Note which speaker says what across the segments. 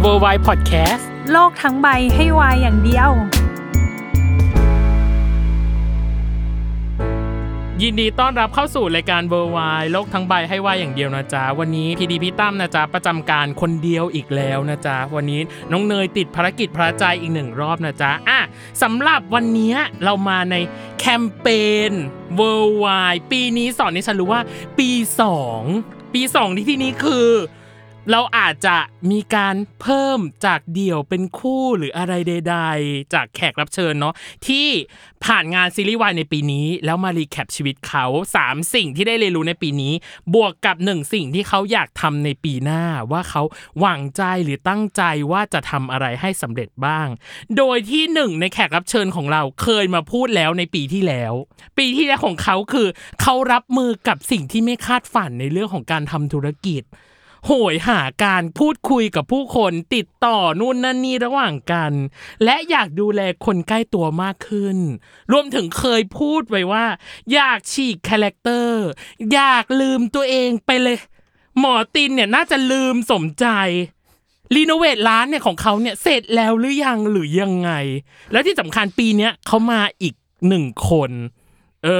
Speaker 1: เวอร์ไวพอดแคสต์
Speaker 2: โลกทั้งใบให้วายอย่างเดียว
Speaker 1: ยินดีต้อนรับเข้าสู่รายการเวอร์ไวโลกทั้งใบให้วายอย่างเดียวนะจ๊ะ วันนี้พีดีพี่ตั้มนะจ๊ะ ประจำการคนเดียวอีกแล้วนะจ๊ะ วันนี้น้องเนยติดภารกิจพระใจอีกหนึ่งรอบนะจ๊ะอ่ะสำหรับวันนี้เรามาในแคมเปญเวอร์ไวปีนี้สอนให้ฉันรู้ว่าปี 2 ปี 2 ที่ที่นี้คือ เราอาจจะมีการเพิ่มจากเดี่ยวเป็นคู่หรืออะไรใด ๆ จากแขกรับเชิญเนาะที่ผ่านงานซีรีส์วายในปีนี้ แล้วมารีแคปชีวิตเขา 3 สิ่งที่ได้เรียนรู้ในปีนี้ บวกกับ 1 สิ่งที่เขาอยากทำในปีหน้า ว่าเขาหวังใจหรือตั้งใจว่าจะทำอะไรให้สำเร็จบ้าง โดยที่หนึ่งในแขกรับเชิญของเราเคยมาพูดแล้วในปีที่แล้ว ปีที่แล้วของเขาคือ เขารับมือกับสิ่งที่ไม่คาดฝันในเรื่องของการทำธุรกิจ โหยหาการพูดคุยกับผู้คนติดต่อนู่นนั่นนี่ระหว่างกัน และอยากดูแลคนใกล้ตัวมากขึ้น รวมถึงเคยพูดไว้ว่า อยากฉีกคาแรคเตอร์ อยากลืมตัวเองไปเลย หมอตินเนี่ยน่าจะลืมสมใจ รีโนเวทร้านเนี่ยของเขาเนี่ยเสร็จแล้วหรือยังหรือยังไง แล้วที่สำคัญปีเนี้ยเขามาอีกหนึ่งคน เอ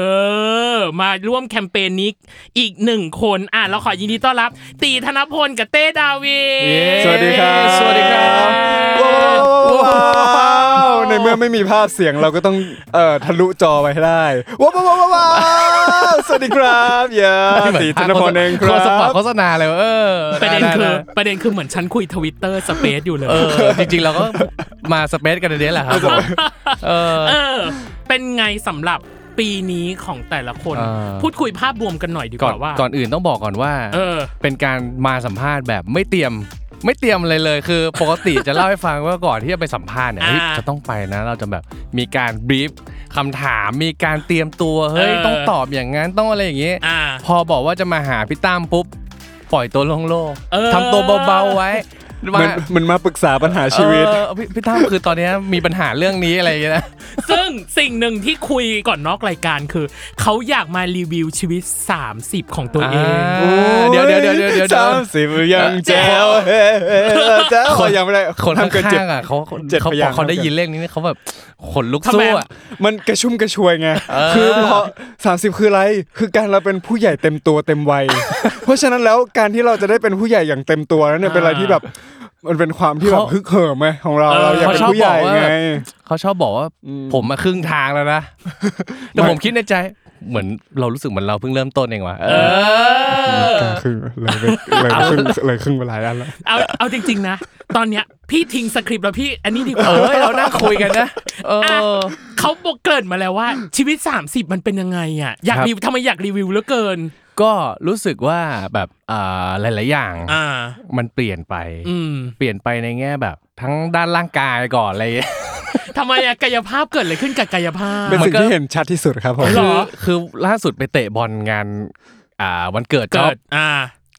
Speaker 1: อ มาร่วมแคมเปญนี้อีกหนึ่งคนอ่ะเราขอยินดีต้อนรับ ตีธนพลกับเต้ดาวี
Speaker 3: สวัสดีครับ
Speaker 1: สวัสดีครับ
Speaker 3: ว้าวในเมื่อไม่มีภาพเสียงเราก็ต้องเอ่อทะลุจอไปให้ได้ว้าวว้าวว้าวว้าวสวัสดีครับเย้ตีธนพลเองค
Speaker 4: โฆ
Speaker 3: รั
Speaker 4: ษณา
Speaker 3: บ
Speaker 4: โฆษณาเลยเออ
Speaker 1: ประเด็นคือ
Speaker 4: ไไ
Speaker 1: ประเด็นคือเหมือนฉันคุยทวิตเตอร์สเปซอยู่เลย
Speaker 4: เออ จริงๆ เราก็มาสเปซกันในนี้แหละครับเออ
Speaker 1: เออ เป็นไงสำหรับปีนี้ของแต่ละคน
Speaker 4: เออ
Speaker 1: พูดคุยภาพรวมกันหน่อยดีก
Speaker 4: ก่อน
Speaker 1: ว่าว่า
Speaker 4: ก่อนอื่นต้องบอกก่อนว่า
Speaker 1: เออ
Speaker 4: เป็นการมาสัมภาษณ์แบบไม่เตรียมไม่เตรียมอะไรเลยคือ ปกติจะเล่าให้ฟังว่าก่อนที่จะไปสัมภาษณ์เนี่ย
Speaker 1: อ่า
Speaker 4: เฮ้ยจะต้องไปนะ เราจะแบบมีการบรีฟคำถามมีการเตรียมตัวเฮ้ย
Speaker 1: เออ
Speaker 4: ต้องตอบอย่างนั้นต้องอะไรอย่างงี้
Speaker 1: อ่า
Speaker 4: พอบอกว่าจะมาหาพี่ตั้มปุ๊บปล่อยตัวโลงโลก
Speaker 1: เออ
Speaker 4: ทำตัวเบาๆไว้
Speaker 3: เหมัน
Speaker 4: ว่า
Speaker 3: เหมันมาปรึกษาปัญหาชีวิต
Speaker 4: เออพี่พี่ตั้มคือตอนเนี้ยมีปัญหาเรื่องนี้อะไรอย่างเงี้ยนะ
Speaker 1: ซึ่งสิ่งหนึ่งที่คุยก่อนนอกรายการคือ เขาอยากมารีวิวชีวิต 30 ของตัวเอง
Speaker 4: อ่าเดี๋ยวเดี๋ยวเดี๋ยวเดี๋ยวเดี๋ยว
Speaker 3: สามสิบยังแจ๋วเฮ้เฮ้เฮ้แจ๋ว
Speaker 4: คน
Speaker 3: ยังไม่ได้
Speaker 4: คน
Speaker 3: ห้ามเกินเจ็ด
Speaker 4: ข้างๆอ่ะเขา
Speaker 3: เจ็ด
Speaker 4: เขา
Speaker 3: พ
Speaker 4: พอย
Speaker 3: ยาางค์
Speaker 4: เขาได้
Speaker 3: ครับ
Speaker 4: ยินเรื่องนี้เนี่ยเขาแบบขนลุก
Speaker 1: ทำไม
Speaker 4: สู้
Speaker 1: อ่ะ
Speaker 4: อ่ะ
Speaker 3: มันกระชุ่มกระชวยไง คือพอสามสิบคืออะไร คือการเราเป็นผู้ใหญ่เต็มตัวเต็มวัย เพราะฉะนั้นแล้วการที่เราจะได้เป็นผู้ใหญ่อย่างเต็มตัวนั้นเนี่ยเป็นอะไรที่แบบ มันเป็นความที่แบบ
Speaker 4: เขา
Speaker 3: ฮึกเหิมไงของเรา
Speaker 1: เออ
Speaker 3: เราอยากเป็นผู้ใหญ่ไง
Speaker 4: เขาชอบบอกว่าผมมาครึ่งทางแล้วนะ แต่ผมคิดในใจ เหมือนเรารู้สึกเหมือนเราเพิ่งเริ่มต้นเองว่ะเออ
Speaker 3: ครึ่งเลยไปเลยครึ่งเลยครึ่งเวลาแล้วล่ะ
Speaker 1: เอาเอาจริง ๆ นะ ตอนเนี้ยพี่ทิ้งสคริปต์แล้วพี่อันนี้ดีกว่า
Speaker 4: เออเรานั่งคุยกันนะเออ
Speaker 1: เขาบอกเกรินมาแล้วว่าชีวิต 30 มันเป็นยังไงอ่ะอยาก
Speaker 4: ครับ
Speaker 1: รีวิวทำไมอยากรีวิวเหลือเกิน
Speaker 4: ก็รู้สึกว่าแบบอ่าหลาย ๆ อย่าง
Speaker 1: อ่า
Speaker 4: มันเปลี่ยนไป
Speaker 1: อืม
Speaker 4: เปลี่ยนไปในแง่แบบ ทั้งด้านร่างกายก่อนอะไรอย่างเงี้ย
Speaker 1: ทำไมอะกายภาพเกิดอะไรขึ้นกับกายภาพ
Speaker 3: เป็นสิ่ง
Speaker 4: มันก็
Speaker 3: ที่เห็นชัดที่สุดครับผม
Speaker 1: เหรอ
Speaker 4: คือล่าสุดไปเตะบอลงานอ่าวันเกิดจ๊
Speaker 1: เกิ
Speaker 4: อบ
Speaker 1: ดอ่า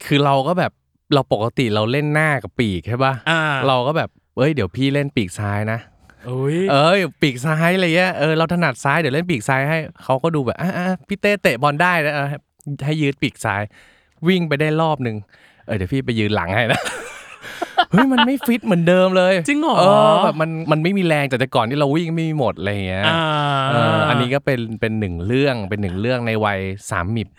Speaker 4: คือเราก็แบบเราปกติเราเล่นหน้ากับปีกใช่ป่ะ
Speaker 1: อ่า
Speaker 4: เราก็แบบเอ้ยเดี๋ยวพี่เล่นปีกซ้ายนะ
Speaker 1: โอ้ย
Speaker 4: เอ้ยปีกซ้ายอะไรเงี้ยเออเราถนัดซ้ายเดี๋ยวเล่นปีกซ้ายให้เขาก็ดูแบบอ่ะอ่ะพี่เต้เตะบอลได้นะเออ ให้ยืดปีกซ้าย วิ่งไปได้รอบหนึ่งเออเดี๋ยวพี่ไปยืนหลังให้นะ เฮ้ยมันไม่ฟิตเหมือนเดิมเลย
Speaker 1: จริงเหรอ
Speaker 4: เออแบบมันมันไม่มีแรงจากแต่ก่อนที่เราวิ่งไม่มีหมดอะไรอย่างเงี้ย
Speaker 1: อ่า
Speaker 4: เอออันนี้ก็เป็นเป็นหนึ่งเรื่องเป็นหนึ่งเรื่องในวัยสามมิบ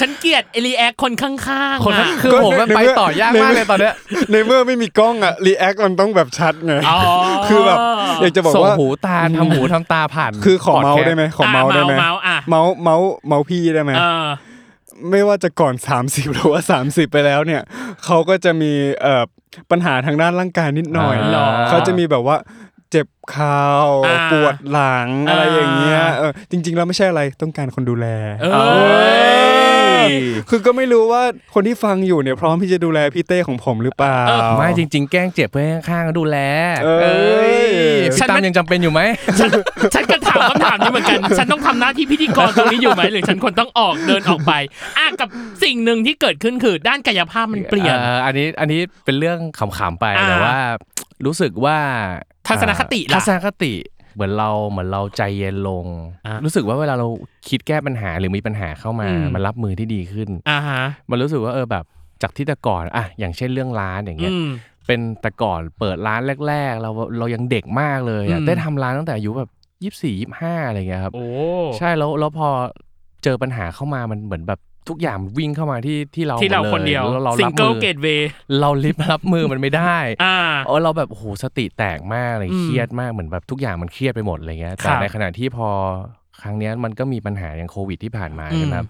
Speaker 1: ฉันเกลียดเอลีแอคคนข้างๆ
Speaker 4: คน
Speaker 1: อะ
Speaker 4: คือผมมันไปต่อยากมากเลยตอนเนี้ย
Speaker 3: ในเมื่อไม่มีกล้องอะรีแอคมันต้องแบบชัดไง
Speaker 1: อ๋อ
Speaker 3: คือแบบอยากจะบอก
Speaker 4: ส่ง
Speaker 3: ว่า
Speaker 4: หูตาทำหูทำตาผ่าน
Speaker 3: คือขอเมาส์
Speaker 4: พดแสต์
Speaker 3: ได้ไหมขอเมาส์ได้ไหม
Speaker 1: ะเมาส์อ่ะ
Speaker 3: เมาส์เมาส์เมาส์พี่ได้ไหม
Speaker 1: เออ
Speaker 3: ไม่ว่าจะก่อน 30 หรือว่า 30 ไปแล้วเนี่ยเขาก็จะมีเอ่อปัญหาทางด้านร่างกายนิดหน่อย
Speaker 1: หรอ
Speaker 3: เขาจะมีแบบว่าเจ็บเข่า
Speaker 1: อ่า
Speaker 3: ปวดหลัง
Speaker 1: อ่า
Speaker 3: อะไรอย่างเงี้ยเออจริง ๆ แล้วไม่ใช่อะไรต้องการคนดูแล
Speaker 1: เอ
Speaker 4: เอ้
Speaker 1: ย
Speaker 4: ย
Speaker 3: คือก็ไม่รู้ว่าคนที่ฟังอยู่เนี่ยพร้อมที่จะดูแลพี่เต้ของผมหรือเปล่า
Speaker 4: ไม่จริง ๆ แกล้งเจ็บเพื่อให้ข้างๆดูแล
Speaker 3: เอ้ย
Speaker 4: พี่
Speaker 1: ฉัน
Speaker 4: ตั้
Speaker 1: มั
Speaker 4: ม
Speaker 1: น
Speaker 4: ยังจำเป็นอยู่ไหม
Speaker 1: ฉันฉันก็ถามคำถามนี้เหมือนกัน ฉันต้องทำหน้าที่พิธีกรตรงนี้อยู่ไหมหรือฉันควรต้องออกเดินออกไปอ่ะกับสิ่งหนึ่งที่เกิดขึ้นคือด้านกายภาพมันเปลี่ยน
Speaker 4: เอ่ออันนี้อันนี้เป็นเรื่องขำๆไป
Speaker 1: อ่า
Speaker 4: แต่ว่า รู้สึกว่า
Speaker 1: ทัศนคติล่ะ
Speaker 4: ทัศนคติเหมือนเราเหมือนเราใจเย็นลง
Speaker 1: อ่ะ
Speaker 4: รู้สึกว่าเวลาเราคิดแก้ปัญหาหรือมีปัญหาเข้ามา
Speaker 1: อืม
Speaker 4: มันรับมือที่ดีขึ้น
Speaker 1: อ่าฮะ
Speaker 4: มันรู้สึกว่าเออแบบจากที่แต่ก่อนอ่ะอย่างเช่นเรื่องร้านอย่างเงี้
Speaker 1: อื
Speaker 4: ย
Speaker 1: ม
Speaker 4: เป็นแต่ก่อนเปิดร้านแรก ๆ เราเรายังเด็กมากเลยอ่ะ
Speaker 1: อืม
Speaker 4: ได้ทำร้านตั้งแต่อายุแบบยี่สี่ยี่ห้าอะไรเงี้ยครับ
Speaker 1: โอ้
Speaker 4: ใช่แล้วแล้วพอเจอปัญหาเข้ามามันเหมือนแบบทุกอย่างมันวิ่งเข้ามาที่ที่เรา
Speaker 1: ที่เรา
Speaker 4: หมล
Speaker 1: คนเดียว
Speaker 4: แล้วเรา
Speaker 1: ซิ
Speaker 4: รั
Speaker 1: ง
Speaker 4: บ
Speaker 1: เกิ
Speaker 4: มื
Speaker 1: ล
Speaker 4: อ
Speaker 1: เกตเวย์
Speaker 4: เราลิบรับมือมันไม่ได้
Speaker 1: อ่า
Speaker 4: เออเราแบบโอ้โหสติแตกมากเลย
Speaker 1: อืม
Speaker 4: เครียดมากเหมือนแบบทุกอย่างมันเครียดไปหมดอะไรเงี้ย
Speaker 1: ครั
Speaker 4: แต่
Speaker 1: บ
Speaker 4: ในขณะที่พอครั้งเนี้ยมันก็มีปัญหาอย่างโควิดที่ผ่านมา
Speaker 1: อืม
Speaker 4: ใช่ไหมครับ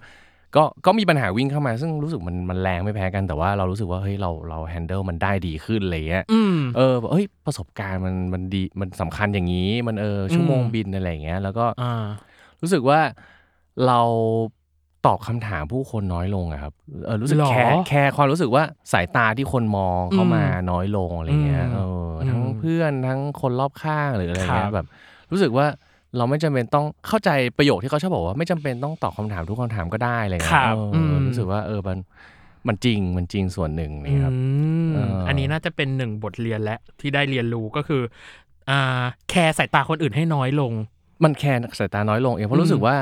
Speaker 4: ก็ก็มีปัญหาวิ่งเข้ามา ซึ่งรู้สึกมันมันแรงไม่แพ้กันแต่ว่าเรารู้สึกว่าเฮ้ยเราเราแฮนเดิลมันได้ดีขึ้นอะไรเงี้ย
Speaker 1: อืม
Speaker 4: เออแบบเอ้ยประสบการณ์มันมันดีมันสำคัญอย่างนี้ มันเออชั่วโมง
Speaker 1: อืม
Speaker 4: บินอะไรอย่างเงี้ยแล้วก็
Speaker 1: อ่า
Speaker 4: รู้สึกว่าเราตอบคำถามผู้คนน้อยลงอะครับ เออรู้สึก
Speaker 1: หรอ
Speaker 4: แคร์แคร์ความรู้สึกว่าสายตาที่คนมองเข้ามาน้อยลงอะไรเงี้ย
Speaker 1: อืม
Speaker 4: เออทั้ง
Speaker 1: อืม
Speaker 4: เพื่อนทั้งคนรอบข้างหรืออะไร
Speaker 1: ค
Speaker 4: เงี้
Speaker 1: รั
Speaker 4: ย
Speaker 1: บ
Speaker 4: แบบ รู้สึกว่าเราไม่จำเป็นต้องเข้าใจประโยคที่เขาชอบบอกว่าไม่จำเป็นต้องตอบคำถามทุกคำถามก็ได้อะไร
Speaker 1: ค
Speaker 4: เงี้
Speaker 1: รั
Speaker 4: ย
Speaker 1: บ
Speaker 4: เอออ
Speaker 1: ม
Speaker 4: รู้สึกว่าเออมันมันจริงมันจริงส่วนหนึ่ง
Speaker 1: อื
Speaker 4: นะครับ
Speaker 1: ม
Speaker 4: เอออั
Speaker 1: อันนี้น่าจะเป็นหนึ่งบทเรียนและที่ได้เรียนรู้ก็คืออ่าแคร์สายตาคนอื่นให้น้อยลง
Speaker 4: มันแคร์สายตาน้อยลงเองเพ
Speaker 1: อื
Speaker 4: ราะ
Speaker 1: ม
Speaker 4: รู้สึกว่า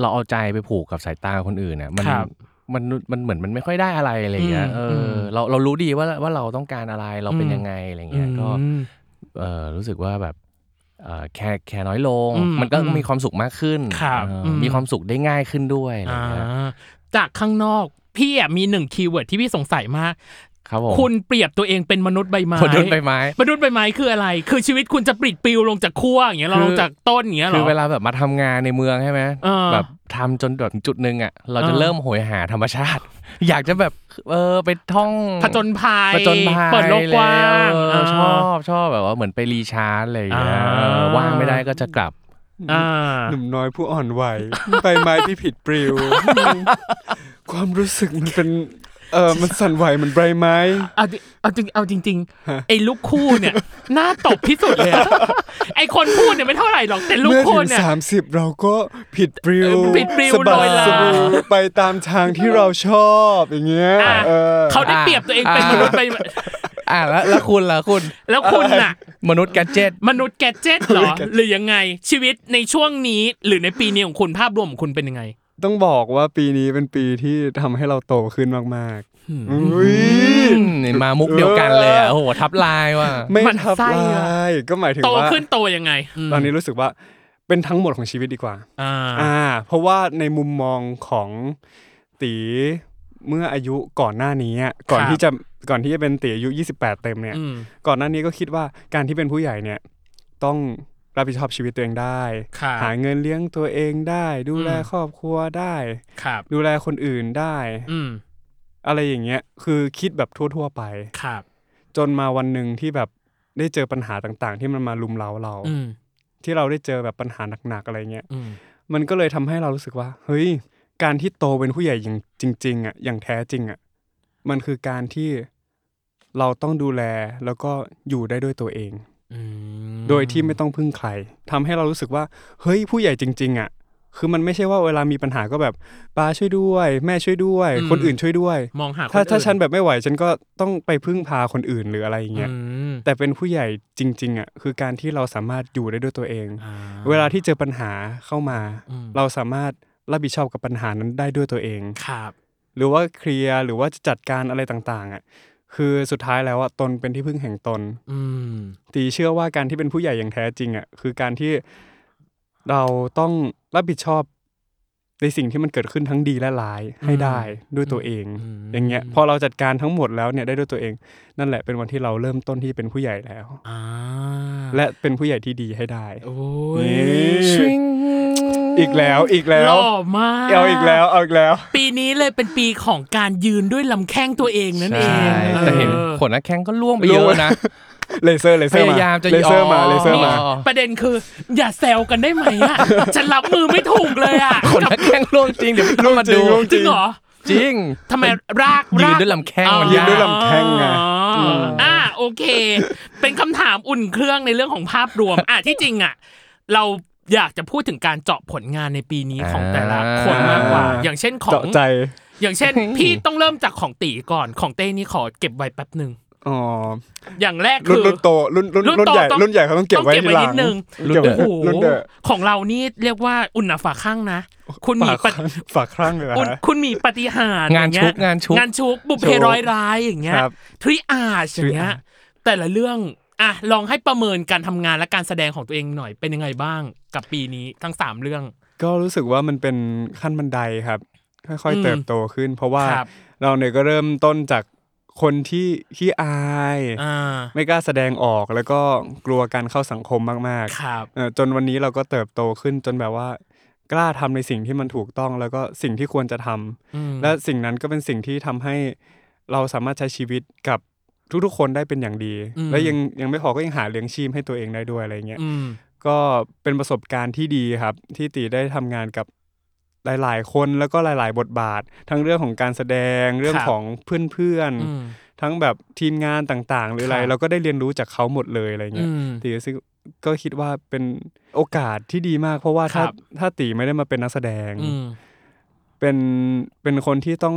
Speaker 4: เราเอาใจไปผูกกับสายตาคนอื่นเนี่ยมัน
Speaker 1: ครับ
Speaker 4: มันมันเหมือนมันไม่ค่อยได้อะไรอะไรอย่างเงี้ย
Speaker 1: อืม
Speaker 4: เอออ
Speaker 1: ม
Speaker 4: เราเรารู้ดีว่าว่าเราต้องการอะไรเราเป็น
Speaker 1: อืม
Speaker 4: ยังไงอะไรเงี้ยก็
Speaker 1: อืม
Speaker 4: เออรู้สึกว่าแบบเออแคร์แคร์น้อยลง
Speaker 1: อืม
Speaker 4: มันก็
Speaker 1: อืม
Speaker 4: มีความสุขมากขึ้น
Speaker 1: ครับ
Speaker 4: เอออ
Speaker 1: ม
Speaker 4: มีความสุขได้ง่ายขึ้นด้วยอะไรเงี้ย
Speaker 1: อ่าจากข้างนอกพี่อะมีหนึ่งคีย์เวิร์ดที่พี่สงสัยมาก
Speaker 4: ครับผม
Speaker 1: คุณเปรียบตัวเองเป็นมนุษย์ใบไม้
Speaker 4: คนรุ่นใบไม้
Speaker 1: มนุษย์ใบไม้คืออะไร คือชีวิตคุณจะปลิดปลิวลงจากขั้วอย่างเงี้ย
Speaker 4: คือ
Speaker 1: ลงจากต้นอย่างเงี้ยเหร
Speaker 4: คือ
Speaker 1: อ
Speaker 4: เวลาแบบมาทำงานในเมืองใช่ไหม
Speaker 1: เออ
Speaker 4: แบบทำจนแบบจุดหนึ่งอ่ะเราจะ
Speaker 1: เออ
Speaker 4: เริ่มโหยหาธรรมชาติ อยากจะแบบเออไปท่อง
Speaker 1: ผจญภัย
Speaker 4: ผจญภัย
Speaker 1: เปิดโลกกว้าง
Speaker 4: แล้เออ
Speaker 1: อ่า
Speaker 4: ชอบชอบแบบว่าเหมือนไปรีชาร์จอะไรอย่างเงี้ย
Speaker 1: อ่า
Speaker 4: เออว่างไม่ได้ก็จะกลับ
Speaker 1: อ่า
Speaker 3: หนุ่มน้อยผู้อ่อนไหวใบไม้ที่ผิดปลิว ความรู้สึกมันเป็นเออมันสั่นไหวเหมือนใบไม้
Speaker 1: เอาจริเอาจริงเอาจ ริงๆไอ้ลูกคู่เนี่ย น่าตบที่สุดเลยอะไอ้คนพูดเนี่ยไม่เท่าไหร่หรอกแต่ลูก
Speaker 3: เมื่อ
Speaker 1: คู่
Speaker 3: ถึง
Speaker 1: เนี่ย
Speaker 3: สามสิบเราก็ผิดปลิว
Speaker 1: เออผิดปลิว
Speaker 3: สะบัด
Speaker 1: ลอยลา
Speaker 3: สะบู่ไปตามทางที่เราชอบอย่างเงี้ย
Speaker 1: อ่ะ
Speaker 3: เออ
Speaker 1: เขาได้เปรียบตัวเองเป็น
Speaker 4: อ่าม ม
Speaker 1: นุษย์ใบไม้
Speaker 4: อ่ะแล้วแล้วคุณล่ะคุณ
Speaker 1: แล้วคุณน่ะ
Speaker 4: มนุษย์แกดเจ็ต
Speaker 1: มนุษย์แกดเจ็ตเหรอ หรือยังไงชีวิตในช่วงนี้หรือในปีนี้ของคุณภาพรวมของคุณเป็นยังไง
Speaker 3: ต้องบอกว่าปีนี้เป็นปีที่ทำให้เราโตขึ้นมากๆอุ๊ย
Speaker 4: นี่มามุกเดียวกันเลยอ่ะโอ้โหทับลายว่ะ
Speaker 3: ไม่
Speaker 1: มัน
Speaker 3: ทับ
Speaker 1: ไส้
Speaker 3: ล
Speaker 1: อะ
Speaker 3: ายก็หมายถึง
Speaker 1: โต
Speaker 3: ว่า
Speaker 1: ขึ้นโตยังไงอืม
Speaker 3: ตอนนี้รู้สึกว่าเป็นทั้งหมดของชีวิตดีกว่า
Speaker 1: อ่า
Speaker 3: อ่า เพราะว่าในมุมมองของตีเมื่ออายุก่อนหน้านี้อะก่อน
Speaker 1: ครับ
Speaker 3: ที่จะก่อนที่จะเป็นตีอายุ 28 เต็มเนี่ย
Speaker 1: อืม
Speaker 3: ก่อนหน้านี้ก็คิดว่าการที่เป็นผู้ใหญ่เนี่ยต้องรับผิดชอบชีวิตตัวเองได้
Speaker 1: ค่ะ
Speaker 3: หาเงินเลี้ยงตัวเองได้ ดูแล
Speaker 1: อืม
Speaker 3: ครอบครัวได้
Speaker 1: ครับ
Speaker 3: ดูแลคนอื่นได้
Speaker 1: อืม
Speaker 3: อะไรอย่างเงี้ยคือคิดแบบทั่ว ๆ ไป
Speaker 1: ครับ
Speaker 3: จนมาวันหนึ่งที่แบบได้เจอปัญหาต่างๆ ที่มันมาลุมเร้าเรา
Speaker 1: อืม
Speaker 3: ที่เราได้เจอแบบปัญหาหนักๆอะไรเงี้ย
Speaker 1: อืม
Speaker 3: มันก็เลยทำให้เรารู้สึกว่า เฮ้ย การที่โตเป็นผู้ใหญ่อย่างจริงๆอ่ะอย่างแท้จริงอ่ะมันคือการที่เราต้องดูแลแล้วก็อยู่ได้ด้วยตัวเอง
Speaker 1: อืม
Speaker 3: โดยที่ไม่ต้องพึ่งใครทำให้เรารู้สึกว่า เฮ้ยผู้ใหญ่จริง ๆ อ่ะ คือมันไม่ใช่ว่าเวลามีปัญหาก็แบบป้าช่วยด้วย แม่ช่วยด้วย คนอื่นช่วยด้วย
Speaker 1: มองหา
Speaker 3: ถ้า
Speaker 1: คอื่
Speaker 3: ถ้าฉันแบบไม่ไหวฉันก็ต้องไปพึ่งพาคนอื่นหรืออะไรอย่างเงี้ย
Speaker 1: อืม
Speaker 3: แต่เป็นผู้ใหญ่จริง ๆ อ่ะ คือการที่เราสามารถอยู่ได้ด้วยตัวเอง
Speaker 1: อ่า
Speaker 3: เวลาที่เจอปัญหาเข้ามา
Speaker 1: อืม
Speaker 3: เราสามารถรับผิดชอบกับปัญหานั้นได้ด้วยตัวเอง
Speaker 1: ครับ
Speaker 3: หรือว่าเคลียร์หรือว่าจะจัดการอะไรต่างๆอ่ะ คือสุดท้ายแล้วอะตนเป็นที่พึ่งแห่งตน
Speaker 1: อืม
Speaker 3: ตีเชื่อว่าการที่เป็นผู้ใหญ่อย่างแท้จริงอ่ะคือการที่เราต้องรับผิดชอบในสิ่งที่มันเกิดขึ้นทั้งดีและร้ายให้ได้ด้วยตัวเอง
Speaker 1: อืม
Speaker 3: อย่างเงี้ยพอเราจัดการทั้งหมดแล้วเนี่ยได้ด้วยตัวเอง นั่นแหละเป็นวันที่เราเริ่มต้นที่เป็นผู้ใหญ่แล้ว
Speaker 1: อ่า
Speaker 3: และเป็นผู้ใหญ่ที่ดีให้ได้
Speaker 1: โอ้
Speaker 3: นี่
Speaker 1: ย
Speaker 3: อีกแล้วอีกแล้
Speaker 1: ห
Speaker 3: ว
Speaker 1: ล่อมาก
Speaker 3: เอาอีกแล้วเอาอีกแล้ว
Speaker 1: ปีนี้เลยเป็นปีของการยืนด้วยลำแข้งตัวเองนั่นเอ
Speaker 4: ใช่
Speaker 1: ง
Speaker 4: แต่เห็น
Speaker 1: ออ
Speaker 4: ขนนักแข้งก็ล่วงไป
Speaker 3: ล่
Speaker 4: เยว
Speaker 3: ง
Speaker 4: อะนะ
Speaker 3: เลเซอร์เลเซอร์มาย
Speaker 4: พายามจะ
Speaker 3: เลเซอร์มา
Speaker 4: อ๋อ
Speaker 3: เลเซอร์มา
Speaker 4: อ๋อ
Speaker 1: ประเด็นคือ อย่าแซวกันได้ไหมอ่ะ ฉันรับมือไม่ถูกเลยอ่ะ
Speaker 4: ขนนักแข้งล่วงจริงเดี๋ยวต้องมาดู
Speaker 1: จริงเหรอ
Speaker 4: จริง
Speaker 1: ทำไมราก
Speaker 4: ยืน
Speaker 1: ราก
Speaker 4: ด้วยลำแข้ง
Speaker 1: อ๋อ
Speaker 4: มั
Speaker 3: ยืน
Speaker 4: นาก
Speaker 3: ด้วยลำแข้งไง
Speaker 1: อ๋อออ่าโอเค เป็นคำถามอุ่นเครื่องในเรื่องของภาพรวม อ่ะที่จริงอ่ะ เราอยากจะพูดถึงการเจาะผลงานในปีนี้ของแต่ละคนมากกว่า
Speaker 3: อ่า
Speaker 1: อย่างเช่นของ
Speaker 3: เจาะใจ
Speaker 1: อย่าง เช่น พี่ต้องเริ่มจากของตีก่อนของเต้นี่ขอเก็บไว้แป๊บหนึ่ง
Speaker 3: อ๋อ
Speaker 1: อย่างแรก
Speaker 3: รุ่
Speaker 1: คื
Speaker 3: น
Speaker 1: อ
Speaker 3: รุ่นโตรุ่นรุ่นรุ่นใหญ่
Speaker 1: โตต้อง
Speaker 3: รุ่นใหญ่เขาต้องเก็บไว้
Speaker 1: ต้อง
Speaker 3: ที่หลั
Speaker 1: นิ
Speaker 3: ง
Speaker 1: ดนึง
Speaker 3: เก็บไว้
Speaker 1: โอ้โห
Speaker 3: รุ่นเดอะ
Speaker 1: ของเรานี่เรียกว่าอุ่นหนาฝาข้างนะ คุณมี
Speaker 3: ฝาก
Speaker 1: ปะ
Speaker 3: ฝากครั้งเลยนะ
Speaker 1: คุณ
Speaker 3: ฮะ
Speaker 1: คุณมีปฏิหารย์
Speaker 4: งาน
Speaker 1: อย่เย
Speaker 4: ชุกงานชุก
Speaker 1: งานชุกบุพเพ
Speaker 3: ชุก
Speaker 1: ร้อยร้ายอย่างเงี้ย
Speaker 3: ครับ
Speaker 1: ทริอาชอย่างเงี้ย
Speaker 3: ทริอาร์
Speaker 1: แต่ละเรื่องอ่ะลองให้ประเมินการทำงานและการแสดงของตัวเองหน่อยเป็นยังไงบ้างกับปีนี้ทั้งสามเรื่อง
Speaker 3: ก็รู้สึกว่ามันเป็นขั้นบันไดครับ ค่อย
Speaker 1: อืม
Speaker 3: ๆเติบโตขึ้น เพราะว่า
Speaker 1: ครับ
Speaker 3: เราเนี่ยก็เริ่มต้นจากคนที่ขี้อาย
Speaker 1: อ่า
Speaker 3: ไม่กล้าแสดงออกแล้วก็กลัวการเข้าสังคมมาก
Speaker 1: ครับ
Speaker 3: ๆเอ่อจนวันนี้เราก็เติบโตขึ้นจนแบบว่า กล้าทำในสิ่งที่มันถูกต้องแล้วก็สิ่งที่ควรจะทำ
Speaker 1: อืม
Speaker 3: และสิ่งนั้นก็เป็นสิ่งที่ทำให้เราสามารถใช้ชีวิตกับทุกๆคนได้เป็นอย่างดี และยังยังไม่พอก็ยังหาเลี้ยงชีพให้ตัวเองได้ด้วยอะไรเงี้ย
Speaker 1: อืม
Speaker 3: ก็เป็นประสบการณ์ที่ดีครับ ที่ตีได้ทำงานกับหลาย ๆ คนแล้วก็หลาย ๆ บทบาท ทั้งเรื่องของการแสดงเรื่อง
Speaker 1: ครับ
Speaker 3: ของเพื่อน
Speaker 1: อืม
Speaker 3: ๆ ทั้งแบบทีมงานต่างๆ หรืออะไร
Speaker 1: ครับ
Speaker 3: เราก็ได้เรียนรู้จากเขาหมดเลยอะไรเงี้ย
Speaker 1: อืม
Speaker 3: ตีก็ซึ่งก็คิดว่าเป็นโอกาสที่ดีมาก เพราะว่าถ้า
Speaker 1: ครับ
Speaker 3: ถ้าตีไม่ได้มาเป็นนักแสดง
Speaker 1: อืม
Speaker 3: เป็นเป็นคนที่ต้อง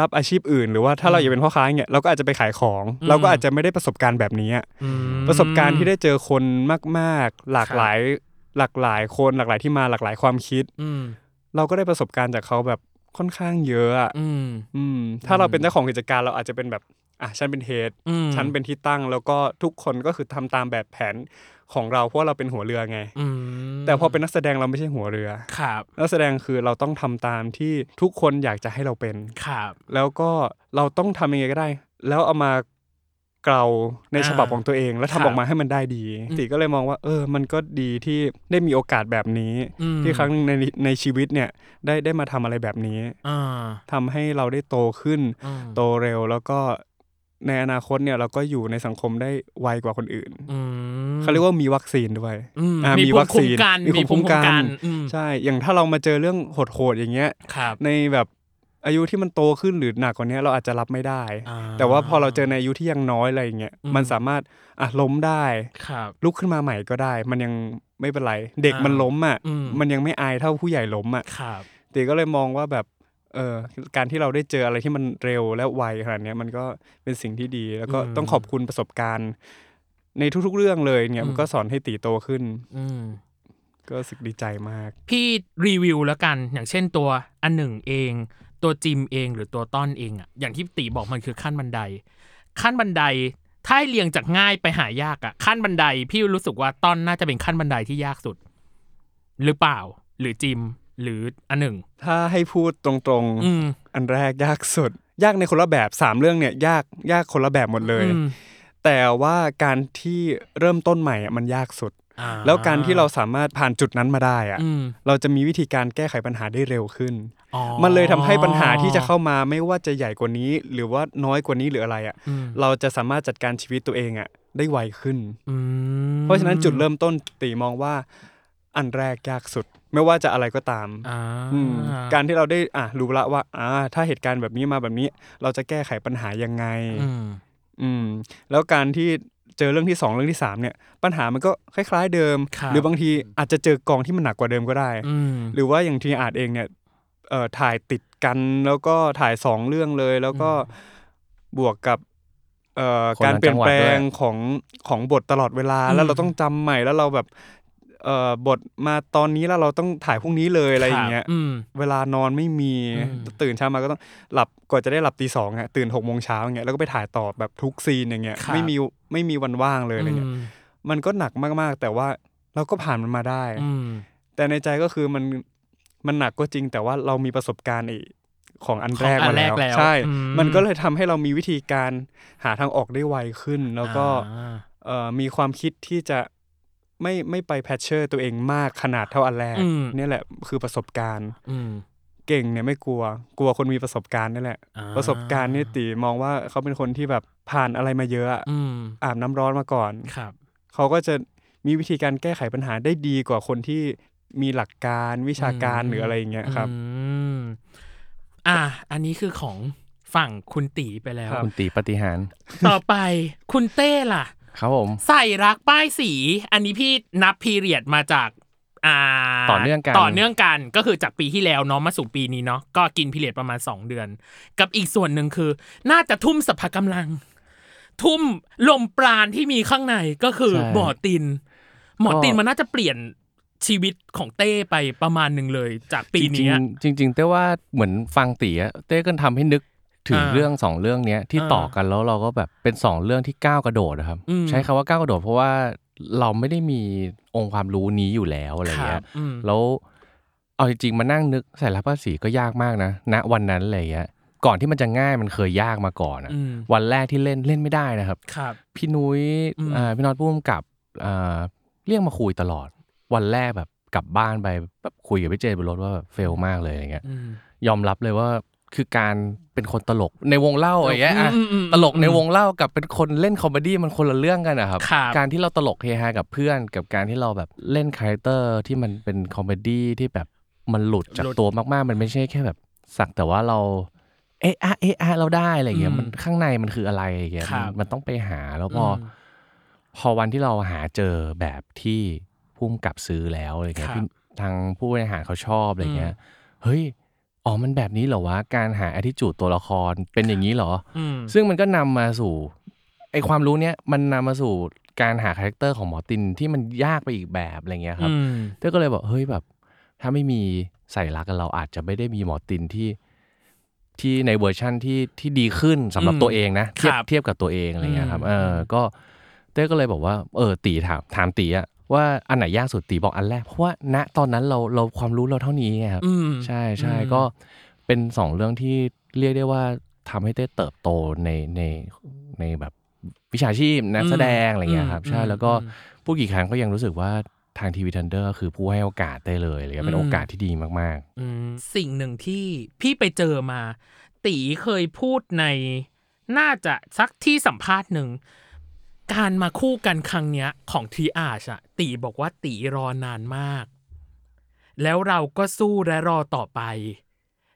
Speaker 3: รับอาชีพอื่น หรือว่าถ้าเราอยากเป็นพ่อค้าเนี่ยเราก็อาจจะไปขายของ เราก็อาจจะไม่ได้ประสบการณ์แบบนี้อะ
Speaker 1: อืม
Speaker 3: ประสบการณ์ที่ได้เจอคนมาก ๆ หลาก
Speaker 1: ครับ
Speaker 3: หลายหลากหลายคนหลากหลายที่มาหลากหลายความคิด
Speaker 1: อืม
Speaker 3: เราก็ได้ประสบการณ์จากเขาแบบค่อนข้างเยอะอะ
Speaker 1: อืม
Speaker 3: อืมถ้าเราเป็นเจ้าของกิจการเราอาจจะเป็นแบบอ่ะฉันเป็นเฮด
Speaker 1: อืม
Speaker 3: ฉันเป็นที่ตั้ง แล้วก็ทุกคนก็คือทำตามแบบแผนของเราเพราะว่าเราเป็นหัวเรือไง
Speaker 1: อืม
Speaker 3: แต่พอเป็นนักแสดงเราไม่ใช่หัวเรือ
Speaker 1: ครับ
Speaker 3: นักแสดงคือเราต้องทำตามที่ทุกคนอยากจะให้เราเป็น
Speaker 1: ครับ
Speaker 3: แล้วก็เราต้องทำยังไงก็ได้ แล้วเอามาเกลาใน
Speaker 1: อ่า
Speaker 3: ฉบับของตัวเอง แล้ว
Speaker 1: ครั
Speaker 3: ทำ
Speaker 1: บ
Speaker 3: ออกมาให้มันได้ดีตีก็เลยมองว่า เออ มันก็ดีที่ได้มีโอกาสแบบนี้
Speaker 1: อืม
Speaker 3: ที่ครั้งหนึ่งในในชีวิตเนี่ยได้ได้มาทำอะไรแบบนี้
Speaker 1: อ่า
Speaker 3: ทำให้เราได้โตขึ้น
Speaker 1: อืม
Speaker 3: โตเร็วแล้วก็ในอนาคตเนี่ยเราก็อยู่ในสังคมได้ไวกว่าคนอื่น
Speaker 1: อืม
Speaker 3: เขาเรียกว่ามีวัคซีนด้วย
Speaker 1: อืม
Speaker 3: อ่า
Speaker 1: มีภูมิ
Speaker 3: มีวัคซีน
Speaker 1: คุ้มกันมีภูมิคุ้มกันอืม
Speaker 3: ใช่ อย่างถ้าเรามาเจอเรื่องโหดๆอย่างเงี้ย
Speaker 1: ครับ
Speaker 3: ในแบบอายุที่มันโตขึ้นหรือหนักกว่านี้เราอาจจะรับไม่ได้
Speaker 1: อ่า
Speaker 3: แต่ว่าพอเราเจอในอายุที่ยังน้อยอะไรอย่างเงี้ย
Speaker 1: อืม
Speaker 3: มันสามารถอ่ะล้มได้
Speaker 1: ครับ
Speaker 3: ลุกขึ้นมาใหม่ก็ได้ มันยังไม่เป็นไร เด็ก
Speaker 1: อ่ามั
Speaker 3: มันล้มอ่ะ
Speaker 1: อืม
Speaker 3: มันยังไม่อายเท่าผู้ใหญ่ล้มอ่ะ
Speaker 1: ครับ
Speaker 3: ตีก็เลยมองว่าแบบเออการที่เราได้เจออะไรที่มันเร็วและไวขนาดเนี้ยมันก็เป็นสิ่งที่ดีแล้วก็
Speaker 1: อืม
Speaker 3: ต้องขอบคุณประสบการณ์ ในทุก ๆ เรื่องเลยเนี่ยมันก็สอนให้ตีโตขึ้น
Speaker 1: อืม
Speaker 3: ก็รู้สึกดีใจมาก
Speaker 1: พี่รีวิวแล้วกัน อย่างเช่นตัวอันหนึ่งเอง ตัวจิมเองหรือตัวต้อนเองอะอย่างที่ตีบอกมันคือขั้นบันได ขั้นบันไดถ้าให้เรียงจากง่ายไปหายากอะขั้นบันไดพี่รู้สึกว่าต้อนน่าจะเป็นขั้นบันไดที่ยากสุด หรือเปล่า หรือจิม หรืออันหนึ่ง
Speaker 3: ถ้าให้พูดตรงๆ
Speaker 1: อืม
Speaker 3: อันแรกยากสุด ยากในคนละแบบสามเรื่องเนี่ยยากยากคนละแบบหมดเลย
Speaker 1: อืม
Speaker 3: แต่ว่าการที่เริ่มต้นใหม่อะมันยากสุด
Speaker 1: อ่า
Speaker 3: แล้วการที่เราสามารถผ่านจุดนั้นมาได้อะ
Speaker 1: อืม
Speaker 3: เราจะมีวิธีการแก้ไขปัญหาได้เร็วขึ้น
Speaker 1: อ๋อ
Speaker 3: มันเลยทำให้ปัญหาที่จะเข้ามาไม่ว่าจะใหญ่กว่านี้ หรือว่าน้อยกว่านี้หรืออะไรอะเราจะสามารถจัดการชีวิตตัวเองอะได้ไวขึ้น
Speaker 1: อืม
Speaker 3: เพราะฉะนั้นจุดเริ่มต้นตีมองว่าอันแรกยากสุด ไม่ว่าจะอะไรก็ตาม
Speaker 1: อ่า
Speaker 3: อืมการที่เราได้อ่ะรู้ละว่าอ่าถ้าเหตุการณ์แบบนี้มาแบบนี้ เราจะแก้ไขปัญหายังไง
Speaker 1: อืม
Speaker 3: อืม แล้วการที่เจอเรื่องที่สองเรื่องที่สามเนี่ย ปัญหามันก็คล้าย ๆเดิม
Speaker 1: ครับ
Speaker 3: หรือบางทีอาจจะเจอกองที่มันหนักกว่าเดิมก็ได้
Speaker 1: อืม
Speaker 3: หรือว่าอย่างทีอาจเองเนี่ยเอ่อถ่ายติดกันแล้วก็ถ่ายสองเรื่องเลย แล้วก็บวกกับเอ่อ
Speaker 4: คนละ
Speaker 3: การเปลี่ยนแปลง
Speaker 4: จังหวะด้วย
Speaker 3: ของของบทตลอดเวลาแล้วเราต้องจำใหม่แล้วเราแบบ เอ่อบทมาตอนนี้แล้วเราต้องถ่ายพรุ่งนี้เลยอะไรอย่างเงี้ย
Speaker 1: ครับอืม
Speaker 3: เวลานอนไม่มี
Speaker 1: อืม
Speaker 3: ตื่นเช้ามาก็ต้องหลับกว่าจะได้หลับตีสองอะตื่นหกโมงเช้าอย่างเงี้ยแล้วก็ไปถ่ายต่อแบบทุกซีนอย่างเงี้ย
Speaker 1: ครับ
Speaker 3: ไม่มีไม่มีวันว่างเลยอะไรเงี้ย
Speaker 1: ม
Speaker 3: มันก็หนักมากๆ แต่ว่าเราก็ผ่านมันมาได้
Speaker 1: อืม
Speaker 3: แต่ในใจก็คือมันมันหนักก็จริง แต่ว่าเรามีประสบการณ์ไอีของอันแรก
Speaker 1: ของอั
Speaker 3: มาน
Speaker 1: แร
Speaker 3: แล้
Speaker 1: ก
Speaker 3: ว
Speaker 1: แล้ว
Speaker 3: ใช่
Speaker 1: อืม
Speaker 3: มันก็เลยทำให้เรามีวิธีการหาทางออกได้ไวขึ้น แล้วก็
Speaker 1: อ่า
Speaker 3: เอ่อมีความคิดที่จะไม่ไม่ไปแพทเชอร์ตัวเองมากขนาดเท่าอันแรก
Speaker 1: อืม
Speaker 3: เนี่ยแหละคือประสบการณ์
Speaker 1: อืม
Speaker 3: เก่งเนี่ยไม่กลัว กลัวคนมีประสบการณ์นี่แหละ
Speaker 1: อ่า
Speaker 3: ประสบการณ์นี่ตีมองว่าเขาเป็นคนที่แบบผ่านอะไรมาเยอะอะ
Speaker 1: อืม
Speaker 3: อาบน้ำร้อนมาก่อน
Speaker 1: ครับ
Speaker 3: เขาก็จะมีวิธีการแก้ไขปัญหาได้ดีกว่าคนที่มีหลักการวิชาการ
Speaker 1: อืม
Speaker 3: หรืออะไรอย่างเงี้ยครับ
Speaker 1: อืมอ่ะอันนี้คือของฝั่งคุณตีไปแล้ว
Speaker 3: ครับ
Speaker 4: คุณตีปฏิหาร
Speaker 1: ต่อไปคุณเต้ล่ะ
Speaker 4: ครับผม
Speaker 1: ใส่รักป้ายสี อันนี้พี่นับพีเรียดมาจากอ่า
Speaker 4: ต่อเนื่องกัน
Speaker 1: ต่อเนื่องกันก็คือจากปีที่แล้วเนาะมาสู่ปีนี้เนาะก็กินพีเรียดประมาณ 2 เดือน กับอีกส่วนหนึ่งคือ น่าจะทุ่มสรรพกำลัง ทุ่มลมปราณที่มีข้างในก็คือ
Speaker 4: ใช่
Speaker 1: หมอติน หมอติน
Speaker 4: ก็
Speaker 1: มันน่าจะเปลี่ยนชีวิตของเต้ไปประมาณหนึ่งเลยจากปีเนี้ย
Speaker 4: จริงๆจริง ๆ เต้ว่าเหมือนฟังตีอะเต้ก็ทำให้นึกถึง
Speaker 1: อ่า
Speaker 4: เรื่องสองเรื่องเนี้ยที่
Speaker 1: อ่า
Speaker 4: ต่อกันแล้วเราก็แบบเป็นสองเรื่องที่ก้าวกระโดดอะครับ
Speaker 1: อืม
Speaker 4: ใช้คำว่าก้าวกระโดด เพราะว่าเราไม่ได้มีองค์ความรู้นี้อยู่แล้วอะไร
Speaker 1: ครั
Speaker 4: เงี้
Speaker 1: บ
Speaker 4: ย
Speaker 1: อืม
Speaker 4: แล้วเอาจริงๆมานั่งนึกใส่รับภาษีก็ยากมากนะณวันนั้นอะไรเงี้ยก่อนที่มันจะง่ายมันเคยยากมาก่อนอะ
Speaker 1: อืม
Speaker 4: วันแรกที่เล่นเล่นไม่ได้นะครับ
Speaker 1: ครับ
Speaker 4: พี่นุ้ย
Speaker 1: อืม
Speaker 4: อ่าพี่น็อตพุ่มกับอ่าเรียกมาคุยตลอด วันแรกแบบกลับบ้านไปแบบคุยกับพี่เจบนรถว่าแบบเฟลมากเลยอะไรเงี้ย
Speaker 1: อืม
Speaker 4: ยอมรับเลยว่าคือการเป็นคนตลกในวงเล่าอะไรเงี้ยอ่ะ
Speaker 1: อืมอืมอืม
Speaker 4: ตลกในวงเล่ากับเป็นคนเล่นคอมเมดี้มันคนละเรื่องกันนะครับ
Speaker 1: ครับ
Speaker 4: การที่เราตลกเฮฮากับเพื่อน กับการที่เราแบบเล่นคาแรคเตอร์ที่มันเป็นคอมเมดี้ที่แบบมันหลุดจาก
Speaker 1: หลุด
Speaker 4: ตัวมากๆ มันไม่ใช่แค่แบบ สักแต่ว่าเรา เอะอะเอะอะเราได้อะไรเงี้ย
Speaker 1: อืม
Speaker 4: มันข้างในมันคืออะไรอะไรเงี้ย
Speaker 1: ครับ
Speaker 4: มันต้องไปหาแล้วพออ พอวันที่เราหาเจอแบบที่พุ่มกับซื้อแล้วอะไรเงี้ย
Speaker 1: ครับ
Speaker 4: พี่ทางผู้บริหารเขาชอบอะไรเงี้ยเฮ้ยอ๋อมันแบบนี้เหรอวะการหา a t t i t u d e ตัวละครเป็นอย่างนี้เหรอ
Speaker 1: อืม
Speaker 4: ซึ่งมันก็นำมาสู่ไอความรู้เนี้ยมันนำมาสู่การหาคาแรคเตอร์ของหมอตินที่มันยากไปอีกแบบอะไรเงี้ยครับ
Speaker 1: อืม
Speaker 4: เต้ยก็เลยบอกเฮ้ยแบบ ถ้าไม่มีใส่รักกันเราอาจจะไม่ได้มีหมอตินที่ที่ในเวอร์ชั่นที่ที่ดีขึ้นสำหรับ
Speaker 1: อืม
Speaker 4: ตัวเองนะเทีย
Speaker 1: ค
Speaker 4: บ
Speaker 1: รับ
Speaker 4: เทียบกับตัวเองอะไรเงี้ยครับ
Speaker 1: อืม
Speaker 4: เออก็เต้ยก็เลยบอกว่า เออตีถามถามตีอะว่าอันไหนยากสุดตีบอกอันแรก เพราะว่าณตอนนั้นเราเราความรู้เราเท่านี้ไงครับ
Speaker 1: อืม
Speaker 4: ใช่ใช่
Speaker 1: อืม
Speaker 4: ก็เป็นสองเรื่องที่เรียกได้ว่าทำให้เต้ยเติบโตในในในแบบวิชาชีพนักแสดงอะไรเงี้ยครับ ใช่แล้วก็ พูดกี่ครั้งก็ยังรู้สึกว่าทางทีวีทันเดอร์คือผู้ให้โอกาสได้เลยเลยครับเป็
Speaker 1: อื
Speaker 4: น
Speaker 1: ม
Speaker 4: โอกาสที่ดีมาก
Speaker 1: อืมสิ่งหนึ่งที่พี่ไปเจอมา ตีเคยพูดในน่าจะสักที่สัมภาษณ์หนึ่ง การมาคู่กันครั้งเนี้ย ของทีอาชอะตีบอกว่าตีรอนานมาก แล้วเราก็สู้และรอต่อไป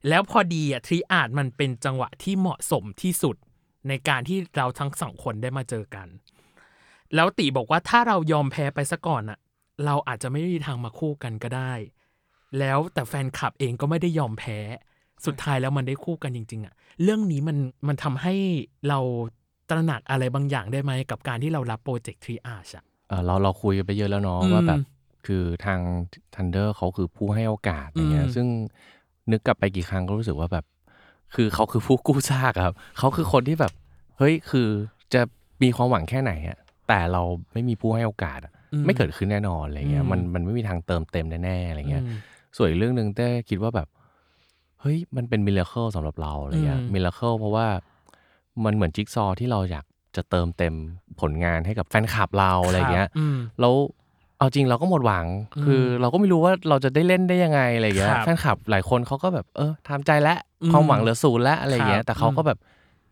Speaker 1: แล้วพอดีอะทีอาจมันเป็นจังหวะที่เหมาะสมที่สุดในการที่เราทั้งสองคนได้มาเจอกัน แล้วตีบอกว่าถ้าเรายอมแพ้ไปซะก่อนอะเราอาจจะไม่มีทางมาคู่กันก็ได้ แล้วแต่แฟนคลับเองก็ไม่ได้ยอมแพ้ สุดท้ายแล้วมันได้คู่กันจริง ๆอะเรื่องนี้มันมันทำให้เราตระหนักอะไรบางอย่างได้ไหมกับการที่เรารับโปรเจกต์ทรีอาชอะ
Speaker 4: ๆเอ่อเราเราคุยไปเยอะแล้วเนาะ
Speaker 1: อืม
Speaker 4: ว่าแบบคือทางทันเดอร์เขาคือผู้ให้โอกาสอย่างเงี้
Speaker 1: อื
Speaker 4: ย
Speaker 1: ม
Speaker 4: ซึ่งนึกกลับไปกี่ครั้งก็รู้สึกว่าแบบ คือเขาคือผู้กู้ซากอะครับเขาคือคนที่แบบ เฮ้ยคือจะมีความหวังแค่ไหนอะแต่เราไม่มีผู้ให้โอกาสอะ
Speaker 1: อืม
Speaker 4: ไม่เกิดขึ้นแน่นอนอะไรเงี้ย
Speaker 1: อืม
Speaker 4: มันมันไม่มีทางเติมเต็มแน่ๆอะไรเงี้ย
Speaker 1: อืม
Speaker 4: ส่วนอีกเรื่องหนึ่งเต้คิดว่าแบบ เฮ้ย มันเป็นมิราเคิลสำหรับเราอะไรเงี้ย
Speaker 1: อืม
Speaker 4: มิราเคิลเพราะว่ามันเหมือนจิ๊กซอว์ที่เราอยากจะเติมเต็มผลงานให้กับแฟนคลับเราอะไรเงี้ย
Speaker 1: ครับอืม
Speaker 4: แล้วเอาจริงเราก็หมดหวัง
Speaker 1: อืม
Speaker 4: คือเราก็ไม่รู้ว่าเราจะได้เล่นได้ยังไงอะไรเงี้ย
Speaker 1: ครับ
Speaker 4: แฟนคลับหลายคนเขาก็แบบเออทำใจแล้ว
Speaker 1: อืม
Speaker 4: ความหวังเหลือศูนย์แล้วอะไรเงี้
Speaker 1: ครับ
Speaker 4: ยแต่เขาก็แบบ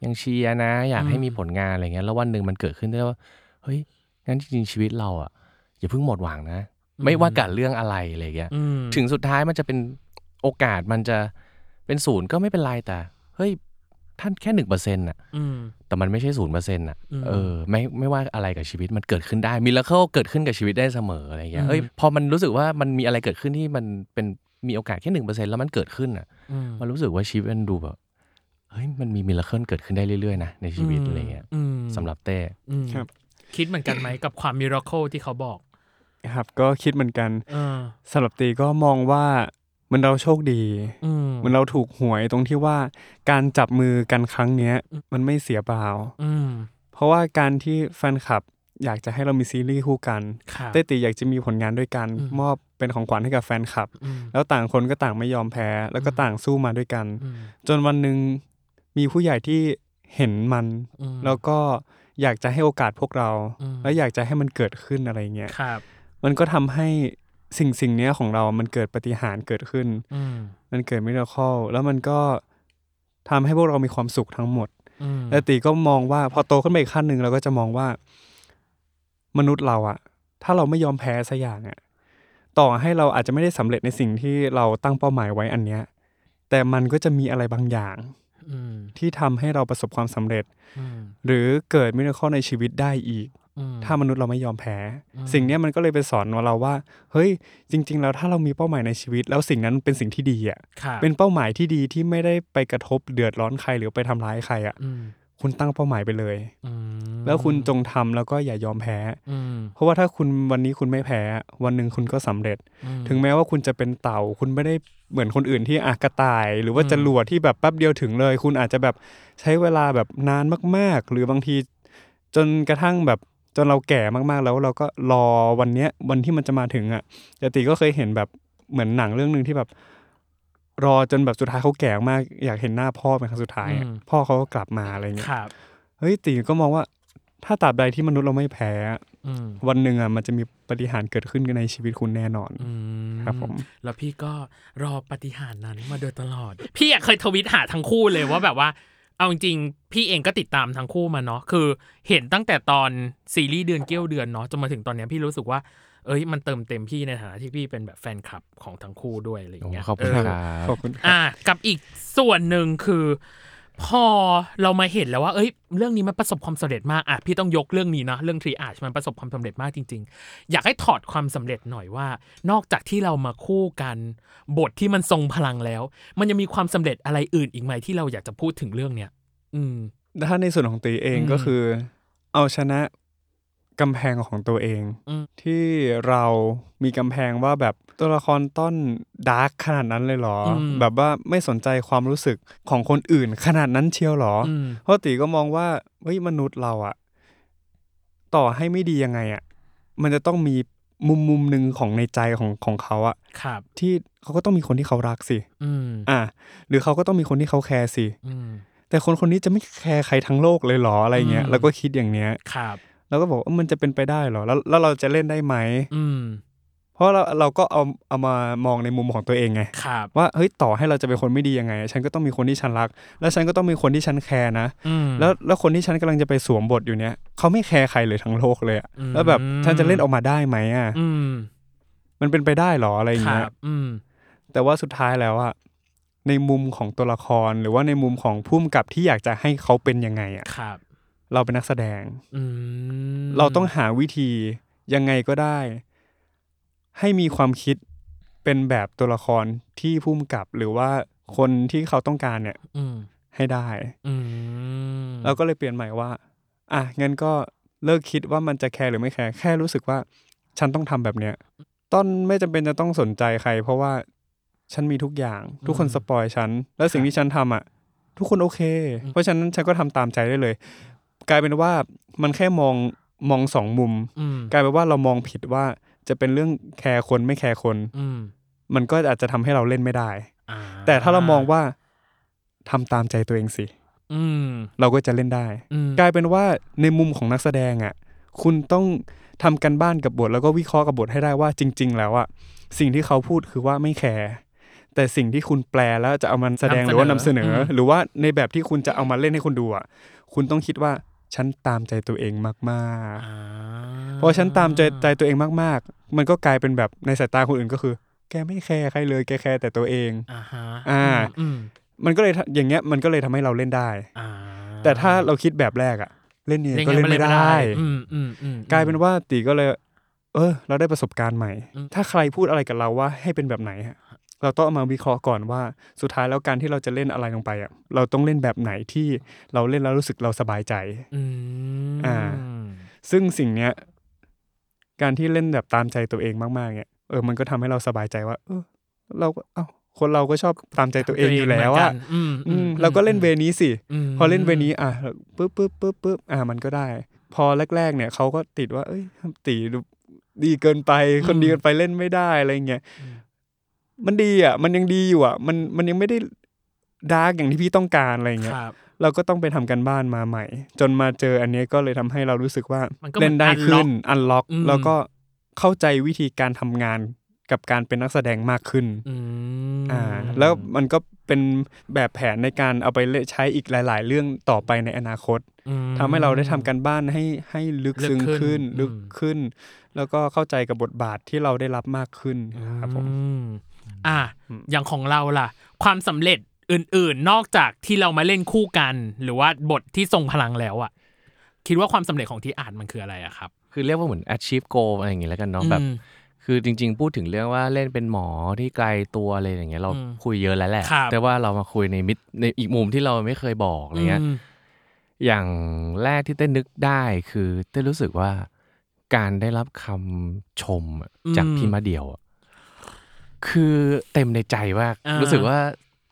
Speaker 4: ยังเชียร์นะ อยากให้
Speaker 1: อืม
Speaker 4: มีผลงานอะไรเงี้ยแล้ววันหนึ่งมันเกิดขึ้นได้ว่าเฮ้ยงั้นจริงๆชีวิตเราอ่ะอย่าเพิ่งหมดหวังนะ ไม่ว่ากับเรื่องอะไรอะไรเงี้ย
Speaker 1: อืม
Speaker 4: ถึงสุดท้ายมันจะเป็นโอกาสมันจะเป็นศูนย์ก็ไม่เป็นไรแต่ เฮ้ย ท่านแค่หนึ่งเปอร์เซ็นต์ะ
Speaker 1: อืม
Speaker 4: แต่มันไม่ใช่ศูนย์เปอร์เซ็นต์ะ
Speaker 1: อืม
Speaker 4: เออไม่ไม่ว่าอะไรกับชีวิตมันเกิดขึ้นได้มิราเคิลเกิดขึ้นกับชีวิตได้เสมออะไรเงี้
Speaker 1: อื
Speaker 4: ย
Speaker 1: ม
Speaker 4: เอ้ยพอมันรู้สึกว่ามันมีอะไรเกิดขึ้นที่มันเป็นมีโอกาสแค่หนึ่งเปอร์เซ็นต์แล้วมันเกิดขึ้นอ่ะ
Speaker 1: อืม
Speaker 4: มันรู้สึกว่าชีวิตมันดูแบบเฮ้ยมันมีมิราเคิลเกิดขึ้นได้เรื่อยๆนะในชีวิตอะไรเงี้ย
Speaker 1: อืม
Speaker 4: สำหรับเต้
Speaker 1: อืม
Speaker 3: ครับ
Speaker 1: คิดเหมือนกันไหมกับความมิราเคิลที่เขาบอก
Speaker 3: ครับก็คิดเหมือนกัน
Speaker 1: เออ
Speaker 3: สำหรับตีก็มองว่าเหมันเราโชคดี
Speaker 1: อืม
Speaker 3: เหมันเราถูกหวยตรงที่ว่าการจับมือกันครั้งเนี้ย มันไม่เสียเปล่า
Speaker 1: อืม
Speaker 3: เพราะว่าการที่แฟนคลับอยากจะให้เรามีซีรีส์คู่กัน
Speaker 1: ครับ
Speaker 3: เต้ตีอยากจะมีผลงานด้วยกัน
Speaker 1: อืม
Speaker 3: มอบเป็นของขวัญให้กับแฟนคลับ
Speaker 1: อืม
Speaker 3: แล้วต่างคนก็ต่างไม่ยอมแพ้ แล้วก็ต่างสู้มาด้วยกัน
Speaker 1: อืม
Speaker 3: จนวันหนึ่งมีผู้ใหญ่ที่เห็นมัน
Speaker 1: อืม
Speaker 3: แล้วก็อยากจะให้โอกาสพวกเรา
Speaker 1: อืม
Speaker 3: และอยากจะให้มันเกิดขึ้นอะไรเงี้ย
Speaker 1: ครับ
Speaker 3: มันก็ทำให้สิ่งสิ่งเนี้ยของเรามันเกิดปาฏิหารย์เกิดขึ้น
Speaker 1: อืม
Speaker 3: มันเกิดมิราเคิลแล้วมันก็ทำให้พวกเรามีความสุขทั้งหมด
Speaker 1: อืม
Speaker 3: แต่ตีก็มองว่าพอโตขึ้นไปอีกขั้นหนึ่งเราก็จะมองว่า มนุษย์เราอะถ้าเราไม่ยอมแพ้สักอย่างอะต่อให้เราอาจจะไม่ได้สำเร็จในสิ่งที่เราตั้งเป้าหมายไว้อันเนี้ยแต่มันก็จะมีอะไรบางอย่าง
Speaker 1: อืม
Speaker 3: ที่ทำให้เราประสบความสำเร็จ
Speaker 1: อืม
Speaker 3: หรือเกิดมิราเคิลในชีวิตได้อีก
Speaker 1: อืม
Speaker 3: ถ้ามนุษย์เราไม่ยอมแพ้
Speaker 1: อืม
Speaker 3: สิ่งเนี้ยมันก็เลยไปสอนเราว่า เฮ้ย จริง ๆ แล้วถ้าเรามีเป้าหมายในชีวิต แล้วสิ่งนั้นเป็นสิ่งที่ดีอะ
Speaker 1: ครับ
Speaker 3: เป็นเป้าหมายที่ดีที่ไม่ได้ไปกระทบเดือดร้อนใครหรือไปทำร้ายใครอะ
Speaker 1: อืม
Speaker 3: คุณตั้งเป้าหมายไปเลย
Speaker 1: อืม
Speaker 3: แล้วคุณจงทำแล้วก็อย่ายอมแพ้
Speaker 1: อืม
Speaker 3: เพราะว่าถ้าคุณวันนี้คุณไม่แพ้ วันหนึ่งคุณก็สำเร็จ
Speaker 1: อืม
Speaker 3: ถึงแม้ว่าคุณจะเป็นเต่า คุณไม่ได้เหมือนคนอื่นที่อากระต่าย หรือว่า
Speaker 1: อืม
Speaker 3: จะรวดที่แบบแป๊บเดียวถึงเลย คุณอาจจะแบบใช้เวลาแบบนานมาก ๆ หรือบางที จนกระทั่งแบบจนเราแก่มากๆ แล้วเราก็รอวันเนี้ยวันที่มันจะมาถึงอะ่ะแต่ตีก็เคยเห็นแบบเหมือนหนังเรื่องหนึ่งที่แบบ รอจนแบบสุดท้ายเขาแก่มากอยากเห็นหน้าพ่อเป็นครั้งสุดท้ายอะ
Speaker 1: อืม
Speaker 3: พ่อเขาก็กลับมาอะไรอย่างเงี้ย
Speaker 1: ครับ
Speaker 3: เฮ้ยตีก็มองว่าถ้าตราบใดที่มนุษย์เราไม่แพ้
Speaker 1: อืม
Speaker 3: วันหนึ่งอ่ะมันจะมีปาฏิหารย์เกิดขึ้นในชีวิตคุณแน่นอน
Speaker 1: อืม
Speaker 3: ครับผม
Speaker 1: แล้วพี่ก็รอปฏิหารย์นั้นมาโดยตลอด พี่อะเคยทวิตหาทั้งคู่เลยว่าแบบว่า เอาจริงๆพี่เองก็ติดตามทั้งคู่มาเนาะคือเห็นตั้งแต่ตอนซีรีส์เดือนเกี้ยวเดือนเนาะจนมาถึงตอนเนี้ยพี่รู้สึกว่า เอ้ยมันเติมเต็มพี่ในฐานะที่พี่เป็นแบบแฟนคลับของทั้งคู่ด้วยอะไรอย่างเงี้ย
Speaker 4: ขอบคุณ
Speaker 1: เ
Speaker 4: ครับ
Speaker 3: ขอบคุณครับ
Speaker 1: อ่ากับอีกส่วนหนึ่งคือ พอเรามาเห็นแล้วว่า เอ้ย เรื่องนี้มันประสบความสำเร็จมากอ่ะพี่ต้องยกเรื่องนี้นะเรื่องทรีอาชมันประสบความสำเร็จมากจริง ๆ อยากให้ถอดความสำเร็จหน่อยว่า นอกจากที่เรามาคู่กัน บทที่มันทรงพลังแล้ว มันยังมีความสำเร็จอะไรอื่นอีกไหมที่เราอยากจะพูดถึงเรื่องเนี้ยอืม
Speaker 3: ถ้าในส่วนของตีเอง
Speaker 1: อืม
Speaker 3: ก็คือ เอาชนะกำแพงของตัวเอง
Speaker 1: อืม
Speaker 3: ที่เรามีกำแพงว่าแบบตัวละครต้นดาร์กขนาดนั้นเลยเหรออแบบว่าไม่สนใจความรู้สึกของคนอื่น ขนาดนั้นเชียวเหรออ
Speaker 1: อืม
Speaker 3: เพราะตีก็มองว่าเฮ้ยมนุษย์เราอะต่อให้ไม่ดียังไงอะมันจะต้องมีมุมมุมหนึ่งของในใจของของเขาอะ
Speaker 1: ครับ
Speaker 3: ที่เขาก็ต้องมีคนที่เขารักสิ
Speaker 1: อืม
Speaker 3: อ่ะหรือเขาก็ต้องมีคนที่เขาแคร์สิ
Speaker 1: อืม
Speaker 3: แต่คนคนนี้จะไม่แคร์ใครทั้งโลกเลยเหรออะไรเงี้ย
Speaker 1: อืม
Speaker 3: เราก็คิดอย่างเนี้ย
Speaker 1: ครับ
Speaker 3: เราก็บอกว่ามันจะเป็นไปได้เหรอแล้วแล้วเราจะเล่นได้ไหม
Speaker 1: อืม
Speaker 3: เพราะเราเราก็เอาเอามามองในมุมของตัวเองไง
Speaker 1: ครับ
Speaker 3: ว่าเฮ้ยต่อให้เราจะเป็นคนไม่ดียังไง ฉันก็ต้องมีคนที่ฉันรัก และฉันก็ต้องมีคนที่ฉันแคร์นะ
Speaker 1: อืม
Speaker 3: แล้วแล้วคนที่ฉันกำลังจะไปสวมบทอยู่เนี่ยเขาไม่แคร์ใครเลยทั้งโลกเลยอะ
Speaker 1: อืม
Speaker 3: แล้วแบบฉันจะเล่นออกมาได้ไหมอ่ะ
Speaker 1: อืม
Speaker 3: มันเป็นไปได้เหรออะไรอย่าง
Speaker 1: ครั
Speaker 3: เงี้ย
Speaker 1: บ อืม
Speaker 3: แต่ว่าสุดท้ายแล้วอ่ะในมุมของตัวละครหรือว่าในมุมของผู้กำกับที่อยากจะให้เขาเป็นยังไงอ่ะ
Speaker 1: ครับ
Speaker 3: เราเป็นนักแสดง
Speaker 1: อืม
Speaker 3: เราต้องหาวิธียังไงก็ได้ ให้มีความคิดเป็นแบบตัวละครที่ผู้กำกับ หรือว่าคนที่เขาต้องการเนี่ย
Speaker 1: อืม
Speaker 3: ให้ได้
Speaker 1: อืม
Speaker 3: เราก็เลยเปลี่ยนใหม่ว่า อ่ะงั้นก็เลิกคิดว่ามันจะแคร์หรือไม่แคร์ แค่รู้สึกว่า ฉันต้องทำแบบเนี้ย ต้นไม่จำเป็นจะต้องสนใจใคร เพราะว่าฉันมีทุกอย่าง ทุกคนสปอยฉัน และสิ่งที่ฉันทำอ่ะ ทุกคนโอเค เพราะฉะนั้นฉันก็ทำตามใจได้เลย กลายเป็นว่ามันแค่มองมองสองมุม
Speaker 1: อืม
Speaker 3: กลายเป็นว่าเรามองผิดว่าจะเป็นเรื่องแคร์คนไม่แคร์คน
Speaker 1: อืม
Speaker 3: มันก็อาจจะทำให้เราเล่นไม่ได้
Speaker 1: อ่
Speaker 3: แต่ถ้าเรามองว่าทำตามใจตัวเองสิ
Speaker 1: อืม
Speaker 3: เราก็จะเล่นได้
Speaker 1: อืม
Speaker 3: กลายเป็นว่าในมุมของนักแสดงอ่ะคุณต้องทำกันบ้านกับบท แล้วก็วิเคราะห์กับบทให้ได้ว่าจริง ๆ แล้วอ่ะสิ่งที่เขาพูดคือว่าไม่แคร์แต่สิ่งที่คุณแปลแล้วจะเอามันแสดงหรือว่านำเสนอ หรือว่าในแบบที่คุณจะเอามาเล่นให้คนดูอ่ะคุณต้องคิดว่าฉันตามใจตัวเองมาก
Speaker 1: อ่า
Speaker 3: ๆเพราะฉันตามใจใจตัวเองมากๆ มันก็กลายเป็นแบบในสายตาคนอื่นก็คือ แกไม่แคร์ใครเลยแกแคร์แต่ตัวเอง
Speaker 1: อ่าฮะ
Speaker 3: อ่า
Speaker 1: อืม
Speaker 3: มันก็เลยทำอย่างเงี้ยมันก็เลยทำให้เราเล่นได้
Speaker 1: อ่า
Speaker 3: แต่ถ้าเราคิดแบบแรกอ่ะเล่นเนี่ยงไงก็เล่นไม่ได้
Speaker 1: อืมอืมอืม
Speaker 3: กลายเป็นว่าตีก็เลย เออ เราได้ประสบการณ์ใหม่
Speaker 1: อืม
Speaker 3: ถ้าใครพูดอะไรกับเราว่าให้เป็นแบบไหนอะเราต้องเอามาวิเคราะห์ก่อนว่า สุดท้ายแล้วการที่เราจะเล่นอะไรลงไปอ่ะ เราต้องเล่นแบบไหนที่เราเล่นแล้วรู้สึกเราสบายใจ
Speaker 1: อืม
Speaker 3: อ่า ซึ่งสิ่งเนี้ย การที่เล่นแบบตามใจตัวเองมากๆเนี่ยเออมันก็ทำให้เราสบายใจว่า เออ เราก็เอ้าคนเราก็ชอบตามใจตัวเองอยู่แล้ว
Speaker 1: เหมืน
Speaker 3: อะ
Speaker 1: กันอืม
Speaker 3: อืมเราก็เล่นเวนี้สิ
Speaker 1: ม
Speaker 3: พอเล่นเวนี้อ่ะปึ๊บปึ๊บปึ๊บปึ๊บอ่ะมันก็ได้ พอแรก ๆ เนี่ยเขาก็ติดว่า เอ้ยตีดูดีเกินไป คนดีเกินไปเล่นไม่ได้อะไรเงี้ยมันดีอ่ะ มันยังดีอยู่อ่ะ มันมันยังไม่ได้ดาร์กอย่างที่พี่ต้องการอะไรเงี้
Speaker 1: ค
Speaker 3: ย
Speaker 1: รับ
Speaker 3: เราก็ต้องไปทำกันบ้านมาใหม่ จนมาเจออันเนี้ยก็เลยทำให้เรารู้สึกว่า
Speaker 1: มันก็
Speaker 3: เล่นได้
Speaker 1: เหมือน
Speaker 3: ขึ้น อันล็อก
Speaker 1: อืม
Speaker 3: แล้วก็เข้าใจวิธีการทำงานกับการเป็นนักแสดงมากขึ้น
Speaker 1: อืม
Speaker 3: อ่าแล้วมันก็เป็นแบบแผนในการเอาไปใช้อีกหลาย ๆ เรื่องต่อไปในอนาคต
Speaker 1: อืม
Speaker 3: ทำให้เราได้ทำการบ้านให้ให้ลึกซึ้ง
Speaker 1: ลึกขึ้
Speaker 3: ขึ้
Speaker 1: น
Speaker 3: น
Speaker 1: อืม
Speaker 3: ลึกขึ้น แล้วก็เข้าใจกับบทบาทที่เราได้รับมากขึ้นครับผม
Speaker 1: อืมอ่ะอย่างของเราล่ะ ความสำเร็จอื่น ๆ นอกจากที่เรามาเล่นคู่กัน หรือว่าบทที่ทรงพลังแล้วอะคิดว่าความสำเร็จของที่อ่านมันคืออะไรอะครับ
Speaker 4: คือเรียกว่าเหมือน achieve goal อะไรอย่างงี้แล้วกันเนาะแบบ
Speaker 1: อืม
Speaker 4: คือจริง ๆ พูดถึงเรื่องว่าเล่นเป็นหมอที่ไกลตัวอะไรอย่างเงี้ยเรา
Speaker 1: อืม
Speaker 4: คุยเยอะแล้วแหละ
Speaker 1: ครับ
Speaker 4: แต่ว่าเรามาคุยในมิดในอีกมุมที่เราไม่เคยบอกอะไรเงี้ย
Speaker 1: อืม
Speaker 4: อย่างแรกที่เต้นนึกได้คือเต้นรู้สึกว่าการได้รับคำชมอะ
Speaker 1: อืม
Speaker 4: จากพี่มาเดียวอะคือเต็มในใจมาก
Speaker 1: อ่า
Speaker 4: รู้สึกว่า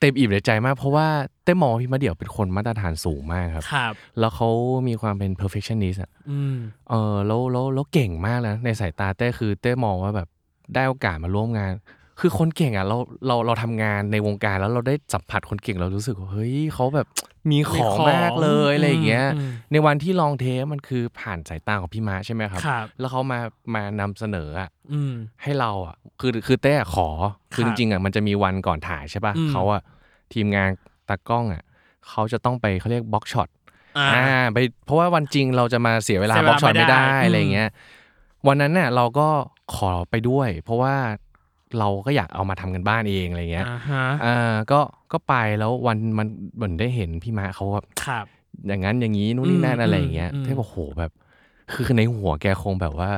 Speaker 4: เต็มอิ่มในใจมาก เพราะว่าเต้นมองว่าพี่มาเดียวเป็นคนมาตรฐานสูงมากครับ
Speaker 1: ครับ
Speaker 4: แล้วเขามีความเป็น perfectionist อะ
Speaker 1: อืม
Speaker 4: เออแล้วแล้วแล้วเก่งมากนะในสายตาเต้คือเต้มองว่าแบบได้โอกาสมาร่วมงาน คือคนเก่งอ่ะเราเราเราทำงานในวงการแล้วเราได้สัมผัสคนเก่งเรารู้สึกว่าเฮ้ยเขาแบบมีของมากเลยอะไรอย่างเงี้ย
Speaker 1: อืม
Speaker 4: ในวันที่ลองเทปมันคือผ่านสายตาของพี่มาใช่ไหมครับ
Speaker 1: ครับ
Speaker 4: แล้วเขามามานำเสนออะ
Speaker 1: อืม
Speaker 4: ให้เราอะคือคือเต้อะขอ คือ
Speaker 1: ครั
Speaker 4: จ
Speaker 1: บ
Speaker 4: ริงๆอะมันจะมีวันก่อนถ่ายใช่
Speaker 1: อืม
Speaker 4: ปะ่ะเขาอะทีมงานตากล้องอะเขาจะต้องไปเขาเรียกบล็อกช็อต
Speaker 1: อ่า
Speaker 4: อ่าไปเพราะว่าวันจริงเราจะมาเสียเวลา
Speaker 1: เสีย
Speaker 4: บ
Speaker 1: เวลา
Speaker 4: ล็อกช็อต
Speaker 1: ไม่
Speaker 4: ไม่
Speaker 1: ได้
Speaker 4: ได้
Speaker 1: อืม
Speaker 4: อะไรเงี้ยวันนั้นเนี่ยเราก็ขอไปด้วย เพราะว่าเราก็อยากเอามาทำกันบ้านเองอะไรเงี้ย
Speaker 1: อ่าฮะ
Speaker 4: อ่าก็ก็ไปแล้ววันมันเหมือนได้เห็นพี่มาเขาแบบ
Speaker 1: ครับ
Speaker 4: อย่างนั้นอย่างนี้นู่นนี่นั่
Speaker 1: อื
Speaker 4: น
Speaker 1: ม
Speaker 4: อะไรอย่างเงี้ย
Speaker 1: อืม
Speaker 4: เทพบอกโหแบบ คือในหัวแกคงแบบว่า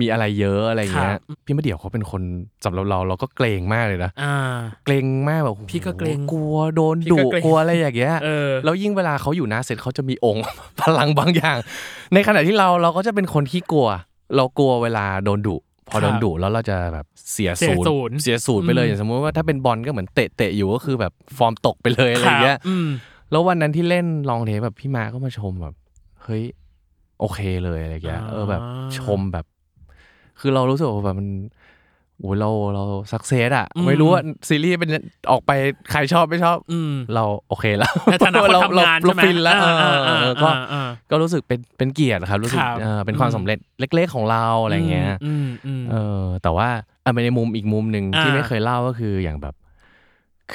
Speaker 4: มีอะไรเยอะอะไรอย่างเงี้
Speaker 1: ครั
Speaker 4: ย
Speaker 1: บ
Speaker 4: พี่มาเดี่ยวเขาเป็นคนสำหรับเราเราก็เกรงมากเลยนะ
Speaker 1: อ่า
Speaker 4: เกรงมากแบบ
Speaker 1: พี่ก็เกรง
Speaker 4: โอ้โหกลัวโดน
Speaker 1: พี่
Speaker 4: ดุ
Speaker 1: ก็เกรง
Speaker 4: กลัวอะไรอย่างเงี้ย
Speaker 1: เออ
Speaker 4: แล้วยิ่งเวลาเขาอยู่หน้าเสร็จเขาจะมีองค์ พลังบางอย่าง ในขณะที่เราเราก็จะเป็นคนที่กลัว เรากลัวเวลาโดนดุพอโดนดุแล้วเราจะแบบเสีย
Speaker 1: เสีย
Speaker 4: ศู
Speaker 1: ศูน
Speaker 4: น
Speaker 1: ย์
Speaker 4: ย์เสียศูนย์ไปเล
Speaker 1: อื
Speaker 4: ย
Speaker 1: ม
Speaker 4: อย่างสมมติว่าถ้าเป็นบอลก็เหมือนเตะเตะอยู่ก็คือแบบฟอร์มตกไปเลยอะไรอย่างเงี้
Speaker 1: ค
Speaker 4: ย
Speaker 1: รับอืม
Speaker 4: แล้ววันนั้นที่เล่นลองเทปแบบพี่มาก็มาชมแบบ เฮ้ย โอเคเลยอะไรอย่างเงี้ย
Speaker 1: อ่า
Speaker 4: เออแบบชมแบบ คือเรารู้สึกว่าแบบมันโอ้ยเราเราสักเซสอะไม่รู้ว่าซีรีส์เป็นออกไปใครชอบไม่ชอบ
Speaker 1: อืม
Speaker 4: เราโอเคแล้ว
Speaker 1: ในฐานะคนทำงาน
Speaker 4: เรา
Speaker 1: ใช่ไหม
Speaker 4: ฟินแล้ว
Speaker 1: อ่า
Speaker 4: เอ
Speaker 1: อ่า
Speaker 4: อเอ
Speaker 1: อ่า
Speaker 4: อก็
Speaker 1: อ่า
Speaker 4: ก็รู้สึกเป็นเป็นเกียรติครับ รู้สึก
Speaker 1: ครับ
Speaker 4: เออเป็นความ
Speaker 1: อืม
Speaker 4: สำเร็จเล็ก ๆของเราอะไรอย่างเงี้ย
Speaker 1: อืมอืม
Speaker 4: เออแต่ว่าอ่ะไปในมุมอีกมุมหนึ่ง
Speaker 1: อ่า
Speaker 4: ที่ไม่เคยเล่าก็คืออย่างแบบ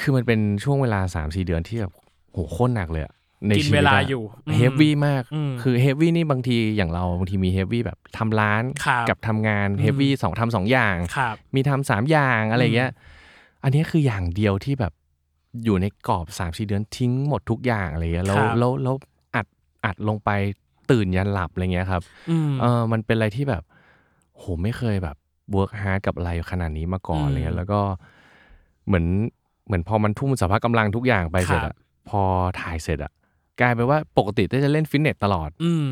Speaker 4: คือมันเป็นช่วงเวลา3ามสี่เดือนที่แบบโหโคตรหนักเลยอะใน
Speaker 1: กิน
Speaker 4: ชี
Speaker 1: เว
Speaker 4: ตะ
Speaker 1: ลาอยู่อืม
Speaker 4: เฮฟวี่มาก
Speaker 1: อืม
Speaker 4: คือเฮฟวี่นี่บางทีอย่างเราบางทีมีเฮฟวี่แบบทำร้าน
Speaker 1: ครับ
Speaker 4: กับทำงาน
Speaker 1: อืม
Speaker 4: เฮฟวี่สองทำสองอย่าง
Speaker 1: ครับ
Speaker 4: มีทำสามอย่างอะไรเงี้ย อันนี้คืออย่างเดียวที่แบบอยู่ในกรอบ3ามสี่เดือนทิ้งหมดทุกอย่างอะไรเงี้ยแล้ว
Speaker 1: ครับ
Speaker 4: แล้วแล้วอัดอัดลงไปตื่นยันหลับอะไรเงี้ยครับ
Speaker 1: อืม
Speaker 4: เออมันเป็นอะไรที่แบบโหไม่เคยแบบ work hard กับอะไรขนาดนี้มาก่อน
Speaker 1: อืม
Speaker 4: อะไรเลยแล้วก็เหมือนเหมือนพอมันทุ่มสรรพกำลังทุกอย่างไปเสร็จ
Speaker 1: ครับ
Speaker 4: อะพอถ่ายเสร็จอะกลายเป็นว่าปกติเต้จะเล่นฟิตเนสตลอด
Speaker 1: อืม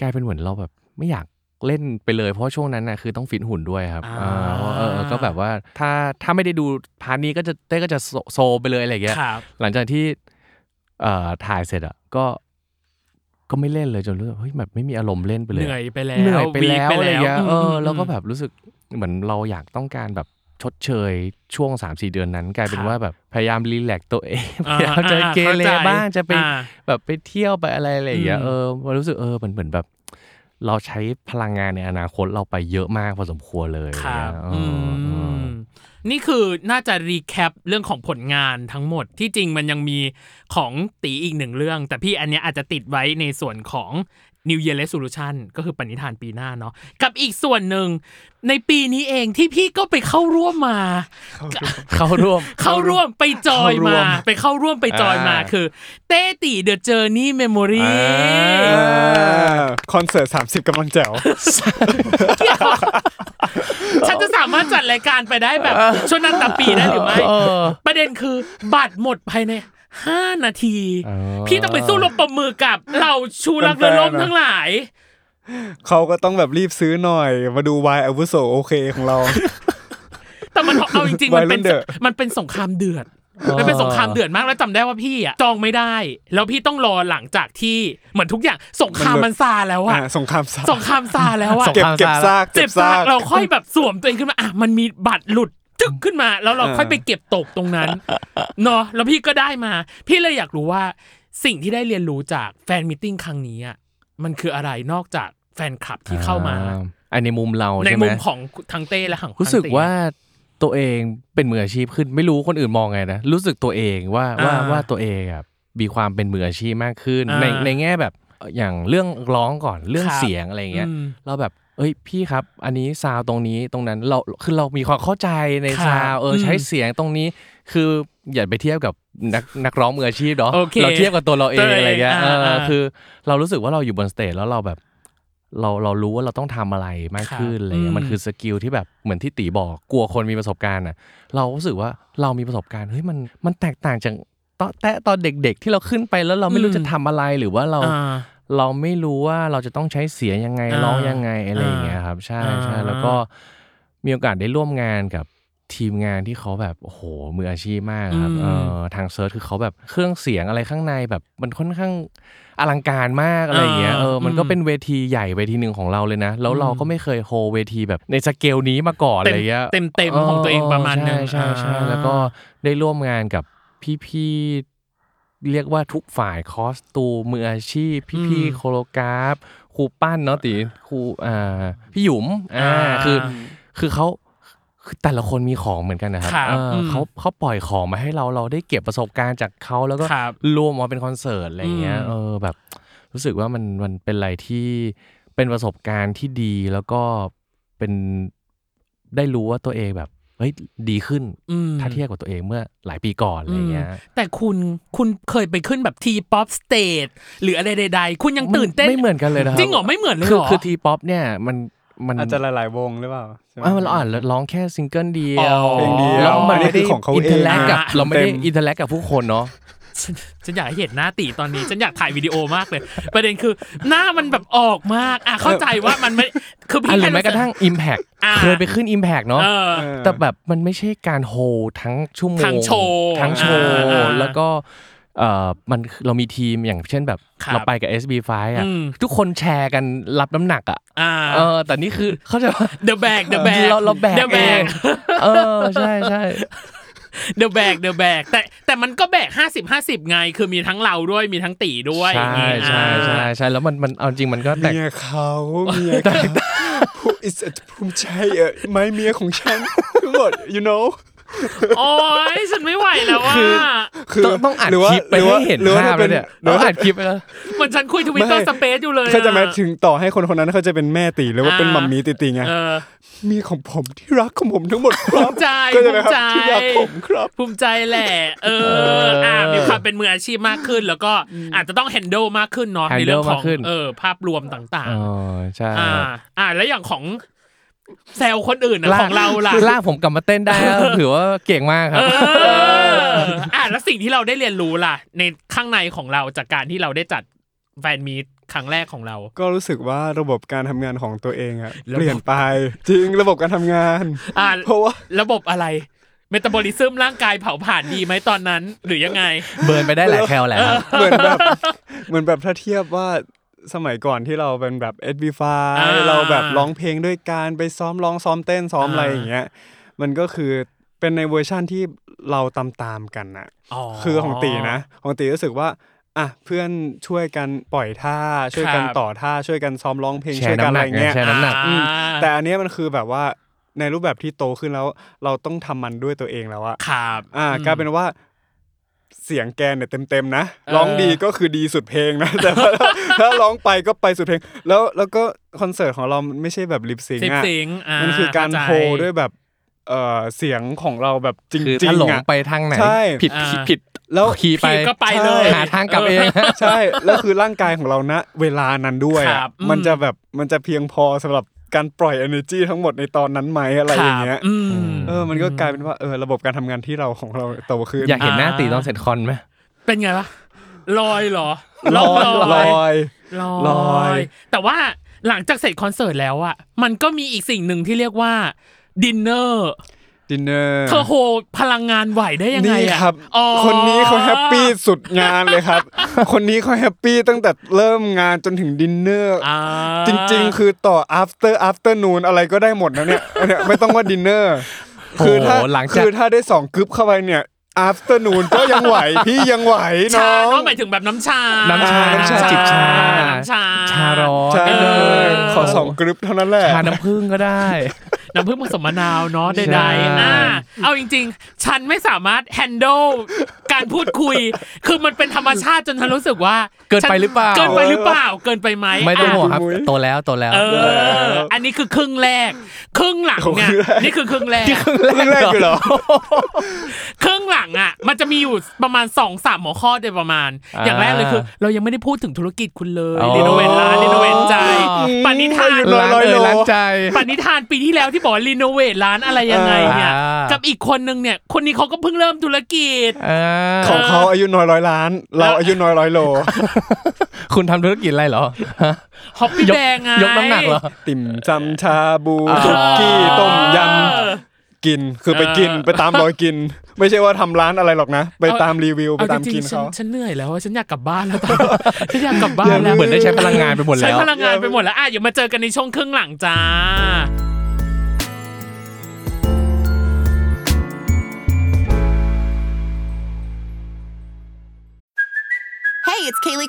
Speaker 4: กลายเป็นเหมือนเราแบบไม่อยากเล่นไปเลย เพราะช่วงนั้นน่ะคือต้องฟิตหุ่นด้วยครับ
Speaker 1: อ่า
Speaker 4: เออเพราะเออเออก็แบบว่าถ้าถ้าไม่ได้ดูพาร์ทนี้ก็จะเต้ก็จะโซโซไปเลยอะไรอย่างเงี้ย
Speaker 1: ครับ
Speaker 4: หลังจากที่เอ่อถ่ายเสร็จอะก็ก็ไม่เล่นเลยจนรู้สึกเฮ้ยแบบไม่มีอารมณ์เล่นไปเลย
Speaker 1: เหนื่อยไปแล้ว
Speaker 4: เหนื่อยไปแล้ว
Speaker 1: วีค
Speaker 4: อะไรอย่างเงี้ย
Speaker 1: ม
Speaker 4: เอออ
Speaker 1: ม
Speaker 4: แล้วก็แบบรู้สึกเหมือนเราอยากต้องการแบบชดเชยช่วง 3 4 เดือนนั้น กลายเป็
Speaker 1: คน รับ
Speaker 4: ว่าแบบพยายามรีแลกซ์ตัวเอง
Speaker 1: อ่าย
Speaker 4: พายามจะ
Speaker 1: อ่า
Speaker 4: เกเร
Speaker 1: เข้าใจ
Speaker 4: บ้างจะไป
Speaker 1: อ่า
Speaker 4: แบบไปเที่ยวไปอะไรอะไรอย่างเงี้
Speaker 1: อื
Speaker 4: ย
Speaker 1: ม
Speaker 4: เออมันรู้สึกเออเหมือนเหมือนแบบ เราใช้พลังงานในอนาคตเราไปเยอะมากพอสมควรเลยอะ
Speaker 1: ค
Speaker 4: ไร
Speaker 1: รับ
Speaker 4: เงี้ยเอ
Speaker 1: อื
Speaker 4: อเอ
Speaker 1: ม
Speaker 4: อ
Speaker 1: นี่คือน่าจะรีแคปเรื่องของผลงานทั้งหมดที่จริงมันยังมีของตีอีกหนึ่งเรื่อง แต่พี่อันเนี้ยอาจจะติดไว้ในส่วนของ New Year Resolution ก็คือปณิธานปีหน้าเนาะกับอีกส่วนหนึ่งในปีนี้เองที่พี่ก็ไปเข้าร่วมมา
Speaker 4: เข้าร่วม
Speaker 1: เข้าร่วมไปจอย
Speaker 3: เข้าร่
Speaker 1: มาว
Speaker 3: ม
Speaker 1: ไปเข้าร่วมไปจอยมา
Speaker 4: อ่า
Speaker 1: คือเต้ตีเดอะเจอร์นี่เมมโมรี
Speaker 4: อ่า
Speaker 3: คอนเสิร์ตสามสิบกำลังแจ๋ว
Speaker 1: ฉันจะสามารถจัดรายการไปได้แบบชวงนันตปีได้หรือไม่
Speaker 4: เออ
Speaker 1: ประเด็นคือบัตรหมดภายในห้านาที
Speaker 4: เออ
Speaker 1: พี่ต้องไปสู้รบประมือกับ เราชูรักเรือล่มทั้งหลาย
Speaker 3: เขาก็ต้องแบบรีบซื้อหน่อย มาดูวายอาวุโสโอเคของเรา
Speaker 1: แต่มันเอาจริงๆ มันเป็น
Speaker 3: Violent เดอะ
Speaker 1: มันเป็นสงครามเดือด มันเป็นสงครามเดือดมากแล้วจำได้ว่าพี่อ่ะจองไม่ได้ แล้วพี่ต้องรอหลังจากที่เหมือนทุกอย่างสงครามมันซา แล้วอ่ะ
Speaker 3: อ่าสงครามซาก
Speaker 1: สงครามซาแล้วอ่ะ
Speaker 4: สงค
Speaker 3: เก็บ
Speaker 4: ราม
Speaker 3: เก็บซาก
Speaker 1: เจ็บซากเราค่อยแบบสวมตัวเองขึ้นมาอ่ะมันมีบัตรหลุดจึ๊กขึ้นมา แล้วเราค่อยไปเก็บตกตรงนั้นเนาะแล้วพี่ก็ได้มา พี่เลยอยากรู้ว่าสิ่งที่ได้เรียนรู้จากแฟนมิทติ้งครั้งนี้อ่ะมันคืออะไรนอกจากแฟนคลับที่เข้ามา
Speaker 4: อ่ไอในมุมเรา
Speaker 1: ใน
Speaker 4: ใช่ไหม
Speaker 1: มุมของทั้งเต้และของ
Speaker 4: รู้สึก
Speaker 1: ทั้งเต้
Speaker 4: ว่าตัวเองเป็นมืออาชีพขึ้นไม่รู้คนอื่นมองไงนะรู้สึกตัวเองว่าว่า
Speaker 1: อ่า
Speaker 4: ว่าตัวเองอ่ะมีความเป็นมืออาชีพมากขึ้น
Speaker 1: อ่า
Speaker 4: ในในแง่แบบอย่างเรื่องร้องก่อนเรื่อง
Speaker 1: ครับ
Speaker 4: เสียงอะไรอย่างเงี้ย
Speaker 1: อืม
Speaker 4: เราแบบ เอ้ย พี่ครับ อันนี้ซาวด์ตรงนี้ตรงนั้น เรา คือเรามีความเข้าใจใน
Speaker 1: ครับ
Speaker 4: ซาวด์เอออ
Speaker 1: ม
Speaker 4: ใช้เสียงตรงนี้ คืออย่าไปเทียบกับนักนักร้องมืออาชีพเนาะ
Speaker 1: โอเค
Speaker 4: เราเทียบกับตัวเราเอ
Speaker 1: ตั
Speaker 4: ง
Speaker 1: วเอง
Speaker 4: อะไรเงี้ย เอออา คือ เรารู้สึกว่าเราอยู่บนสเตจแล้วเราแบบ เราเรารู้ว่าเราต้องทำอะไรมาก
Speaker 1: ครับ
Speaker 4: ขึ้นอะไรเงี้
Speaker 1: อื
Speaker 4: ย
Speaker 1: ม
Speaker 4: มันคือสกิลที่แบบเหมือนที่ตีบอก กลัวคนมีประสบการณ์อ่ะ เรารู้สึกว่าเรามีประสบการณ์ เฮ้ย มัน มันแตกต่างจากตอนแต่ตอนเด็ก ๆ ที่เราขึ้นไปแล้วเราไม่
Speaker 1: อื
Speaker 4: รู้
Speaker 1: ม
Speaker 4: จะทำอะไรหรือว่าเรา
Speaker 1: อ่า
Speaker 4: เราไม่รู้ว่าเราจะต้องใช้เสียงยังไง
Speaker 1: อ่า
Speaker 4: ร้องยังไงอะไรอย่างเงี้ยครับ ใช่
Speaker 1: อ่า
Speaker 4: ใช่แล้วก็มีโอกาสได้ร่วมงานกับทีมงานที่เขาแบบโอ้โหมืออาชีพมากครับเออทางเซิร์ชคือเขาแบบเครื่องเสียงอะไรข้างในแบบมันค่อนข้างอลังการมากอะไรอย่างเงี้ยเออมันก็เป็นเวทีใหญ่เวทีหนึ่งของเราเลยนะ แล้วเราก็ไม่เคยโฮเวทีแบบในสเกลนี้มาก่อนอะไรเงี้ย
Speaker 1: เต็มเต็มๆของตัวเองประมาณหนึง
Speaker 4: ใช่ใช่ใช่
Speaker 1: อ่า
Speaker 4: แล้วก็ได้ร่วมงานกับพี่ๆเรียกว่าทุกฝ่ายคอสตูมมืออาชีพ พี่
Speaker 1: อืม
Speaker 4: ๆโคโลกราฟครูปั้นเนาะตีครูอ่าพี่หยุมอ่า
Speaker 1: อ่า
Speaker 4: คือคือเขาคือแต่ละคนมีของเหมือนกันนะครับ
Speaker 1: ครับ
Speaker 4: เอออ
Speaker 1: ม
Speaker 4: เขาเขาปล่อยของมาให้เราเราได้เก็บประสบการณ์จากเขาแล้วก็
Speaker 1: ครับ
Speaker 4: รวมมาเป็นคอนเสิร์ตอะไรอย่างเงี้ย
Speaker 1: อืม
Speaker 4: เออแบบ รู้สึกว่ามันมันเป็นอะไรที่เป็นประสบการณ์ที่ดีแล้วก็เป็นได้รู้ว่าตัวเองแบบเฮ้ยดีขึ้น
Speaker 1: อืม
Speaker 4: ถ้าเทียบกับตัวเองเมื่อหลายปีก่อนอะไรเงี้ย
Speaker 1: แต่คุณคุณเคยไปขึ้นแบบทีป๊อปสเตจหรืออะไรใด ๆ คุณยังตื่นเต้น
Speaker 4: ไม่เหมือนกันเลยนะครับ
Speaker 1: จริงเหรอไม่เหมือนเลย
Speaker 4: คื
Speaker 1: เหรอ
Speaker 4: คือทีป๊อปเนี่ยมันมัน
Speaker 3: อาจจะหลายๆวงหรือเปล่าใช่ไหม
Speaker 4: อ่ะมันเราอ่านแล้วร้องแค่ซิงเกิลเดีย
Speaker 1: อ๋
Speaker 4: ว
Speaker 1: อเพลงเดียว
Speaker 4: แล้วมัน
Speaker 3: อันนี้
Speaker 4: ไม่ได้
Speaker 3: คือของเขาเอง
Speaker 4: อินเทอร์แลกกับ
Speaker 1: อ่ะ
Speaker 4: เราไม่ได้
Speaker 3: เต็ม
Speaker 4: อินเทอร์แลกกับผู้คนเนาะ
Speaker 1: ฉันฉันอยากเห็นหน้าตีตอนนี้ ฉันอยากถ่ายวิดีโอมากเลย ประเด็นคือหน้ามันแบบออกมากอ่ะเข้าใจว่ามันไม่คือพี่
Speaker 4: อ่ะหรือ
Speaker 1: สึ
Speaker 4: แม้กระทั่ง Impact
Speaker 1: อ่ะ
Speaker 4: เคยไปขึ้น Impact เนาะ
Speaker 1: เออ
Speaker 3: เออ
Speaker 4: แต่แบบมันไม่ใช่การโฮทั้งชั่วโมง
Speaker 1: ทั้งโชว์
Speaker 4: ทั้งโชว์
Speaker 1: อ่า
Speaker 4: แล้วก็เออมันเรามีทีมอย่างเช่นแบบ
Speaker 1: ครับ
Speaker 4: เราไปกับ SB5 อ่ะ
Speaker 1: อืม
Speaker 4: ทุกคนแชร์กันรับน้ำหนักอ่ะ
Speaker 1: อ่า
Speaker 4: เออแต่นี่คือ เขาใจะว่า
Speaker 1: The Bag The Bag
Speaker 4: เราเราแบก
Speaker 1: The
Speaker 4: เอง
Speaker 1: Bag
Speaker 4: เออใช่ใช่
Speaker 1: The Bag The Bag แต่แต่มันก็แบก50 50 ไง คือมีทั้งเราด้วยมีทั้งตีด้วยอย่าง
Speaker 4: ใช่
Speaker 1: งี้
Speaker 4: ใช่ใช่
Speaker 1: อ่า
Speaker 4: ใช่แล้วมันมันเอาจริงมันก็แตก
Speaker 3: เมียเขาเมียเขาผู้อิสระภูมิใจเออไม่เมียของฉันทั้งหมด you know
Speaker 1: โอ้ยฉันไม่ไหวแล้วว่า
Speaker 4: คือ
Speaker 3: คือ
Speaker 4: ต้องต้องอัด
Speaker 3: หรืว่า
Speaker 4: คลิปไปให้เห็น
Speaker 3: รือว่
Speaker 4: ภาพ
Speaker 3: มั
Speaker 4: เลยเนี่ย
Speaker 3: หรื
Speaker 4: เรา
Speaker 3: อว่า
Speaker 4: อัดคลิปไปแล้ว
Speaker 1: เหมือนฉันคุยทวิตเตอ
Speaker 3: ไม่
Speaker 1: ร์สเปซอยู่เลย
Speaker 3: เขาจะมา
Speaker 1: อะ
Speaker 3: ถึงต่อให้คนคนนั้นเขาจะเป็นแม่ตีหรือว่าเป็น
Speaker 1: อ่า
Speaker 3: มัมมี่ตีตีไง
Speaker 1: เออ
Speaker 3: เมียของผมที่รักของผมทั้งหมดครับ
Speaker 1: ภูมิใจ
Speaker 3: ก็จะนะครั
Speaker 1: ภูมิใจ
Speaker 3: บที่รักผมครับ
Speaker 1: ภูมิใจแหละ เออ อ่า มีความเป็นมืออาชีพมากขึ้น แล้วก็อาจจะต้องแฮนด์มากขึ้นเนาะ
Speaker 4: handle
Speaker 1: ในเรื่องขอ
Speaker 4: มาง กขึ้น
Speaker 1: เออ ภาพรวมต่าง
Speaker 4: อ๋อใช่
Speaker 1: ๆ อ่า อ่า แล้วอย่างของแซลคนอื่นนะ
Speaker 4: ลก
Speaker 1: ของเราล่ะ
Speaker 4: ลากผมกลับมาเต้นได้ครับถือว่าเก่งมากครับ
Speaker 1: เออ อ่าแล้วสิ่งที่เราได้เรียนรู้ล่ะ ในข้างในของเราจากการที่เราได้จัดแฟนมีตครั้งแรกของเรา
Speaker 3: ก็รู้สึกว่าระบบการทำงานของตัวเองอะเปลี่ยนไปจริงระบบการทำงาน
Speaker 1: อ่า
Speaker 3: เพราะว่า
Speaker 1: ระบบอะไร เมตาบอลิซึมร่างกายเผาผ่านดีไหมตอนนั้น หรือยังไง
Speaker 4: เบิร์นไปได้หลายแคลแหละครับ
Speaker 3: เหมือนแบบ เหมือนแบบถ้าเทียบว่าสมัยก่อนที่เราเป็นแบบ s b
Speaker 1: อ่า
Speaker 3: 5เราแบบร้องเพลงด้วยการไปซ้อมร้องซ้อมเต้นซ้อมอะไรอย่างเงี้ยมันก็คือเป็นในเวอร์ชั่นที่เราตามตามๆกันนะคือของตีนะ ของตีรู้สึกว่าอ่ะเพื่อนช่วยกันปล่อยท่า ช่วยกัน
Speaker 1: ครับ
Speaker 3: ต่อท่าช่วยกันซ้อมร้องเพลง
Speaker 4: แช
Speaker 3: ช่ว
Speaker 4: ร์
Speaker 3: ยกัน
Speaker 4: น้ำห
Speaker 3: อะ
Speaker 4: นัก
Speaker 3: ไร
Speaker 4: ไง
Speaker 3: เงี้ย
Speaker 4: แชร์น้ำหนัก
Speaker 1: อ่า
Speaker 3: แต่อันเนี้ยมันคือแบบว่าในรูปแบบที่โตขึ้นแล้ว เราต้องทำมันด้วยตัวเองแล้วอะ
Speaker 1: ครับ
Speaker 3: อ่า
Speaker 1: อืม
Speaker 3: กลายเป็นว่าเสียงแกนเนี่ยเต็มๆนะ
Speaker 1: เออ
Speaker 3: ร้องดีก็คือดีสุดเพลงนะ แต่ว่าถ้าถ้าร้องไปก็ไปสุดเพลง แล้วแล้วก็คอนเสิร์ตของเรามันไม่ใช่แบบลิปซิง
Speaker 1: ลิป
Speaker 3: อ่ะ
Speaker 1: ซิงค์อ่ามั
Speaker 3: มันคือการ
Speaker 1: เข้าใจ
Speaker 3: โฮด้วยแบบเอ่อเสียงของเราแบบจ
Speaker 4: คือ
Speaker 3: ริ
Speaker 4: ถ้าง หล
Speaker 3: ๆ
Speaker 4: ง
Speaker 3: อ่ะ
Speaker 4: ไปทางไหน
Speaker 3: ใช่
Speaker 4: ผิด
Speaker 1: อ่า
Speaker 4: ผิดผิด
Speaker 3: แล้ว
Speaker 4: ขี่ไป
Speaker 1: ผิดก็ไปเลย
Speaker 4: หาทางกลับเอง
Speaker 3: ใช่แล้วคือร่างกายของเราณเวลานั้นด้วย
Speaker 1: ครั
Speaker 3: อ่ะ
Speaker 1: บอืม
Speaker 3: มันจะแบบมันจะเพียงพอสำหรับการปล่อย energy ทั้งหมดในตอนนั้นไหมอะไรอย่างเงี้ย
Speaker 1: อืม
Speaker 3: เออมันก็กลายเป็นว่าเออระบบการทำงานที่เราของเราโตขึ้น
Speaker 4: อยากเห็นหน้า
Speaker 1: อ่า
Speaker 4: ตีตอนเสร็จคอนไหม
Speaker 1: เป็นไงวะลอยเหรอ
Speaker 3: ลอย
Speaker 1: ง
Speaker 3: ลอย
Speaker 1: ล
Speaker 3: ล
Speaker 1: อ
Speaker 3: อย ย
Speaker 1: แต่ว่า หลังจากเสร็จคอนเสิร์ตแล้วอะมันก็มีอีกสิ่งหนึ่งที่เรียกว่าดินเนอร์
Speaker 3: ดินเนอร์
Speaker 1: เธอโหพลังงานไหวได้ยังไง
Speaker 3: นี่
Speaker 1: อะ
Speaker 3: ครับ
Speaker 1: อ๋อ
Speaker 3: คนนี้เขาแฮปปี้สุดงานเลยครับ คนนี้เขาแฮปปี้ตั้งแต่เริ่มงานจนถึงดินเนอร์
Speaker 1: อ่า
Speaker 3: จริงๆ คือต่อ after afternoon อะไรก็ได้หมดนะเนี่ย เนี่ย ไม่ต้องว่าดินเนอร์ คือถ้า
Speaker 4: โหหลังจาก
Speaker 3: คือถ้าได้สองกึ๊บเข้าไปเนี่ย afternoon ก็ยังไหว พี่ยังไหว
Speaker 1: ชา
Speaker 3: น้อง
Speaker 1: เนาะหมายถึงแบบน้ำชา
Speaker 4: น้ำชา
Speaker 3: น้ำชา
Speaker 4: จิบชา
Speaker 1: น้ำชา
Speaker 4: ชาร้อน
Speaker 3: ใช่
Speaker 4: ไปเลย
Speaker 3: ขอสองกึ๊บเท่านั้นแหละ
Speaker 4: ชาน้ำผึ้งก็ได้
Speaker 1: น้ำผึ้งผสมมะนาวเนาะใ
Speaker 4: ใช่
Speaker 1: ดๆอ่าเอาจริง ๆ ฉันไม่สามารถ handle การพูดคุย คือมันเป็นธรรมชาติจนฉันรู้สึกว่า
Speaker 4: เกินไป
Speaker 1: ฉั
Speaker 4: หรือเปล่า
Speaker 1: เกินไปหรือเปล่า เกินไปไหม
Speaker 4: ไม่ต้องห่วง
Speaker 1: ะ
Speaker 4: ครับ
Speaker 3: มุ้ย
Speaker 4: โตแล้วโตแล้ว
Speaker 1: เออ อันนี้คือครึ่งแรก ครึ่งหลังเนี่ยนี่คือครึ่งแรก
Speaker 3: เรื่องแรกอยู่เหรอ
Speaker 1: ครึ่งหลังอ่ะ มันจะมีอยู่ประมาณ2อสามหัวข้อโดยประมาณ
Speaker 4: อ่า
Speaker 1: อย่างแรกเลยคือ เรายังไม่ได้พูดถึงธุรกิจคุณเลย
Speaker 4: อ๋อ
Speaker 1: รีโนเวทร้านรีโนเวทใจปณิธาน
Speaker 3: อยู่
Speaker 4: ล้าง
Speaker 3: ร้อย
Speaker 4: เอ่
Speaker 3: โล
Speaker 4: ยล้างใจ
Speaker 1: ปณิธานปีที่แล้วที่บอกว่ารีโนเวทร้านอะไรยังไงเนี่ย
Speaker 4: อ่ากั
Speaker 1: กับอีกคนนึงเนี่ย คนนี้เขาก็เพิ่งเริ่มธุรกิจ
Speaker 4: เออ
Speaker 3: ของเขาอายุน้อยร้อยล้าน เราอายุน้อยร้อย โล
Speaker 4: คุณทำธุรกิจอะไรเหรอฮะ
Speaker 1: ฮอปปี้
Speaker 4: ยก
Speaker 1: แดงไง
Speaker 4: ยกน้ำหนักเหรอ
Speaker 3: ติ่มจำชาบู
Speaker 4: อ่า
Speaker 3: สุกี้ต้มย
Speaker 1: เออ
Speaker 3: ำกินคือไปกิน
Speaker 1: เออ
Speaker 3: ไปตามรอยกิน ไม่ใช่ว่าทำร้านอะไรหรอกนะ ไปตามรีวิวไป
Speaker 1: เอา
Speaker 3: ตาม
Speaker 1: จริ
Speaker 3: กิ
Speaker 1: งๆ
Speaker 3: น
Speaker 1: ฉัน
Speaker 3: เขา
Speaker 1: ฉันเหนื่อยแล้วอะฉันอยากกลับบ้านแล้วตอน ฉันอยากกลับบ้านแล้ว
Speaker 4: เหมือนได้ใช้พลังงานไปหมด
Speaker 1: ใช้
Speaker 4: แล้ว
Speaker 1: พลังงานไปหมดแล้วอ่ะเดี๋ยวมาเจอกันในช่วงครึ่งหลังจ้า
Speaker 5: Hey, it's Kaylee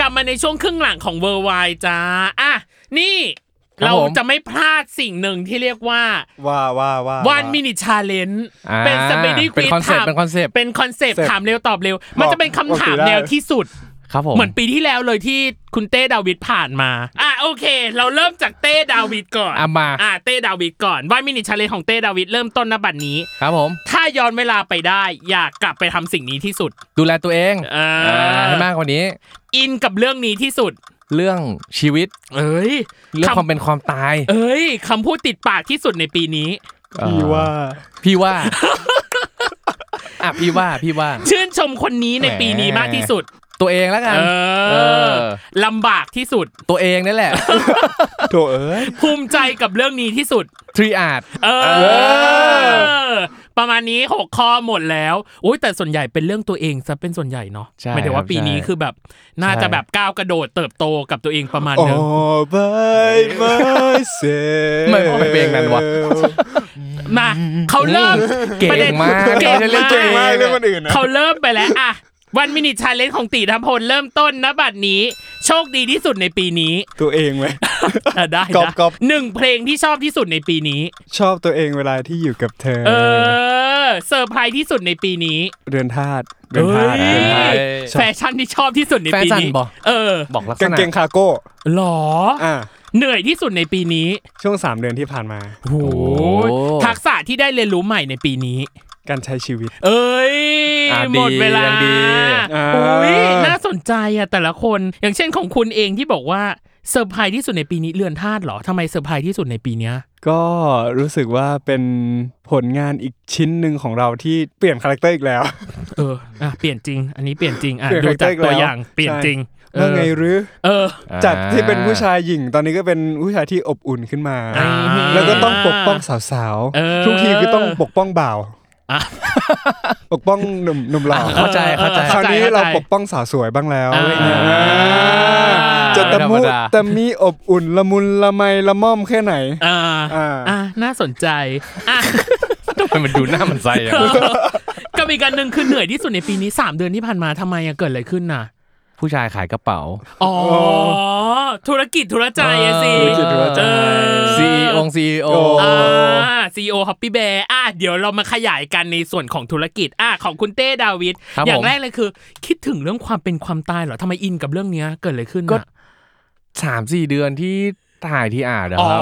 Speaker 1: กลับมาในช่วงครึ่งหลังของเวอร์ไวจ้าอ่ะนี่
Speaker 4: ครับ
Speaker 1: เรา
Speaker 4: ผม
Speaker 1: จะไม่พลาดสิ่งหนึ่งที่เรียกว่า
Speaker 3: ว่าว่าว่าว่า
Speaker 1: วันมินิชาเลน
Speaker 4: อ่า
Speaker 1: เป็นสเปนดี้
Speaker 4: เป็น concept เป็น concept
Speaker 1: เป็นคอนเซปต์ถามเร็วตอบเร็ว
Speaker 3: บอก
Speaker 1: มันจะเป็นคำถาม
Speaker 3: บอกสิได้
Speaker 1: แนวที่สุด
Speaker 4: ครับผม
Speaker 1: เหมือนปีที่แล้วเลยที่คุณเต้ดาวิดผ่านมา อ่ะโอเค เราเริ่มจากเต้ดาวิดก่อน
Speaker 4: อ่ะมา
Speaker 1: อ่ะเต้ดาวิดก่อนวันมินิชาเลนของเต้ดาวิดเริ่มต้นณบัดนี้
Speaker 4: ครับผม
Speaker 1: ถ้าย้อนเวลาไปได้อยากกลับไปทำสิ่งนี้ที่สุด
Speaker 4: ดูแลตัวเอง
Speaker 1: อ่า
Speaker 4: อ่าให้มากกว่านี้
Speaker 1: อินกับเรื่องนี้ที่สุด
Speaker 4: เรื่องชีวิต
Speaker 1: เอ้ย
Speaker 4: เรื่องความ
Speaker 1: ำ
Speaker 4: เป็นความตาย
Speaker 1: เอ้ยคำพูดติดปากที่สุดในปีนี้
Speaker 3: พี่ว่า
Speaker 4: พี่ว่า อ่ะพี่ว่าพี่ว่า
Speaker 1: ชื่นชมคนนี้ในปีนี้มากที่สุด
Speaker 4: ตัวเองแล้วกัน
Speaker 1: เอ
Speaker 4: เอ
Speaker 1: อ
Speaker 4: อ
Speaker 1: ลำบากที่สุด
Speaker 4: ตัวเองนั่นแหละ
Speaker 3: โถเอ้ย
Speaker 1: ภูมิใจกับเรื่องนี้ที่สุด
Speaker 4: ทรีอาด
Speaker 1: เออ ประมาณนี้หกข้อหมดแล้วอุ้ยแต่ส่วนใหญ่เป็นเรื่องตัวเองซะเป็นส่วนใหญ่เนาะ
Speaker 4: ใช่
Speaker 1: หมายถึงว่า
Speaker 4: ครับ
Speaker 1: ปีนี้
Speaker 4: ใช่
Speaker 1: คือแบบน่าจะแบบก้าวกระโดดเติบโตกับตัวเองประมาณหนึง
Speaker 3: All by myself
Speaker 4: ไม่ไม่เพลงนั้นวะ
Speaker 1: มาเขาเริ่ม
Speaker 4: เก่ง
Speaker 1: ประด็น
Speaker 4: มาก
Speaker 1: เก่ง
Speaker 4: ไม่ใช่เรื่อง
Speaker 1: มาก
Speaker 3: เก่งมากเรื่องคนอื่นนะ
Speaker 1: เขาเริ่มไปแล้วอะวันมินิชาเลนจ์ของตีธพลเริ่มต้นนะบัดนี้ โชคดีที่สุดในปีนี้
Speaker 3: ตัวเองไหม
Speaker 1: อ่ะได้
Speaker 3: กรอ
Speaker 1: นะ
Speaker 3: บกรอบ
Speaker 1: หนึ่งเพลงที่ชอบที่สุดในปีนี้
Speaker 3: ชอบตัวเองเวลาที่อยู่กับเธอ
Speaker 1: เออเซอร์ไพรส์ที่สุดในปีนี้
Speaker 3: เรือนธาตุเรือนธาตุ
Speaker 1: เฮ้ย
Speaker 3: เรือนธาตุ
Speaker 1: แฟชั่นที่ชอบที่สุดในปี
Speaker 4: แฟชั่น
Speaker 1: นี้
Speaker 4: บ่
Speaker 1: เออ
Speaker 4: บอกลักษ
Speaker 3: กาง
Speaker 4: ณะ
Speaker 3: เกงคาโก้
Speaker 1: หรอ
Speaker 3: อ่า
Speaker 1: เหนื่อยที่สุดในปีนี้
Speaker 3: ช่วงสามเดือนที่ผ่านมา
Speaker 1: โอ้ยทักษะที่ได้เรียนรู้ใหม่ในปีนี้
Speaker 3: การใช้ชีวิต
Speaker 1: เอ้ย
Speaker 4: อ่ะดี
Speaker 1: หมดเวลา
Speaker 4: ยังดี
Speaker 1: อุ้ย
Speaker 3: อ่า
Speaker 1: น่าสนใจอะแต่ละคน อย่างเช่นของคุณเองที่บอกว่าเซอร์ไพรส์ที่สุดในปีนี้เรือนธาตุเหรอทำไมเซอร์ไพรส์ที่สุดในปีเนี้ย
Speaker 3: ก็รู้สึกว่าเป็นผลงานอีกชิ้นหนึ่งของเราที่เปลี่ยนคาแรคเตอร์อีกแล้ว
Speaker 1: เอออ่ะเปลี่ยนจริง อันนี้เปลี่ยนจริงอ่ะ
Speaker 3: เปลี่ยน
Speaker 1: ดูจาก
Speaker 3: character
Speaker 1: ตัว
Speaker 3: แล้ว
Speaker 1: อย่างเปลี่ยน
Speaker 3: ใช่
Speaker 1: จริงเอ
Speaker 3: ว่า
Speaker 1: อ
Speaker 3: ไงหรือ
Speaker 1: เออ
Speaker 3: จากที่เป็นผู้ชายหญิงตอนนี้ก็เป็นผู้ชายที่อบอุ่นขึ้นมา
Speaker 1: อ่า
Speaker 3: แล้วก็ต้องปกป้องสาว
Speaker 1: เออ
Speaker 3: ๆ ทุกทีคือต้องปกป้องบ่าว ปกป้องหนุ่มหนุ่มหล่อ
Speaker 4: เข้าใจเข้าใจ
Speaker 3: คราวนี้
Speaker 1: เข้าใจ
Speaker 3: เราปกป้องสาวสวยบ้างแล้ว
Speaker 1: อ่า
Speaker 3: อะไรเงี้ยอ่า
Speaker 1: า
Speaker 3: จะตะมุ
Speaker 4: ธรรมดา
Speaker 3: ตะมีอบอุ่นละมุนละไมละม่อมแค่ไหน
Speaker 1: อ่า
Speaker 3: อ่า
Speaker 1: อ่าน่าสนใจอ่ะ
Speaker 4: ทำไมมันดูหน้ามันใส อ่ะ
Speaker 1: กับอีกอันหนึ่งคือเหนื่อยที่สุดในปีนี้ 3 เดือนที่ผ่านมาทำไมอะเกิดอะไรขึ้นน่ะ
Speaker 4: ผู้ชายขายกระเป๋า
Speaker 1: อ๋อ ธุรกิจธุรใจอะสิ
Speaker 3: ธุรกิจธุรใจ
Speaker 1: เออ
Speaker 4: ซีองซีโอ
Speaker 3: โอ้
Speaker 1: อ่าซีโอฮอปปี้แบร์อ่าเดี๋ยวเรามาขยายกันในส่วนของธุรกิจอ่าของคุณเต้ดาวิด
Speaker 4: ครับ
Speaker 1: อย่าง
Speaker 4: ผม
Speaker 1: แรกเลยคือ คิดถึงเรื่องความเป็นความตายเหรอทำไมอินกับเรื่องเนี้ยเกิดอะไรขึ้นน่ะ
Speaker 4: สามสี่เดือนที่ถ่ายที่อ่านนะ
Speaker 1: อ๋อ
Speaker 4: ครับ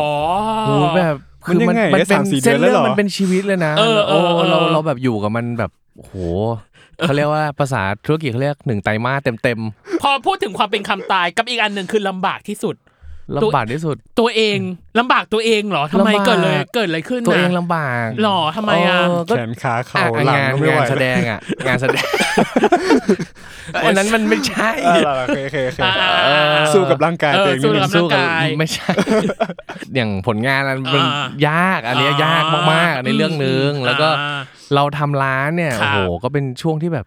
Speaker 4: โหแบบ
Speaker 3: มันยังไง
Speaker 4: มั
Speaker 3: ได้
Speaker 4: เป็
Speaker 3: สามสี่เดื
Speaker 4: เส้
Speaker 3: อน นแล้ว
Speaker 4: เรื่อ
Speaker 3: เหรง อ
Speaker 4: มันเป็นชีวิตเลยนะ
Speaker 1: เออเอ
Speaker 4: โอ้
Speaker 1: อเออ
Speaker 4: เราเราแบบอยู่กับมันแบบโอ้โหเขาเรียกว่าภาษาธุรกิจเขาเรียกหนึ่งไตรมาสเต็ม
Speaker 1: พอพูดถึงความเป็นความตายกับอีกอันหนึ่งคือลำบากที่สุด
Speaker 4: ๆลำบากที่สุด
Speaker 1: ตัวเองลำบากตัวเองเหรอทำไม
Speaker 4: ลำบาก
Speaker 1: เกิดเลยเกิดอะไรขึ้น
Speaker 4: ตัว
Speaker 1: น่ะ
Speaker 4: เองลำบาก
Speaker 1: หรอทำไมอ่ะ
Speaker 4: เก็
Speaker 3: แขนขา
Speaker 4: อ่ะ
Speaker 3: เข่าหลัง
Speaker 4: งาน
Speaker 3: ไม่
Speaker 4: งา
Speaker 3: ไหวน
Speaker 4: แสดงอ่ะ งานแสดงอันนั้นมันไม่ใช่
Speaker 3: อ่าโอเคโอเคโอเค
Speaker 1: อ่าอ่าอ่า
Speaker 3: สู้กับร่างกาย
Speaker 1: เออ
Speaker 3: ตัวเอง
Speaker 1: สู้
Speaker 3: นิด
Speaker 1: กับ ร่าง
Speaker 3: นึง
Speaker 1: กาย
Speaker 4: ไม่ใช่ อย่างผลงานอันมัน
Speaker 1: อ่าย
Speaker 4: ยากอันเนี้ย
Speaker 1: อ่าย
Speaker 4: ยากมากๆในเรื่องนึง แล้วก็
Speaker 1: อ่า
Speaker 4: เราทำร้านเนี่ย
Speaker 1: ครั
Speaker 4: โอ้
Speaker 1: บ
Speaker 4: โหก็เป็นช่วงที่แบบ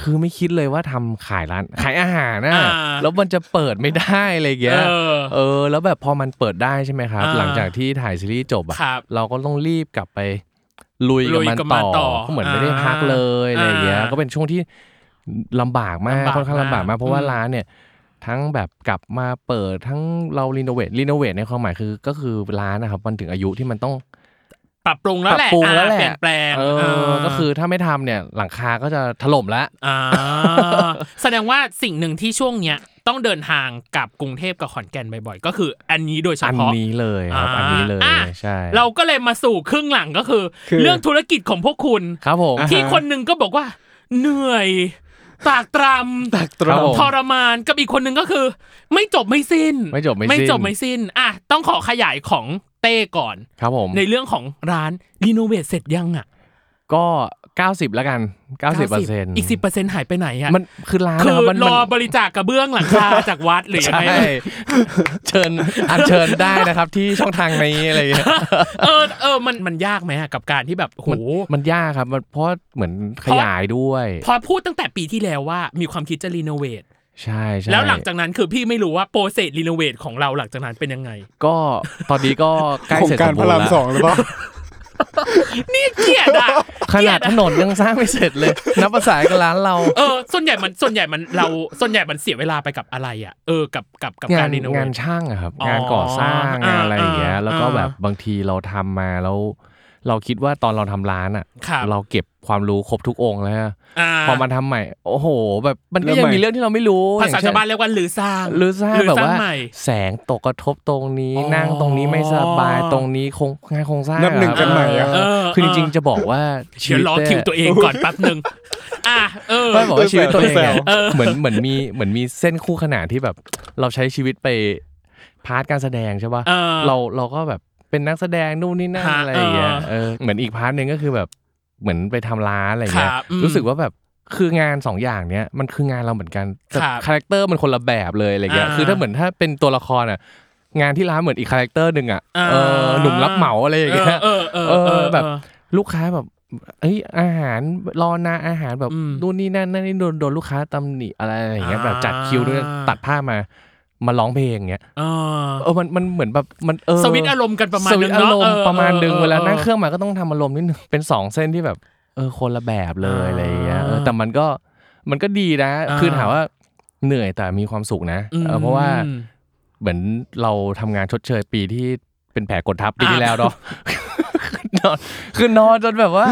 Speaker 4: คือไม่คิดเลยว่าทำขายร้านขายอาหารนะ
Speaker 1: อ่า
Speaker 4: แล้วมันจะเปิดไม่ได้อะไรอย่างเงี้ย
Speaker 1: เออ
Speaker 4: เออ แล้วแบบพอมันเปิดได้ใช่ไหมครับ
Speaker 1: อ่า
Speaker 4: หลังจากที่ถ่ายซีรีส์จบอะ
Speaker 1: ครับ
Speaker 4: เราก็ต้องรีบกลับไปลุย
Speaker 1: ลุ
Speaker 4: กับ
Speaker 1: ย
Speaker 4: มัน
Speaker 1: กับมั
Speaker 4: ต่
Speaker 1: น
Speaker 4: อ
Speaker 1: ต่อ
Speaker 4: ก็เหมือนไม่ได้พักเลยอะไรอย่างเงี้ย
Speaker 1: อ่า
Speaker 4: ก็เป็นช่วงที่ลำบากมาก
Speaker 1: ลำบาก
Speaker 4: ค่อนข้างลำบากมาม
Speaker 1: าก
Speaker 4: กเพราะว่า
Speaker 1: อืม
Speaker 4: ร้านเนี่ย ทั้งแบบกลับมาเปิดทั้งเรารีโนเวทรีโนเวทในความหมายคือก็คือร้านนะครับ มันถึงอายุที่มันต้อง
Speaker 1: ปรับปรุงแล้
Speaker 4: ป
Speaker 1: ว
Speaker 4: รับ
Speaker 1: แหละ
Speaker 4: ปรุงแล้ว
Speaker 1: อ่า
Speaker 4: แห
Speaker 1: เปลี่
Speaker 4: ละ
Speaker 1: ยนแปลง
Speaker 4: เออ
Speaker 1: เ
Speaker 4: ก็คือถ้าไม่ทำเนี่ยหลังคาก็จะถล่มละ
Speaker 1: อ่า แสดงว่าสิ่งหนึ่งที่ช่วงเนี้ยต้องเดินทางกลับกรุงเทพกับขอนแก่นบ่อยๆ ก็คืออันนี้โดยเฉ
Speaker 4: อัน
Speaker 1: พาะ
Speaker 4: นี้เลยครับ อันนี้เลย
Speaker 1: อ่ะ
Speaker 4: ใช่
Speaker 1: เราก็เลยมาสู่ครึ่งหลังก็คือ
Speaker 3: คือ
Speaker 1: เรื่องธุรกิจของพวกคุณ
Speaker 4: ครับผม
Speaker 1: ที่คนหนึ่งก็บอกว่า เหนื่อย ตากตรำ
Speaker 3: ตากตร
Speaker 4: ครับผม
Speaker 1: ทรมานกับอีกคนหนึ่งก็คือ ไม่จบไม่สิ้น
Speaker 4: ไม่จบไม่สิ้น
Speaker 1: ไม่จบไม่สิ้นอ่ะต้องขอขยายของเต้ก่อน
Speaker 4: ครับผม
Speaker 1: ในเรื่องของร้านรีโนเวทเสร็จยังอ่ะ
Speaker 4: ก็ 90แล้วกัน 90เปอร์เซ็นต์
Speaker 1: อีกสิบเปอร์เซ็นต์หายไปไหนอ่ะ
Speaker 4: มันคือร้าน
Speaker 1: คื
Speaker 4: นะ
Speaker 1: อ
Speaker 4: รับมัน
Speaker 1: ร
Speaker 4: มัน
Speaker 1: อบริจาคกระเบื้องหลังคา จากวัดหรือยัง
Speaker 4: ใช่
Speaker 1: ไง
Speaker 4: เชิญ อันเชิญได้นะครับที่ช่องทางนี้อะไรอย่างเงี้ย
Speaker 1: เออเออมันมันยากไหมอะกับการที่แบบโห
Speaker 4: มันมันยากครับมันเพราะเหมือนขยายด้วย
Speaker 1: พอพูดตั้งแต่ปีที่แล้วว่ามีความคิดจะรีโนเวท
Speaker 4: ใช่ใช่
Speaker 1: แล้วหลังจากนั้นคือพี่ไม่รู้ว่าโปรเซสรีโนเวทของเราหลังจากนั้นเป็นยังไง
Speaker 4: ก็ตอนนี้ก็ใกล้
Speaker 3: โครง
Speaker 4: เสร็จ
Speaker 3: กา
Speaker 4: ส
Speaker 3: ร
Speaker 4: ม
Speaker 3: พ
Speaker 4: บูร
Speaker 3: ระ
Speaker 4: ณ์
Speaker 3: ราม
Speaker 4: แล้
Speaker 3: สอ
Speaker 4: ว
Speaker 3: งหรือเปล่า
Speaker 1: นี่เกลียดอะ
Speaker 4: ขนาดถนนยังสร้างไม่เสร็จเลย นับภาษากับร้านเรา
Speaker 1: เออ ส่วนใหญ่มันส่วนใหญ่มันเราส่วนใหญ่มันเสียเวลาไปกับอะไรอะเออกับกับกับ
Speaker 4: งา
Speaker 1: การ
Speaker 4: น
Speaker 1: รีโนเว
Speaker 4: งาน
Speaker 1: ท
Speaker 4: ช่างอะครับ
Speaker 1: อ๋อง
Speaker 4: งานก่อสร้าง
Speaker 1: อ่าง
Speaker 4: งานอะไรอย่างเงี้ย
Speaker 1: อ่า
Speaker 4: แล้วก็
Speaker 1: อ่า
Speaker 4: แบบบางทีเราทำมาแล้วเราคิดว่าตอนเราทำร้านอะ
Speaker 1: ครับ
Speaker 4: เราเก็บความรู้ครบทุกองค์แล้วอะ
Speaker 1: อ่า
Speaker 4: พอมาทำใหม่ โอ้โห แบบมันก็
Speaker 3: เริ่
Speaker 4: ยัง
Speaker 3: มใหม่
Speaker 4: มีเรื่องที่เราไม่รู้
Speaker 1: ภาษา
Speaker 4: อย่งเช่
Speaker 1: ชาน วบ้านเรียกว่าหรือสร้าง
Speaker 4: หรือสร้างแบบว่า
Speaker 1: ใหม่
Speaker 4: แสงตกกระทบตรงนี้
Speaker 1: อ๋อ
Speaker 4: นั่งตรงนี้ไม่สบายตรงนี้คงงานโครงสร้าง
Speaker 3: นับหนึ่งกันใหม่อะ
Speaker 4: เออ
Speaker 1: เออ
Speaker 4: คือจริงๆจะบอกว่าชี
Speaker 1: เดี๋ยวรอ
Speaker 4: วิตเต้
Speaker 1: คิวตัวเองก่อนแป๊บหนึ่งอ่ะเออ
Speaker 4: ไม่บอกว่าชีวิตตัวเอง
Speaker 3: แซ
Speaker 4: เนี่ยว เหมือนเหมือนมีเหมือนมีเส้นคู่ขนานที่แบบ เราใช้ชีวิตไปพาร์ทการแสดงใช่ป่ะ
Speaker 1: เออ
Speaker 4: เราเราก็แบบเป็นนักแสดงนู่นนี่นั่น
Speaker 1: ฮะ
Speaker 4: อะไรอย่างเงี้ย
Speaker 1: เออ
Speaker 4: เออเหมือนอีกพาร์ทหนึ่งก็คือแบบเหมือนไปทำร้านอะไรอย่างเงี้ย
Speaker 1: ครับอืม
Speaker 4: รู้สึกว่าแบบคืองานสองอย่างเนี้ยมันคืองานเราเหมือนกันแต่
Speaker 1: ครับ
Speaker 4: คาแรคเตอร์มันคนละแบบเลยอะไรอย่างเงี้ย
Speaker 1: อ่า
Speaker 4: คือถ้าเหมือนถ้าเป็นตัวละครอ่ะ งานที่ร้านเหมือนอีกคาแรคเตอร์หนึ่งอ่ะ
Speaker 1: อ่า
Speaker 4: เออหนุ่มรับเหมาอะไรอย่างเงี้ย
Speaker 1: เออเออเอ
Speaker 4: เอ
Speaker 1: อเออ
Speaker 4: อแบบ
Speaker 1: เออ
Speaker 4: ลูกค้าแบบเอ้ยอาหารรอนานอาหารแบบ
Speaker 1: อืม
Speaker 4: นู่นนี่นั่นนั่นนี่โดนโดนลูกค้าตำหนิอะไรอย่างเงี้ย
Speaker 1: อ่า
Speaker 4: แบบจัดคิวด้วยตัดผ้าพมามาร้องเพลงอย่างเงี้ย
Speaker 1: เออ
Speaker 4: เออมันมันเหมือนแบบมันเออ
Speaker 1: สวิตช์อารมณ์กันประมาณ
Speaker 4: สวิ
Speaker 1: นึ
Speaker 4: ต
Speaker 1: ง
Speaker 4: ช์อา
Speaker 1: เน
Speaker 4: ร
Speaker 1: อะ
Speaker 4: ม
Speaker 1: เอ
Speaker 4: ณ์
Speaker 1: อ
Speaker 4: ประมาณนึง
Speaker 1: ออ
Speaker 4: เวลานั่ง
Speaker 1: ออ
Speaker 4: เครื่องมาก็ต้องทำอารมณ์นิดนึงเป็นสองเส้นที่แบบเออคนละแบบเล
Speaker 1: อ่า
Speaker 4: ยอะไรอย่างเงี้ยเออแต่มันก็มันก็ดีนะ
Speaker 1: อ่า
Speaker 4: คือถามว่าเหนื่อยแต่มีความสุขนะ
Speaker 1: อืม
Speaker 4: เออเพราะว่า เหมือนเราทำงานชดเชยปีที่เป็นแผลกดทับปีที่แล้วเนาะ นอนคือนอนจนแบบว่า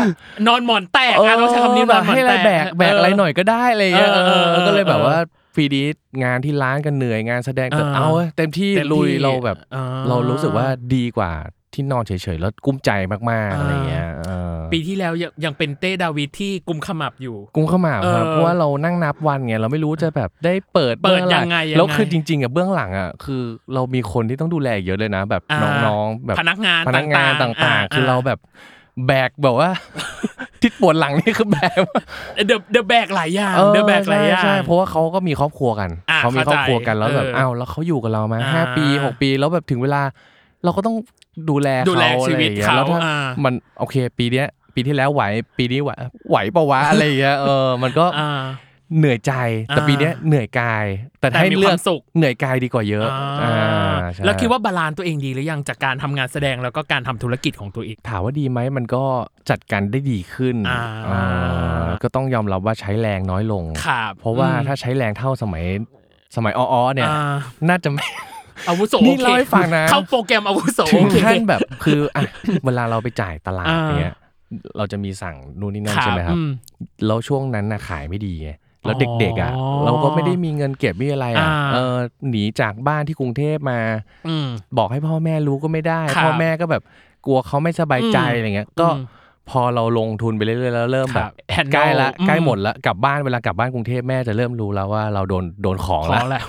Speaker 4: น
Speaker 1: อนหมอนแตก
Speaker 4: เอ
Speaker 1: อ่ะ
Speaker 4: อ
Speaker 1: เราใช้คำนี้
Speaker 4: แบ
Speaker 1: นอน
Speaker 4: บ
Speaker 1: หมอน
Speaker 4: ให้อะไร
Speaker 1: ต
Speaker 4: แบกแบกอะไรหน่อยก็ได้อะไรเงี้ย
Speaker 1: เออ
Speaker 4: เออ
Speaker 1: เออ
Speaker 4: ก็เลยแบบ
Speaker 1: เออ
Speaker 4: ว่าปีนี้งานที่ร้านกันเหนื่อยงานแสดงแต่
Speaker 1: เออ
Speaker 4: เอาเว้ยเต็มที่
Speaker 1: เต็มที่
Speaker 4: ลุยเราแบบ
Speaker 1: อ่า
Speaker 4: เรารู้สึกว่าดีกว่าที่นอนเฉยๆแล้วกุ้มใจมากๆอะไรเงี้ยเออ
Speaker 1: ปีที่แล้วยังยังเป็นเต้ดาวิดที่กุมขมับอยู่
Speaker 4: กุ้มขมับครับ
Speaker 1: เออ
Speaker 4: เพราะว่าเรานั่งนับวันไงเราไม่รู้จะแบบได้เปิด
Speaker 1: เปิด
Speaker 4: มื่อหร่
Speaker 1: ยังไงยังไง
Speaker 4: แล้วคือจริงๆอ่ะเบื้องหลังอ่ะคือเรามีคนที่ต้องดูแลอีกเยอะเลยนะ แบบ
Speaker 1: อ่า
Speaker 4: น้องๆแบบ
Speaker 1: พนักงาน
Speaker 4: พนักงานต่างๆ คือเราแบบแบกแบบว่า ทิศปวดหลังนี่คือแบก
Speaker 1: เดอะเดอะแบกหลายอย่าง
Speaker 4: เออ
Speaker 1: เดอะแบกหลายอย่าง
Speaker 4: ใช่ใช่เพราะว่าเขาก็มีครอบครัวกัน
Speaker 1: อ่ะ
Speaker 4: เขามีครอบครัวกัน
Speaker 1: เข้าใจ
Speaker 4: แล้วแบบ
Speaker 1: เออ
Speaker 4: อ้าวแล้วเขาอยู่กับเรามา
Speaker 1: อ่า
Speaker 4: ห้าปีหกปีแล้วแบบถึงเวลา เราก็ต้องดูแล
Speaker 1: ดู
Speaker 4: เขา
Speaker 1: แล
Speaker 4: อะไร
Speaker 1: ชีวิต
Speaker 4: อย่างเงี้ย
Speaker 1: เขา
Speaker 4: แล้วถ้า
Speaker 1: อ่ามั
Speaker 4: มันโอเค ปีเนี้ย ปีที่แล้วไหว ปีนี้ไหวไหว ปะวะอะไรอย่างเงี้ยเออมันก็
Speaker 1: อ่า
Speaker 4: เหนื่อยใจแต่
Speaker 1: อ่า
Speaker 4: ปีเนี้ยเหนื่อยกาย แต่
Speaker 1: แต่
Speaker 4: ให้
Speaker 1: มี
Speaker 4: เลื
Speaker 1: ค
Speaker 4: อก
Speaker 1: วามสุข
Speaker 4: เหนื่อยกายดีกว่าเยอะ
Speaker 1: อ่า
Speaker 4: ใช่
Speaker 1: แล้วคิดว่าบาลานซ์ตัวเองดีหรือยังจากการทำงานแสดงแล้วก็การทำธุรกิจของตัวเอง
Speaker 4: ถามว่าดีไหมมันก็จัดการได้ดีขึ้น
Speaker 1: อ่า
Speaker 4: อ่าก็ต้องยอมรับว่าใช้แรงน้อยลง
Speaker 1: ครับ
Speaker 4: เพราะว่า
Speaker 1: อืม
Speaker 4: ถ้าใช้แรงเท่าสมัยสมัยอ้อๆเนี่ย
Speaker 1: อ่า
Speaker 4: น่าจะไม่
Speaker 1: อาวุโส
Speaker 4: นี่
Speaker 1: โอเค
Speaker 4: เล่าให้ฟังนะ
Speaker 1: เข้าโปรแกรมอา วุโส
Speaker 4: ถึง
Speaker 1: โอเค
Speaker 4: ขั้นแบบคืออ่ะ เวลาเราไปจ่ายตลาด
Speaker 1: อ่า
Speaker 4: เนี้ยเราจะมีสั่งนู่นนี่นั่น
Speaker 1: ครับ
Speaker 4: ใช่ไหมครับ
Speaker 1: อืม
Speaker 4: แล้วช่วงนั้นน่ะขายไม่ดีไงแล้ว
Speaker 1: อ๋อ
Speaker 4: เด็กๆอ่ะ เราก็ไม่ได้มีเงินเก็บไม่อะไรอ่ะ
Speaker 1: อ่า
Speaker 4: เออหนีจากบ้านที่กรุงเทพมา
Speaker 1: อืม
Speaker 4: บอกให้พ่อแม่รู้ก็ไม่ได้
Speaker 1: ครับ
Speaker 4: พ่อแม่ก็แบบกลัวเขาไม่สบายใจอะไรเงี้ย ก็
Speaker 1: อืม
Speaker 4: พอเราลงทุนไปเรื่อยๆแล้วเริ่ม
Speaker 1: ค
Speaker 4: แบ
Speaker 1: รั
Speaker 4: บบ
Speaker 1: handle
Speaker 4: ใกล้ละ
Speaker 1: อืม
Speaker 4: ใกล้หมดละกลับบ้านเวลากลับบ้านกรุงเทพแม่จะเริ่มรู้แล้วว่าเราโดนโดนของ
Speaker 1: พอ
Speaker 4: ละ
Speaker 1: แล้ว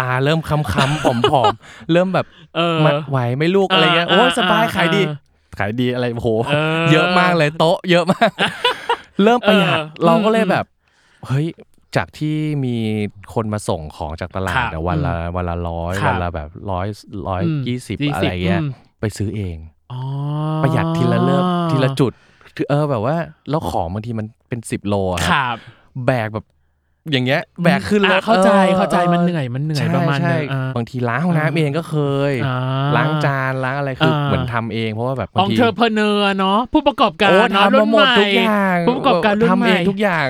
Speaker 4: ตาเริ่มค้ำๆผอมๆ เริ่มแบบ
Speaker 1: เออ
Speaker 4: มันไหวไหม่ลูกอะไรเงี้ย
Speaker 1: อ่า
Speaker 4: โอ้ยสบาย
Speaker 1: อ่า
Speaker 4: ขายดี
Speaker 1: อ่า
Speaker 4: ขายดีอะไรโอ้โห
Speaker 1: เออ
Speaker 4: เยอะมากเลยโต๊ะ เยอะมาก เริ่มประหยัด
Speaker 1: เออ
Speaker 4: เราก็เลย
Speaker 1: อืม
Speaker 4: แบบ เฮ้ยจากที่มีคนมาส่งของจากตลาด
Speaker 1: ครับ
Speaker 4: เนี่ยวันละวันละร้อย
Speaker 1: ครับ
Speaker 4: วันละแบบร้อยร้อย
Speaker 1: อืม
Speaker 4: ยี่สิบ
Speaker 1: ยี่
Speaker 4: อะ
Speaker 1: สิบ
Speaker 4: ไรเงี้ย
Speaker 1: อืม
Speaker 4: ไปซื้อเอง
Speaker 1: อ๋อ
Speaker 4: ประหยัดทีละเริ่มทีละจุดคือเออแบบว่าแล้วของบางทีมันเป็นสิบโลอะ
Speaker 1: ค
Speaker 4: ครับ
Speaker 1: รับ
Speaker 4: แบกแบบอย่างเงี้ย แบกขึ้นรถ
Speaker 1: อ่ะเข้าใจ
Speaker 4: ออ
Speaker 1: เข้าใจ
Speaker 4: ออ
Speaker 1: มันเหนื่อยมันเหนื่อย
Speaker 4: ใช่
Speaker 1: ประมาณนึง
Speaker 4: ใช่
Speaker 1: อ่า
Speaker 4: บางทีล้างห้องน้ำเองก็เคย
Speaker 1: อ่า
Speaker 4: ล้างจานล้างอะไรคืออา เหมือนทำเองเพราะว่าแบบบา
Speaker 1: อง ง
Speaker 4: ที
Speaker 1: เธอเพเนอร์เนาะผู้ประกอบการ
Speaker 4: โอ้
Speaker 1: เนาะ
Speaker 4: ทำ
Speaker 1: รุ่
Speaker 4: มาน หม
Speaker 1: ใหม่
Speaker 4: ดทุกอย่าง
Speaker 1: ผู้ประกอบการรุ่น
Speaker 4: ทำ
Speaker 1: ให
Speaker 4: เอ
Speaker 1: ม่
Speaker 4: งทุกอย่าง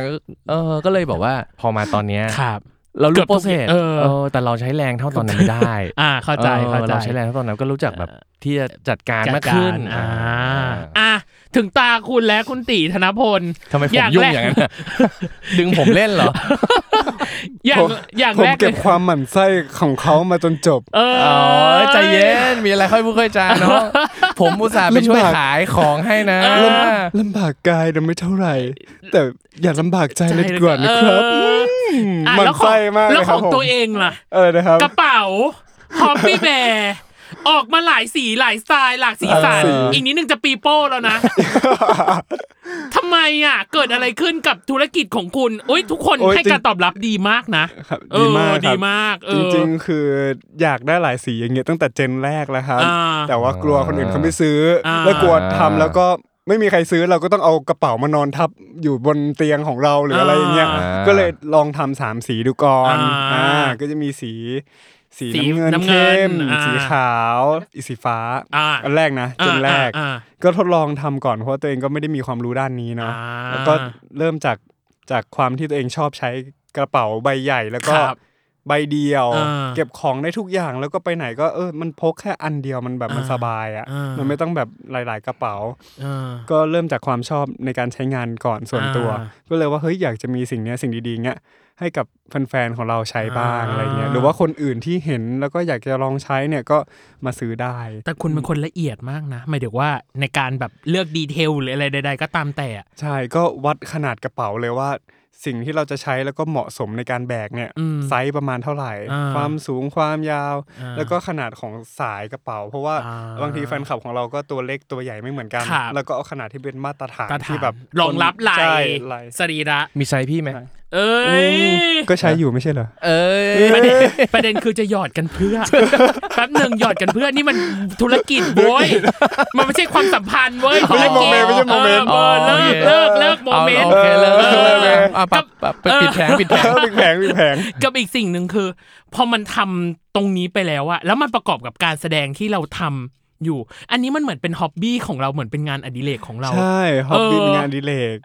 Speaker 4: เออก็เลยบอกว่าพอมาตอนเนี้ย
Speaker 1: ครับ
Speaker 4: เรา
Speaker 1: เกื
Speaker 4: รู้
Speaker 1: อบ
Speaker 4: โป
Speaker 1: ทุ
Speaker 4: ร
Speaker 1: ก
Speaker 4: เซส
Speaker 1: เออ
Speaker 4: เออแต่เราใช้แรงเท่าตอนนั้นไม่ได้
Speaker 1: อ่าเข้าใจ
Speaker 4: ออ
Speaker 1: เข้าใจ
Speaker 4: เราใช้แรงเท่าตอนนั้นก็รู้จักแบบที่จะจัดการ
Speaker 1: จัด
Speaker 4: มากขึ้น
Speaker 1: อ่า
Speaker 4: อ่า
Speaker 1: อ่ะ ถึงตาคุณและคุณตีธนพล
Speaker 4: ทำไมผมยุ่ง
Speaker 1: แรก
Speaker 4: อย่างนั้น อะ ดึงผมเล่นเหรอ
Speaker 1: อย่าง
Speaker 3: ผม
Speaker 1: อย่าง
Speaker 3: ผม
Speaker 1: แรก
Speaker 3: เก็บ
Speaker 1: เลย
Speaker 3: ความหมั่นไส้ของเขามาจนจบ
Speaker 1: เอ
Speaker 4: เอ
Speaker 1: อ
Speaker 4: อใจเย็น มีอะไรค่อยพูดค่อยจาเนาะ ผมอุตส่าห์ไปช่วย
Speaker 3: ลำบาก
Speaker 4: ขายของให้นะ
Speaker 1: เออ
Speaker 3: ลำบากกายแต่ไม่เท่าไหร่ แต่อย่าลำบากใจเลย
Speaker 1: ใจ
Speaker 3: ดีกว่านะ
Speaker 1: เออ
Speaker 3: ครับม
Speaker 1: อ่ะ
Speaker 3: หมัน
Speaker 1: แล้วขอ
Speaker 3: ไส้
Speaker 1: ง
Speaker 3: มากเล
Speaker 1: แล้ว
Speaker 3: ยค
Speaker 1: ข
Speaker 3: รั
Speaker 1: อบ ง
Speaker 3: ผม
Speaker 1: ตัวเองล่ะ
Speaker 3: เออนะครับ
Speaker 1: กระเป๋าฮอปปี้แบร์ออกมาหลายสีหลายสไตล์หลากสีสัน
Speaker 3: เอออี
Speaker 1: อีกนิดนึงจะปีโป้แล้ว นะทำไมอ่ะ เกิดอะไรขึ้นกับธุรกิจของคุณโอ้ยทุกคน
Speaker 3: โอ้ย
Speaker 1: ให้การตอบรับดีมากนะครับเออ
Speaker 3: ดีมากครับ
Speaker 1: ดีมากเออ
Speaker 3: จริงๆ คืออยากได้หลายสีอย่างเงี้ยตั้งแต่เจนแรกแล้วครับ
Speaker 1: อ่า
Speaker 3: แต่ว่ากลัวคนอื่นเขาไม่ซื้ออา แล้วกลัวทำแล้วก็ไม่มีใครซื้อเราก็ต้องเอากระเป๋ามานอนทับอยู่บนเตียงของเราหรืออะไรอย่างเงี้ย
Speaker 4: อ่า
Speaker 3: ก็เลยลองทำสามสีดูก่อน
Speaker 1: อ่า
Speaker 3: อ่าก็จะมีสีสี
Speaker 1: สี
Speaker 3: น้ำเงิน
Speaker 1: น้ำเงิ
Speaker 3: เข้
Speaker 1: น
Speaker 3: ม
Speaker 1: อ่า
Speaker 3: สีขาวอีสีฟ้า
Speaker 1: อ่า
Speaker 3: อันแรกนะเจนแรก
Speaker 1: อ่า
Speaker 3: ก็ทดลองทำก่อนเพราะว่าตัวเองก็ไม่ได้มีความรู้ด้านนี้เนาะ
Speaker 1: อ่า
Speaker 3: แล้วก็เริ่มจากจากความที่ตัวเองชอบใช้กระเป๋าใบใหญ่แล้วก็
Speaker 1: ครับ
Speaker 3: ใบเดียว
Speaker 1: อ่า
Speaker 3: เก็บของได้ทุกอย่างแล้วก็ไปไหนก็เออมันพกแค่อันเดียวมันแบบมันสบายอ่ะ
Speaker 1: อ่ามั
Speaker 3: มันไม่ต้องแบบหลาย ๆ กระเป๋า
Speaker 1: อ่า
Speaker 3: ก็เริ่มจากความชอบในการใช้งานก่อนส่วนตัว
Speaker 1: อ่า
Speaker 3: ก็เลยว่าเฮ้ยอยากจะมีสิ่งเนี้ยสิ่งดีๆเงี้ยให้กับแฟนๆของเราใช้บ้าง
Speaker 1: อ่า
Speaker 3: อะไรเงี้ยหรือว่าคนอื่นที่เห็นแล้วก็อยากจะลองใช้เนี่ยก็มาซื้อได้
Speaker 1: แต่คุณเป็นคนละเอียดมากนะหมายถึงว่าในการแบบเลือกดีเทลหรืออะไรใด ๆ ก็ตามแต่อ่ะ
Speaker 3: ใช่ก็วัดขนาดกระเป๋าเลยว่า สิ่งที่เราจะใช้แล้วก็เหมาะสมในการแบกเนี่ย
Speaker 1: อืม
Speaker 3: ไซส์ประมาณเท่าไหร่
Speaker 1: อ่า
Speaker 3: ความสูงความยาว
Speaker 1: อ่า
Speaker 3: แล้วก็ขนาดของสายกระเป๋า เพราะว่า
Speaker 1: อ่า
Speaker 3: บางทีแฟนคลับของเราก็ตัวเล็กตัวใหญ่ไม่เหมือนกัน
Speaker 1: ครับ
Speaker 3: แล้วก็เอาขนาดที่เป็นมาตรฐาน
Speaker 1: ตาถา
Speaker 3: ที่
Speaker 1: ม
Speaker 3: แบบ
Speaker 1: รองรับไหล
Speaker 3: ใช่ไหล
Speaker 1: สรีระ
Speaker 4: มีไซส์พี่ไหม
Speaker 1: เอ้ย
Speaker 3: ก็ใช้อยู่ไม่ใช่เหรอ
Speaker 4: เอ้ย
Speaker 1: ประเด็นประเด็นคือจะหยอดกันเพื่อ แป๊บหนึ่งหยอดกันเพื่อนี่มันธุรกิจโว้ยมันไม่ใช่ความสัมพันธ์เว้ย
Speaker 3: ไม่ใช่
Speaker 1: ธุรกิจ
Speaker 3: โมเมนต์ไม่ใช่โมเมนต์
Speaker 1: ออเออเลิกเลิกเลิกโม
Speaker 4: อา
Speaker 1: เมนต์
Speaker 4: โอเคเลิก
Speaker 3: เออ
Speaker 4: เลิกเลิก
Speaker 1: เออ
Speaker 4: อ่ะปรับปรับไป
Speaker 1: เออ
Speaker 4: ปิดแผงปิดแผง
Speaker 3: มีแผงมีแผง
Speaker 1: กับอีกสิ่งหนึ่งคือ พอมันทำตรงนี้ไปแล้วอะแล้วมันประกอบกับการแสดงที่เราทำอยู่ อันนี้มันเหมือนเป็นฮ็อบบี้ของเราเหมือนเป็นงานอดิเรกของเรา
Speaker 3: ใช่ฮอบบี้
Speaker 1: เออ
Speaker 3: เป็นงานอดีเลก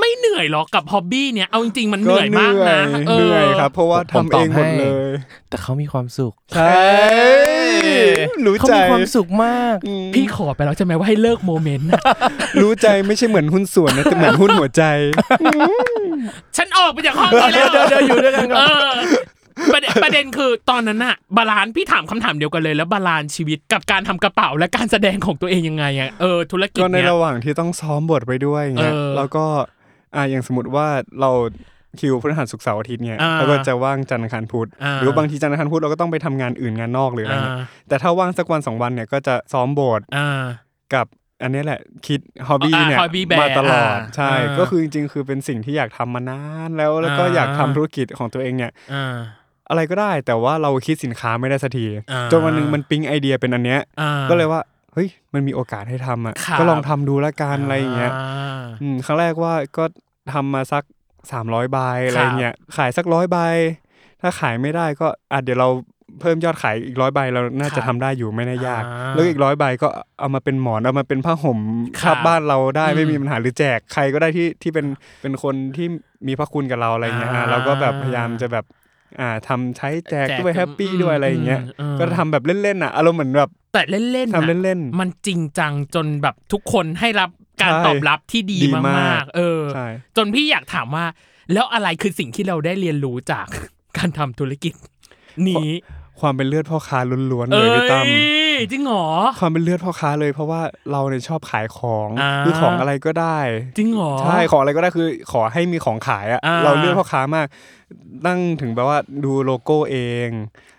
Speaker 1: ไม่เหนื่อยหรอกกับฮ็อบบี้เนี่ยเอาจริงๆมันเห
Speaker 3: ก็
Speaker 1: นื่อยมากนะ
Speaker 3: เหนื่อยครับ เพราะว่า
Speaker 4: ผม
Speaker 3: ทำเองหม
Speaker 4: ตอ
Speaker 3: ด
Speaker 4: บให้
Speaker 3: เลย
Speaker 4: แต่เขามีความสุข
Speaker 3: ใช่รู้
Speaker 4: เขา
Speaker 3: ใจ
Speaker 4: มีความสุขมาก
Speaker 1: พี่ขอไปแล้วใช่ไหมว่าให้เลิกโมเมนต์นะ
Speaker 3: รู้ใจไม่ใช่เหมือนหุ้นส่วนนะแต่เหมือนหุ้นหัว ใจ
Speaker 1: ฉันออกไปจากห้องนี้แล้ว
Speaker 4: เดี๋ยวเดี๋ยวอยู่ด้วยกันก่อน
Speaker 1: เออประเด็นประเด็นคือตอนนั้นอะบาลานซ์พี่ถามคำถามเดียวกันเลย แล้วบาลานซ์ชีวิตกับการทำกระเป๋าและการแสดงของตัวเองยังไงอะเออธุรกิจ
Speaker 3: ก็ใน
Speaker 1: เนี้ย
Speaker 3: ระหว่างที่ต้องซ้อมบทไปด้วยเงี้ย
Speaker 1: เออ
Speaker 3: แล้วก็อ่าอย่างสมมติว่าเราคิวพฤหัสศุกร์เสาร์อาทิตย์เนี่ย
Speaker 1: อ่า
Speaker 3: แล้วก็จะว่างจันทร์อังคารพุธ
Speaker 1: อ่า
Speaker 3: หรือว่าบางทีจันทร์อังคารพุธเราก็ต้องไปทำงานอื่นงานนอกหรืออะไรเงี้ย
Speaker 1: อ่า
Speaker 3: แต่ถ้าว่างสักวันสองวันเนี่ยก็จะซ้อมบท
Speaker 1: อ่า
Speaker 3: กับอันนี้แหละคิดฮอบบี้
Speaker 1: อ่า
Speaker 3: เนี่ย
Speaker 1: hobby bear
Speaker 3: มาตลอด
Speaker 1: อ่า
Speaker 3: ใช่
Speaker 1: อ่า
Speaker 3: ก็คือจริงๆคือเป็นสิ่งที่อยากทำมานานแล้วแล้วก็
Speaker 1: อ่า
Speaker 3: อยากทำธุรกิจของตัวเองเนี่ย
Speaker 1: อ่า
Speaker 3: อะไรก็ได้แต่ว่าเราคิดสินค้าไม่ได้สักที
Speaker 1: อ่า
Speaker 3: จนวันหนึ่งมันปิ๊งไอเดียเป็นอันเนี้ย
Speaker 1: อ่า
Speaker 3: ก็เลยว่า เฮ้ยมันมีโอกาสให้ทำอ่ะ
Speaker 1: ครับ
Speaker 3: ก็ลองทำดูละกันอะไรอย่างเงี้ย
Speaker 1: อ่า
Speaker 3: อืมครั้งแรกว่าก็ทำมาสักสามร้อยใบอะไร
Speaker 1: ครับ
Speaker 3: เงี้ยขายสักร้อยใบถ้าขายไม่ได้ก็อ่ะเดี๋ยวเราเพิ่มยอดขายอีกร้อยใบเราน่าจะทำได้อยู่ไม่น่ายาก แล้วอีกร้อยใบก็เอามาเป็นหมอนเอามาเป็นผ้าห่ม
Speaker 1: ครั
Speaker 3: ทั
Speaker 1: บบ
Speaker 3: บ้านเราได้
Speaker 1: อืม
Speaker 3: ไม่มีปัญหาหรือแจกใครก็ได้ที่ที่เป็นเป็นคนที่มีพระคุณกับเราอะไรเงี้ย
Speaker 1: อ่า
Speaker 3: ฮะเราก็แบบพยายามจะแบบอ่าทำใช้แจก
Speaker 1: แจก
Speaker 3: ด้วยแฮปปี้ด้วยอะไรอย่างเงี้ย
Speaker 1: อืมอืม
Speaker 3: ก็ทำแบบเล่นๆอ่ะอารมณ์เหมือนแบบ
Speaker 1: แต่เล่นๆ
Speaker 3: ทำเล่น
Speaker 1: ๆมันจริงจังจนแบบทุกคนให้รับการ
Speaker 3: ใช่
Speaker 1: ตอบรับที่ดี
Speaker 3: ดี
Speaker 1: ม
Speaker 3: มาก
Speaker 1: ากๆ เออ
Speaker 3: ใช่
Speaker 1: จนพี่อยากถามว่า แล้วอะไรคือสิ่งที่เราได้เรียนรู้จาก การทำธุรกิจ นี้
Speaker 3: ความเป็นเลือดพ่อค้าล้วนๆเล
Speaker 1: เอ้
Speaker 3: ย
Speaker 1: ย
Speaker 3: พี่ตั้ม
Speaker 1: จริงเหรอ
Speaker 3: ความเป็นเลือดพ่อค้าเลย เพราะว่าเราเนี่ยชอบขายของ
Speaker 1: อ่า
Speaker 3: คือของอะไรก็ได้
Speaker 1: จริงเหรอ
Speaker 3: ใช่ของอะไรก็ได้คือขอให้มีของขายอะ
Speaker 1: อ่า
Speaker 3: เราเลือกพ่อค้ามากนั่งถึงแบบว่าดูโลโก้เอง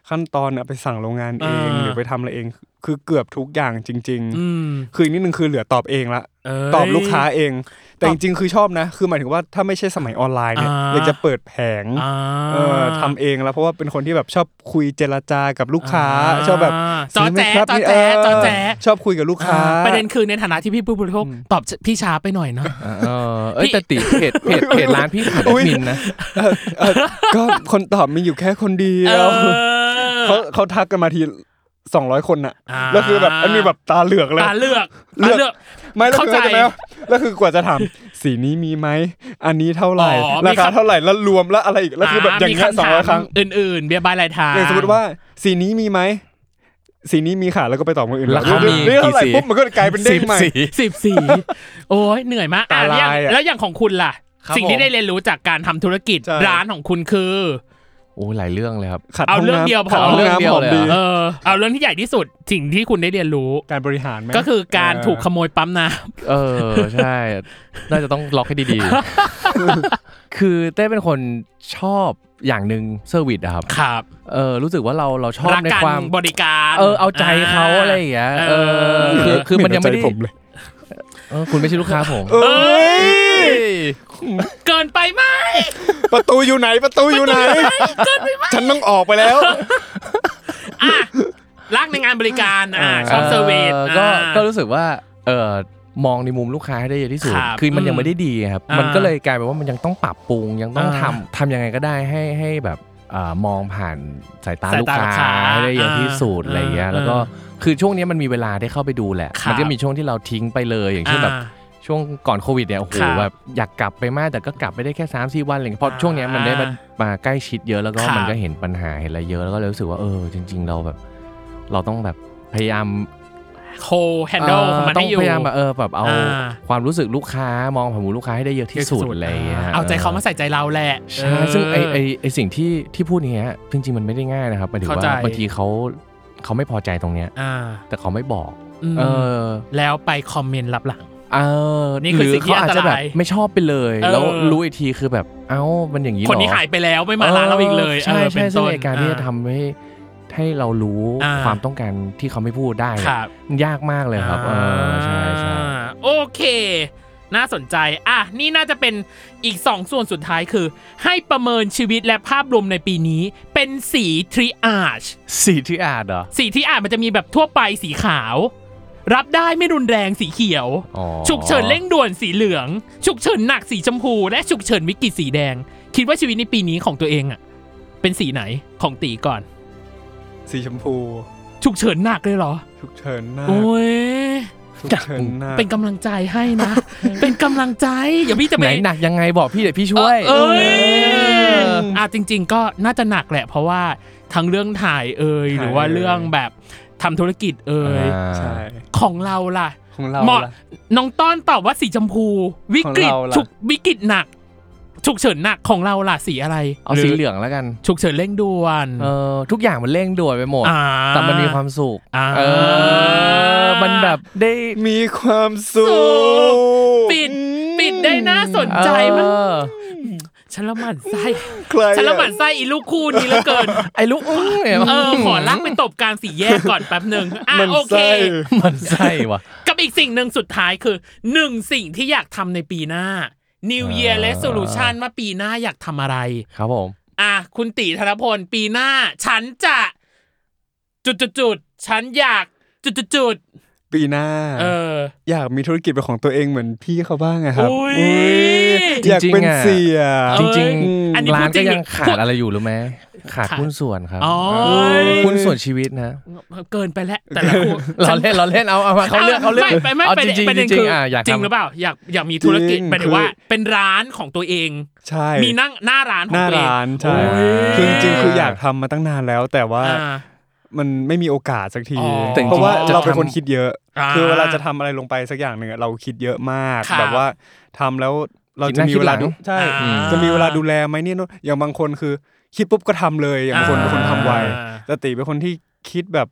Speaker 3: ขั้นตอนเอาไปสั่งโรงงานเอง
Speaker 1: อ่า
Speaker 3: หรือไปทำอะไรเอง คือเกือบทุกอย่างจริง
Speaker 1: อืม
Speaker 3: ๆ คืออีกนิดนึงคือเหลือตอบเองละ
Speaker 1: เย
Speaker 3: ตอบลูกค้าเอง แต่จริงๆคือชอบนะ คือหมายถึงว่าถ้าไม่ใช่สมัยออนไลน์เนี่ย
Speaker 1: อ่า
Speaker 3: อยากจะเปิดแผง
Speaker 1: อ่า
Speaker 3: เออทำเองแล้วเพราะว่าเป็นคนที่แบบชอบคุยเจรจากับลูกค้า
Speaker 1: อ่า
Speaker 3: ชอบแบบ
Speaker 1: จอแจ๊ะ
Speaker 3: ซื้ไหมครับ
Speaker 1: จอ
Speaker 3: นี่
Speaker 1: แจ๊ะ
Speaker 3: เ
Speaker 1: จอแจ๊ะ
Speaker 3: ชอบคุยกับลูกค้า
Speaker 1: อ่าประเด็นคือในฐานะที่พี่ผู้บริโภคตอบพี่ช้าไปหน่อยเนาะ
Speaker 4: เออเอ้ย
Speaker 1: พี่
Speaker 4: แต่ติเพจเพจเพจร้านพี่ขาดแอดมินนะ
Speaker 3: เอ่อเอ่อก็คนตอบมีอยู่แค่คนเดียว
Speaker 1: เอ
Speaker 3: เขา
Speaker 1: อ
Speaker 3: เขาทักกันมาทีสองร้อยคนน่ะ
Speaker 1: อ่า
Speaker 3: แล้วคือแบบอันนี้แบบตาเหลือกเลย
Speaker 1: ตาเลือก
Speaker 3: เลื
Speaker 1: ตา
Speaker 3: อก
Speaker 1: เลือก
Speaker 3: ไม่แล้วคือ
Speaker 1: เข้าใจ
Speaker 3: เข้าใจไหมว่าแล้วคือกว่าจะถาม สีนี้มีไหม อันนี้เท่าไหร่
Speaker 1: อ๋อมี
Speaker 3: ราคา
Speaker 1: คำ
Speaker 3: เท่าไหร่แล้วรวมแล้วอะไรอีกแล้วคือแบบอย่าง
Speaker 1: มี
Speaker 3: เงี้ยสองร้อยครั้ง
Speaker 1: อื่นๆ เบียร์บายลายทาง
Speaker 3: อย่างสมมติว่าสีนี้มีไหมสีนี้มีค่ะแล้วก็ไปตอบคนอื่น
Speaker 4: ราคามี
Speaker 3: เรื่องอะไร
Speaker 4: กี่สี
Speaker 3: ปุ๊บมันก็กลายเป็นเด้งใหม่
Speaker 1: สิบสี่โอ้ยเหนื่อยมากอ่ะ
Speaker 3: ตาลาย
Speaker 1: แล้ว
Speaker 3: อะ
Speaker 1: แล้วอย่างของคุณล่ะ
Speaker 3: ครับ
Speaker 1: สิ่งที่ได้เรียนรู้จากการทำธุรกิจ
Speaker 3: ใช่
Speaker 1: ร้านของคุณคือ
Speaker 4: โอ้หลายเรื่องเลยครับ
Speaker 3: ขัด
Speaker 1: เอา
Speaker 3: ห้
Speaker 1: เรื่องเดียวพอ
Speaker 3: น้ำขัดห้องน้ำหอมดี
Speaker 1: เออเอาเรื่องที่ใหญ่ที่สุดสิ่งที่คุณได้เรียนรู้
Speaker 3: การบริหารไหม
Speaker 1: ก็คือการถูกข
Speaker 3: เออ
Speaker 1: โมยปั๊มน้
Speaker 4: เอ อ ใช่ น่าจะต้องล็อกให้ดีๆ คือเต้เป็นคนชอบอย่างหนึ่งเซอร์วิสอะครับ
Speaker 1: ำครับ
Speaker 4: เออ รู้สึกว่าเราเราชอบ
Speaker 1: รัก
Speaker 4: ใน
Speaker 1: การ
Speaker 4: ความ
Speaker 1: บริการ
Speaker 4: เออเอาใจเขาอะไรอย่างเงี้ยเออคือคือมันยังไม่ได้
Speaker 3: เห็ใจผมเลย
Speaker 4: เออคุณไม่ใช่ลูกค้าผม
Speaker 3: เอ้ย
Speaker 1: เกินไปไหม
Speaker 3: ประตูอยู่ไหนประตูอยู่ไหน ฉันต้องออกไปแล้ว
Speaker 1: อ่ะรักในงานบริการอ่ะชอบเซอร์วิส
Speaker 4: ก็ก็รู้สึกว่าเออมองในมุมลูกค้าให้ได้เยอะที่สุด
Speaker 1: ครับ
Speaker 4: อมันยังไม่ได้ดีครับ
Speaker 1: อ่ามั
Speaker 4: มันก็เลยกลายเป็นว่ามันยังต้องปรับปรุงยังต้อง
Speaker 1: อ่า
Speaker 4: ทำทำยังไงก็ได้ให้ให้แบบเอ่อมองผ่านสายตา
Speaker 1: สาย
Speaker 4: ลูก
Speaker 1: ตาลูก
Speaker 4: ค้า
Speaker 1: ค้า
Speaker 4: ให้ได้เยอะที่สุด
Speaker 1: อ่า
Speaker 4: อะไรอย่างเงี้ยแล้วก็คือช่วงเนี้ยมันมีเวลาได้เข้าไปดูแหละ
Speaker 1: ครับ
Speaker 4: มันก็มีช่วงที่เราทิ้งไปเลยอย่างเช่นแบบ ช่วงก่อนโควิดเนี่ยโอ้โห
Speaker 1: ครับ
Speaker 4: แบบอยากกลับไปมากแต่ก็กลับไปได้แค่3าสี่วันอะไรเงี้ยเพราะ
Speaker 1: อ่า
Speaker 4: ช่วงเนี้ยมันได้มามาใกล้ชิดเยอะแล้วก็
Speaker 1: ครับ
Speaker 4: มันก็เห็นปัญหาเห็นอะไรเยอะแล้วก็เลยรู้สึกว่าเออจริง ๆ เราแบบ เราต้องแบบพยายาม
Speaker 1: โคแฮนดล
Speaker 4: เอ่อ
Speaker 1: มัน
Speaker 4: ต้อ
Speaker 1: ให้
Speaker 4: ง
Speaker 1: อยู่
Speaker 4: พยายามแบบเออแบบเอา
Speaker 1: อ่า
Speaker 4: ความรู้สึกลูกค้ามองผ่านมุมลูกค้าให้ได้เยอะที่สุดอะไรเงี้ย
Speaker 1: เอาใจเขามาใส่ใจเราแหละ
Speaker 4: ใช่ซึ่งไอไอไอสิ่งที่ที่พูดเนี้ยจริง ๆ มันไม่ได้ง่ายนะครับหมายถึง
Speaker 1: เข้าใจ
Speaker 4: ว่าบางทีเขาเขาไม่พอใจตรงเนี้ย
Speaker 1: อ่า
Speaker 4: แต่เขาไม่บอก
Speaker 1: อืม
Speaker 4: เออ
Speaker 1: แล้วไปคอมเมนต์รับหลัง
Speaker 4: เออ
Speaker 1: นี่คือ
Speaker 4: หรื
Speaker 1: สิ่งที่
Speaker 4: เขาอาจจะ
Speaker 1: อันต
Speaker 4: แบ
Speaker 1: รา
Speaker 4: บ
Speaker 1: ย
Speaker 4: ไม่ชอบไปเลย
Speaker 1: เออ
Speaker 4: แล้วรู้อีกทีคือแบบเอ้ามันอย่างนี้เหรอ
Speaker 1: คนนี้หายไปแล้วไม่มาร้านเราอีกเลย
Speaker 4: ใช่
Speaker 1: เออ
Speaker 4: ใช่
Speaker 1: เป็น
Speaker 4: ซึ่
Speaker 1: ต้
Speaker 4: ง
Speaker 1: น
Speaker 4: ไอ้การที่จะ
Speaker 1: อ่
Speaker 4: ทำให้ให้เรารู้
Speaker 1: อ่า
Speaker 4: ความต้องการที่เขาไม่พูดได้เนี่ย
Speaker 1: ครับ
Speaker 4: มันยากมากเลยครับเออใช่ใช่
Speaker 1: อ่าโอเค น่าสนใจ อ่ะ นี่น่าจะเป็นอีก 2 ส่วนสุดท้ายคือ ให้ประเมินชีวิตและภาพรวมในปีนี้ เป็นสีทริอาช
Speaker 4: สีที่อาจเหรอ
Speaker 1: สีที่อ่านมันจะมีแบบทั่วไปสีขาว รับได้ไม่รุนแรงสีเขียว
Speaker 4: อ๋อ
Speaker 1: ฉุกเฉินเร่งด่วนสีเหลือง ฉุกเฉินหนักสีชมพู และฉุกเฉินวิกฤตสีแดง คิดว่าชีวิตในปีนี้ของตัวเองอ่ะ เป็นสีไหนของตีก่อน
Speaker 3: สีชมพู
Speaker 1: ฉุกเฉินหนักเลยเหรอ
Speaker 3: ฉุกเฉินหน้า
Speaker 1: โอ้ย
Speaker 3: ฉุกเฉินหน้า
Speaker 1: เป็นกำลังใจให้นะ เป็นกำลังใจอย่าพี่จะ
Speaker 4: ไห
Speaker 1: ไป
Speaker 4: นหนักยังไงบอกพี่เดี๋ยวพี่ช่วย
Speaker 1: เอ้ยอ่ะจริง ๆ ก็น่าจะหนักแหละ เพราะว่าทั้งเรื่องถ่ายเอ่ยหรือว่าเรื่องแบบทำธุรกิจเอ่ย
Speaker 4: อ่า
Speaker 3: ใช่
Speaker 1: ของเราล่ะ
Speaker 3: ของเรา
Speaker 1: เหมาะ
Speaker 3: ล่ะ
Speaker 1: น้องต้อนตอบว่าสีชมพู วิกฤต
Speaker 3: ของเราล่ะ
Speaker 1: ฉุกวิกฤตหนัก ฉุกเฉินหนักของเราล่ะสีอะไร
Speaker 4: เอาสีเหลืองแล้วกัน
Speaker 1: ฉุกเฉินเร่งด่วน
Speaker 4: เออทุกอย่างมันเร่งด่วนไปหมด
Speaker 1: า
Speaker 4: แต่มันมีความสุข
Speaker 1: อ่า
Speaker 4: เออมันแบบได้
Speaker 3: มีความสุข
Speaker 1: ปิดปิดได้น่าสนใจมัน
Speaker 4: เออ
Speaker 1: ฉันละหมันไส้
Speaker 3: ใครอะ
Speaker 1: ฉันละหมันไส้อีลูกคู่นี้เหลือเกิน
Speaker 4: ไอ้ลูกอื้อเนี่ย
Speaker 1: เออขอลากไปตบกลางสี่แยกก่อนแป๊บหนึ่งอ่ะ
Speaker 3: หมัน
Speaker 1: โอเค
Speaker 3: ไส้
Speaker 4: มันใช่วะ
Speaker 1: กับอีกสิ่งหนึ่งสุดท้ายคือหนึ่งสิ่งที่อยากทำในปีหน้า New Year
Speaker 4: อ่า
Speaker 1: Resolution ว่าปีหน้าอยากทำอะไร
Speaker 4: ครับผม
Speaker 1: อ่ะคุณตีธนพลปีหน้า ฉันจะ จุดจุดจุดๆๆฉันอยากจุดจุดจุด
Speaker 3: ปีหน้า
Speaker 1: เออ
Speaker 3: อยากมีธุรกิจเป็นของตัวเองเหมือนพี่เขาบ้างอะครับ
Speaker 1: อุ๊ย
Speaker 3: อุ๊ยอยากเป็นเสีย
Speaker 4: จริง
Speaker 1: เอ้ยอันนี้
Speaker 4: ๆร้าน
Speaker 1: พูดจริง
Speaker 4: ก็ยังขา
Speaker 1: พู
Speaker 4: ด
Speaker 1: ด
Speaker 4: อะไรอยู่หรือไหมขาด
Speaker 1: ขาด
Speaker 4: หุ้นส่วนครับ
Speaker 1: โอ้ย
Speaker 4: หุ้นส่วนชีวิตนะ
Speaker 1: เกินไปแล้วแต่ละคู่
Speaker 4: เราเล่นเราเล่นเอาเอามาเขาเลือกเขาเลือก
Speaker 1: ไม่ไม่
Speaker 4: เอา
Speaker 1: ประ
Speaker 4: จ
Speaker 1: เด็น
Speaker 4: ริง
Speaker 1: ประเด็น
Speaker 4: ๆจริ
Speaker 1: คื
Speaker 4: ง
Speaker 1: ออ
Speaker 4: ๆอ่ะอยาก
Speaker 1: จริง
Speaker 4: ทำ
Speaker 1: หรือเปล่าอยากอยากมีธุรกิจ
Speaker 3: จริง
Speaker 1: หมายถึ
Speaker 3: คื
Speaker 1: ง
Speaker 3: อ
Speaker 1: ว่าเป็นร้านของตัวเอง
Speaker 3: ใช่
Speaker 1: มีนั่งหน้าร้านของ
Speaker 3: หน้า
Speaker 1: ตัวเอง
Speaker 3: ร้านใช่
Speaker 1: โอ้ย
Speaker 3: คือจริงๆคืออยากทำมาตั้งนานแล้ว แต่ว่า
Speaker 1: อ่า
Speaker 3: มันไม่มีโอกาสสักที
Speaker 1: อ๋อ
Speaker 4: แต่จริงๆ
Speaker 3: เพราะว่า
Speaker 4: จะ
Speaker 3: เราเป็น
Speaker 4: ทำ
Speaker 3: คนคิดเยอะ
Speaker 1: อ่า
Speaker 3: คือเวลาจะทำอะไรลงไปสักอย่างหนึ่งอะเราคิดเยอะมาก
Speaker 1: ค่ะ
Speaker 3: แบบว่าทำแล้วเราจะมีเวลาดูใช่
Speaker 1: อ่า
Speaker 3: จะมีเวลาดูแลไหมเนี่ยเนอะอย่างบางคนคือคิดปุ๊บก็ทำเลยอย่างบางคนเป็นคนทำไว
Speaker 1: อ่า
Speaker 3: แต่ติเป็นคนที่คิดแบบ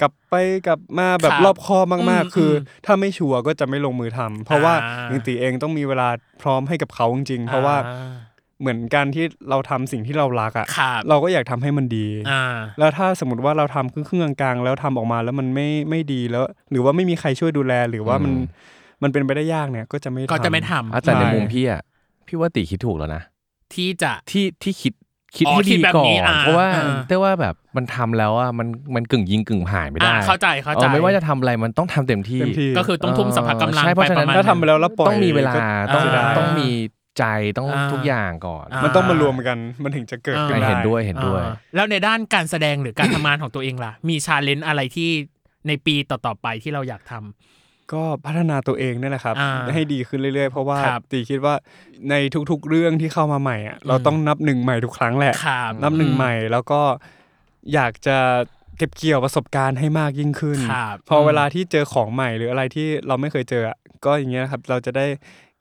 Speaker 3: กลับไปกลับมาแบบ
Speaker 1: ครับ
Speaker 3: รอบคอบมาก
Speaker 1: อืม
Speaker 3: ๆ คืออถ้าไม่ชัวร์ก็จะไม่ลงมือทำเพราะว่า
Speaker 1: อ่า
Speaker 3: อย่างติเองต้องมีเวลาพร้อมให้กับเขาจริงๆเพราะว่า
Speaker 1: อ่
Speaker 3: เหมือนการที่เราทำสิ่งที่เรารักอ่ะ
Speaker 1: ครับ
Speaker 3: เราก็อยากทำให้มันดี
Speaker 1: อ่า
Speaker 3: แล้วถ้าสมมติว่าเราทำครึ่งๆกลางๆแล้วทำออกมาแล้วมันไม่ไม่ดีแล้ว หรือว่าไม่มีใครช่วยดูแลหรือว่ามันมันเป็นไปได้ยากเนี่ยก็จะไม่
Speaker 1: ก็จะไม่
Speaker 3: ท
Speaker 1: ทำ
Speaker 4: อ่ะแต่ใน
Speaker 3: ใช่
Speaker 4: มุมพี่อ่ะพี่ว่าตีคิดถูกแล้วนะ
Speaker 1: ที่จะ
Speaker 4: ที่ที่คิดคิด
Speaker 1: อ๋อ
Speaker 4: ให้
Speaker 1: คิ
Speaker 4: ดี
Speaker 1: ดแบบ
Speaker 4: ก่อ
Speaker 1: นี้
Speaker 4: น
Speaker 1: อ่า
Speaker 4: เพราะว่า
Speaker 1: อ่า
Speaker 4: แต่ว่าแบบมันทำแล้วอ่ะมันมันกึ่งยิงกึ่งผ่านไม่ได้
Speaker 1: อ่าเข้าใจเข้าใจ
Speaker 4: ออไม่ว่าจะทำอะไรมันต้องทำเต็ม
Speaker 3: ำ
Speaker 4: ที่
Speaker 3: เต็มที่
Speaker 1: ก็คือต้องทุ่มสรรพกำลัง
Speaker 4: ใช่เพ
Speaker 1: ไป
Speaker 4: ราะ
Speaker 1: ป
Speaker 4: ฉะนั้
Speaker 1: ระ
Speaker 4: น
Speaker 1: มาณ
Speaker 3: ถ้าทำไป
Speaker 1: นั้น
Speaker 3: แล้วแล้วปล่อย
Speaker 4: ต้องมีเวลา
Speaker 3: ก็
Speaker 4: ต้อง
Speaker 3: เสียดาย
Speaker 4: ต้องมีใจต้อง
Speaker 1: อ่า
Speaker 4: ทุกอย่างก่อน
Speaker 1: อ่า
Speaker 3: มันต้องมารวมกันมันถึงจะเกิดขึ้น
Speaker 4: อ่า
Speaker 3: ได้
Speaker 4: เห็นด้วยเห็นด้วย
Speaker 1: อ่าแล้วในด้านการแสดงหรือการทำงานของตัวเองล่ะ มีชาเลนจ์อะไรที่ในปีต่อๆไปที่เราอยากทำ
Speaker 3: ก็พัฒนาตัวเองนี่แหละครับ
Speaker 1: อ่า
Speaker 3: ให้ดีขึ้นเรื่อยๆ เพราะว่า
Speaker 1: ครับ
Speaker 3: ตีคิดว่าในทุกๆเรื่องที่เข้ามาใหม่อ่ะเราต้องนับหนึ่งใหม่ทุกครั้งแหละ
Speaker 1: ครับ
Speaker 3: นับหนึ่ง
Speaker 1: อืม
Speaker 3: ใหม่แล้วก็อยากจะเก็บเกี่ยวประสบการณ์ให้มากยิ่งขึ้น
Speaker 1: ครับ
Speaker 3: พออ
Speaker 1: ม
Speaker 3: เวลาที่เจอของใหม่หรืออะไรที่เราไม่เคยเจออะก็อย่างเงี้ยครับเราจะได้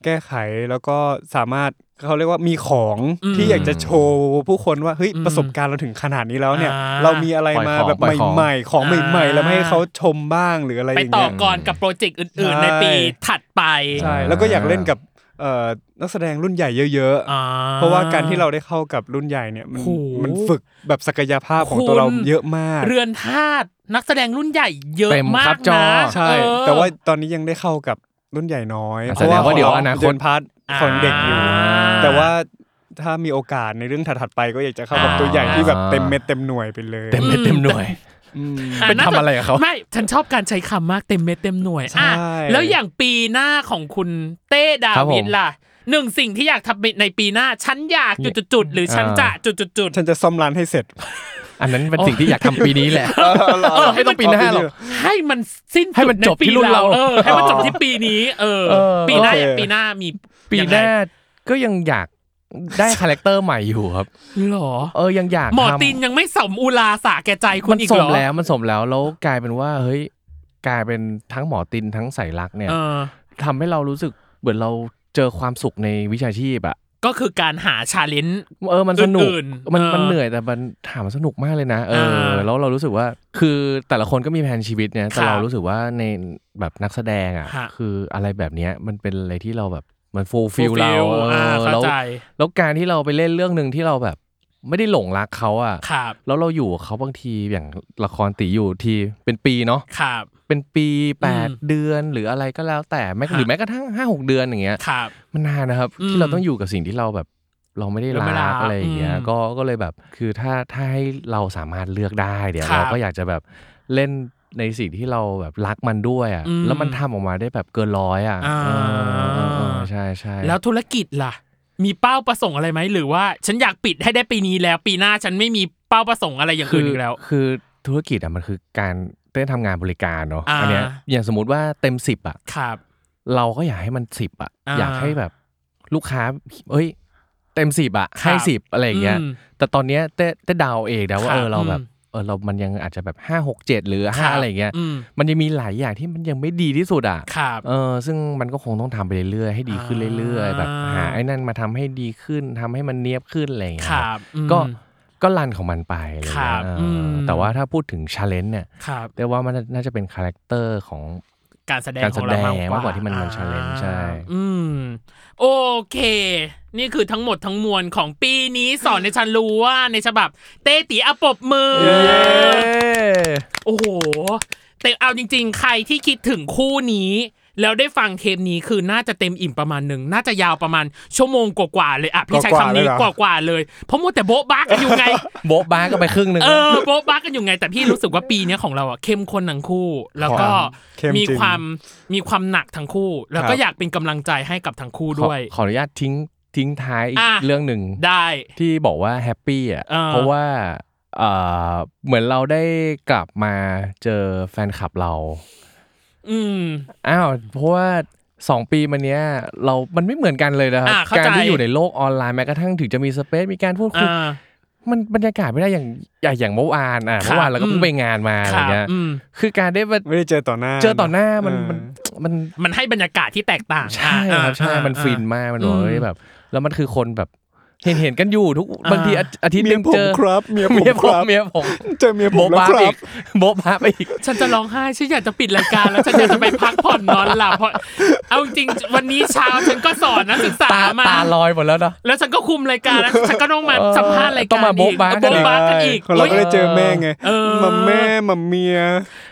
Speaker 3: แก้ไขแล้วก็สามารถเขาเรียกว่ามีของที่อยากจะโชว์ผู้คนว่าเฮ้ยประสบการณ์เราถึงขนาดนี้แล้วเนี่ย
Speaker 1: อ่า
Speaker 3: เรามีอะไรมาแบบ
Speaker 4: ปล่อยของ
Speaker 3: ใหม่ๆ ของใหม่ๆ แล้วไม่ให้เขาชมบ้างหรืออะไรอ
Speaker 1: ไป
Speaker 3: ย่างเงี้ย
Speaker 1: ต่อก่อนกับโปรเจกต์อื่น ๆ ในปีถัดไป
Speaker 3: ใช่แล้วก็อยากเล่นกับเอ่อนักแสดงรุ่นใหญ่เยอะ
Speaker 1: อ่
Speaker 3: ๆ เพราะว่าการที่เราได้เข้ากับรุ่นใหญ่เนี่ยมัน
Speaker 1: โห
Speaker 3: มันฝึกแบบศักยภาพของตั
Speaker 1: คุ
Speaker 3: ว
Speaker 1: ณ
Speaker 3: เราเยอะมาก
Speaker 1: เรือนธาตุนักแสดงรุ่นใหญ่เยอะ
Speaker 4: เต็ม
Speaker 1: มาก
Speaker 4: ครับจอ
Speaker 1: นะ
Speaker 3: ใช่
Speaker 1: เออ
Speaker 3: แต่ว่าตอนนี้ยังได้เข้ากับรุ่นใหญ่น้อย
Speaker 4: อ่ะแสดงว่าเดี๋ยวอนาคต
Speaker 3: เดินพาร์ทของเด็กอยู่
Speaker 1: อ่า
Speaker 3: แต่ว่าถ้ามีโอกาสในเรื่องถัดๆไปก็อยากจะเข้ากับตัวใหญ่ที่แบบเต็มเม็ดเต็มหน่วยไปเลย
Speaker 4: เต็มเม็ดเต็มหน่วย
Speaker 3: อืม
Speaker 1: อ่ะ
Speaker 4: เป็นทำอะไรกับเขา
Speaker 1: ไม่ ฉันชอบการใช้คำมากเต็มเม็ดเต็มหน่วยอ่ะ
Speaker 3: ใช่
Speaker 1: แล้วอย่างปีหน้าของคุณเต้ดาวิดล่ะหนึ่งสิ่งที่อยากทำในปีหน้า ฉันอยากจุดๆๆหรือฉันจะจุดๆๆ
Speaker 3: ฉันจะซ่อมร้านให้เสร็จ
Speaker 4: อันนั้นเป็นสิ่งที่อยากทำปีนี้แหละเออไม่ต้องปีหน้าหรอก
Speaker 1: ให้มันสิ้น
Speaker 4: ให้มันจบ
Speaker 1: ใปี
Speaker 4: ที่รุ่นเรา
Speaker 1: เออให้มันจบที่ปีนี้ เออ
Speaker 4: เออ
Speaker 1: ปีหน้า
Speaker 3: โอเค
Speaker 1: ปีหน้ามี
Speaker 4: ปีหน้าก็ยังอยากได้คาแรคเตอร์ใหม่อยู่ครับ
Speaker 1: ยังไงหรอ
Speaker 4: เออยังอยาก
Speaker 1: หมอ
Speaker 4: ทำ
Speaker 1: ตีนยังไม่สมอุลาสาแก่ใจคุ
Speaker 4: มั
Speaker 1: ณ
Speaker 4: น
Speaker 1: อีก
Speaker 4: ส
Speaker 1: เหร
Speaker 4: ม
Speaker 1: อ
Speaker 4: แล้วมันสมแล้วแล้วกลายเป็นว่าเฮ้ยกลายเป็นทั้งหมอตินทั้งสายลักษณ์เนี่ย
Speaker 1: เออ
Speaker 4: ทำให้เรารู้สึกเหมือนเราเจอความสุขในวิชาชีพอะ
Speaker 1: ก็คือการหาชาเลนจ์
Speaker 4: เออมันสนุก
Speaker 1: อื่นๆ
Speaker 4: มัน
Speaker 1: เออ
Speaker 4: มันเหนื่อยแต่มันถามว่าสนุกมากเลยนะเอ
Speaker 1: เอ
Speaker 4: อ
Speaker 1: อ
Speaker 4: แล้วเรารู้สึกว่าคือแต่ละคนก็มีแผนชีวิตเนี่ยแต่
Speaker 1: ครับ
Speaker 4: เรารู้สึกว่าในแบบนักแสดงอะ
Speaker 1: ฮะ
Speaker 4: คืออะไรแบบเนี้ยมันเป็นอะไรที่เราแบบมันฟูลฟิล
Speaker 1: fulfill
Speaker 4: เรา
Speaker 1: อ่า
Speaker 4: เออ
Speaker 1: เข้า
Speaker 4: แล้ว
Speaker 1: ใจ
Speaker 4: แล้วการที่เราไปเล่นเรื่องหนึ่งที่เราแบบ ไม่ได้หลงรักเขาอะ
Speaker 1: ครับ
Speaker 4: แล้วเราอยู่กับเขาบางทีอย่างละครตีอยู่ทีเป็นปีเนาะ
Speaker 1: ครับ
Speaker 4: เป็นปีแปด
Speaker 1: อืม
Speaker 4: เดือนหรืออะไรก็แล้วแต่แม้
Speaker 1: ฮะ
Speaker 4: หรือแม้กระทั่งห้าหกเดือนอย่างเงี้ย
Speaker 1: ครับ
Speaker 4: มันนานนะครับ
Speaker 1: อืม
Speaker 4: ที่เราต้องอยู่กับสิ่งที่เราแบบ เราไม่ได้
Speaker 1: เราไม่รั
Speaker 4: รั
Speaker 1: ก
Speaker 4: กอะไรอย่างเงี้ย
Speaker 1: อืม
Speaker 4: ก็ก็เลยแบบคือถ้าถ้าให้เราสามารถเลือกได้เดี๋ยว
Speaker 1: ครับ
Speaker 4: เราก็อยากจะแบบเล่นในสิ่งที่เราแบบรักมันด้วยอ่ะ
Speaker 1: อืม
Speaker 4: แล้วมันทำออกมาได้แบบเกินร้อยอ่ะ
Speaker 1: อ่า
Speaker 4: เออเออเออใช่ใช่
Speaker 1: แล้วธุรกิจล่ะ มีเป้าประสงค์อะไรไหมหรือว่า ฉันอยากปิดให้ได้ปีนี้แล้ว ปีหน้าฉันไม่มีเป้าประสงค์อะไรอย่าง
Speaker 4: คื
Speaker 1: อื่น
Speaker 4: อ
Speaker 1: อีกแล้ว
Speaker 4: คือธุรกิจอ่ะมันคือการเต้นทำงานบริการเนาะ
Speaker 1: อ่า
Speaker 4: อันเนี้ยอย่างสมมติว่าเต็มสิบอ่ะ
Speaker 1: ครับ
Speaker 4: เราก็อยากให้มันสิบอ่ะ
Speaker 1: อ่า
Speaker 4: อยากให้แบบลูกค้าเอ้ย เต็มสิบอ่ะ
Speaker 1: ครับ
Speaker 4: ให้สิบอะไรอย่างเงี้ย
Speaker 1: อืม
Speaker 4: แต่ตอนเนี้ยเต้เต้เดาวเองนะว่า
Speaker 1: ครับ
Speaker 4: เออเราแบบ
Speaker 1: อืม
Speaker 4: เออเรามันยังอาจจะแบบห้าหกเจ็ดหรือ
Speaker 1: ครั
Speaker 4: ห้า
Speaker 1: บ
Speaker 4: อะไรอย่างเงี้ย
Speaker 1: อืม
Speaker 4: มันยังมีหลายอย่างที่มันยังไม่ดีที่สุดอ่ะ
Speaker 1: ครับ
Speaker 4: เออซึ่งมันก็คงต้องทำไปเรื่อยๆให้ดีขึ้นเรื่อย ๆ แบบหาไอ้นั่นมาทำให้ดีขึ้นทำให้มันเนียบขึ้นอะไรอย่างเงี้
Speaker 1: ค
Speaker 4: ย
Speaker 1: รับ
Speaker 4: ก็ก็รันของมันไปอะไรอย่าง
Speaker 1: ครับ
Speaker 4: เงี้ยเอออ
Speaker 1: ม
Speaker 4: แต่ว่าถ้าพูดถึงชาเลนจ์เนี่ย
Speaker 1: ครับ
Speaker 4: เรียกว่ามันน่าจะเป็นคาแรคเตอร์ของ
Speaker 1: การแสดง
Speaker 4: การ
Speaker 1: ข
Speaker 4: แส
Speaker 1: องเรามาก
Speaker 4: ดงมากกว่าที่มันมัน challenge ใช่
Speaker 1: อืม โอเค นี่คือทั้งหมดทั้งมวลของปีนี้สอนในฉันรู้ว่าในฉบับ เต้ตีอะปรบมือ โอ้โห แต่เอาจริง ๆ ใครที่คิดถึงคู่นี้ แล้วได้ฟังเทปนี้คือน่าจะเต็มอิ่มประมาณหนึ่งน่าจะยาวประมาณชั่วโมงกว่าๆเลยอ่ะพี่ใช้คำนี้ก
Speaker 3: กว่าๆ
Speaker 1: ว่าๆเลย เพราะมัวแต่โบ๊ะบ้ากันอยู่ไง
Speaker 4: โบ๊ะบ้าก็ไปครึ่งหนึ่ง
Speaker 1: เอ
Speaker 4: นะ
Speaker 1: อโบ๊ะบ้ากันอยู่ไง แต่พี่รู้สึกว่าปีเนี้ยของเราอ่ะเข้มข้นทั้งคู่ แล้วก็
Speaker 3: ครับเข้มจริง
Speaker 1: มีความมีความหนักทั้งคู่ แล้วก็
Speaker 4: ครับ
Speaker 1: อยากเป็นกำลังใจให้กับทั้งคู่
Speaker 4: ขอ
Speaker 1: ด้วย
Speaker 4: ขออนุญาตทิ้งทิ้งท้ายอีก
Speaker 1: อ่ะ
Speaker 4: เรื่องหนึ่ง
Speaker 1: ได้
Speaker 4: ที่บอกว่าแฮปปี้อ่ะ
Speaker 1: อ่า
Speaker 4: เพราะว่าเอ่อเหมือนเราได้กลับมาเจอแฟนคลับเรา
Speaker 1: อืม
Speaker 4: อ้าวเพราะว่าสองปีมาเนี้ยเรามันไม่เหมือนกันเลยนะครับ
Speaker 1: อ่ะเข้าใจ
Speaker 4: การที่อยู่ในโลกออนไลน์แม้กระทั่งถึงจะมีสเปซมีการพูดคุย
Speaker 1: อ่า
Speaker 4: มันบรรยากาศไม่ได้อย่างอย่างอย่างเมื่อวานอ่ะ
Speaker 1: ครับ
Speaker 4: เมื่อวานเราก็เพิ่
Speaker 1: อืม
Speaker 4: งไปงานมาอะไร
Speaker 1: ครับ
Speaker 4: เงี้ย
Speaker 1: อืม
Speaker 4: คือการได้มา
Speaker 3: ไม่ได้เจอต่อหน้า
Speaker 4: เจอต่อหน้ามัน
Speaker 3: เออ
Speaker 4: มันมัน
Speaker 1: มันให้บรรยากาศที่แตกต่าง
Speaker 4: ใช่
Speaker 1: อ่า
Speaker 4: ครับใช่
Speaker 1: อ่า
Speaker 4: มันฟิน
Speaker 1: อ่า
Speaker 4: มากมัน
Speaker 1: อืม
Speaker 4: โอ้ยแบบ แล้วมันคือคนแบบเห็นเห็นกันอยู่ทุก
Speaker 1: อ่า
Speaker 4: บางทีอาอาทิตย์หนึง
Speaker 3: เมียผม
Speaker 4: เจอ
Speaker 3: ครับเมียผมครับ
Speaker 4: เมียผม
Speaker 3: เจอเมียผ
Speaker 4: โบ๊ะ
Speaker 3: มแล้ว
Speaker 4: บ้า
Speaker 3: ครั
Speaker 4: อี
Speaker 3: บ
Speaker 4: กโบ๊ะบ้าไปอีก
Speaker 1: ฉันจะร้องไห้ฉันอยากจะปิดรายการแล้วฉันอยากจะไปพักผ่อนนอนหลับเพราะเอาจริงๆวันนี้เช้าฉันก็สอนนักศึกษา
Speaker 4: ตา
Speaker 1: มา
Speaker 4: ตาลอยหมดแล้วเนาะ
Speaker 1: แล้วฉันก็คุมรายการแล้วฉันก็ต้องมา
Speaker 4: เออ
Speaker 1: สัมภาษณ์รายการ
Speaker 4: ต้องมาโบ๊ะบ้า
Speaker 1: อีก
Speaker 4: กันอีก
Speaker 1: โบ๊ะบ้ากันอีก
Speaker 3: คนเราก็ได้
Speaker 1: เฮ้ย
Speaker 3: เจอแม่ไง
Speaker 1: เออ
Speaker 3: มัมแม่มัมเมีย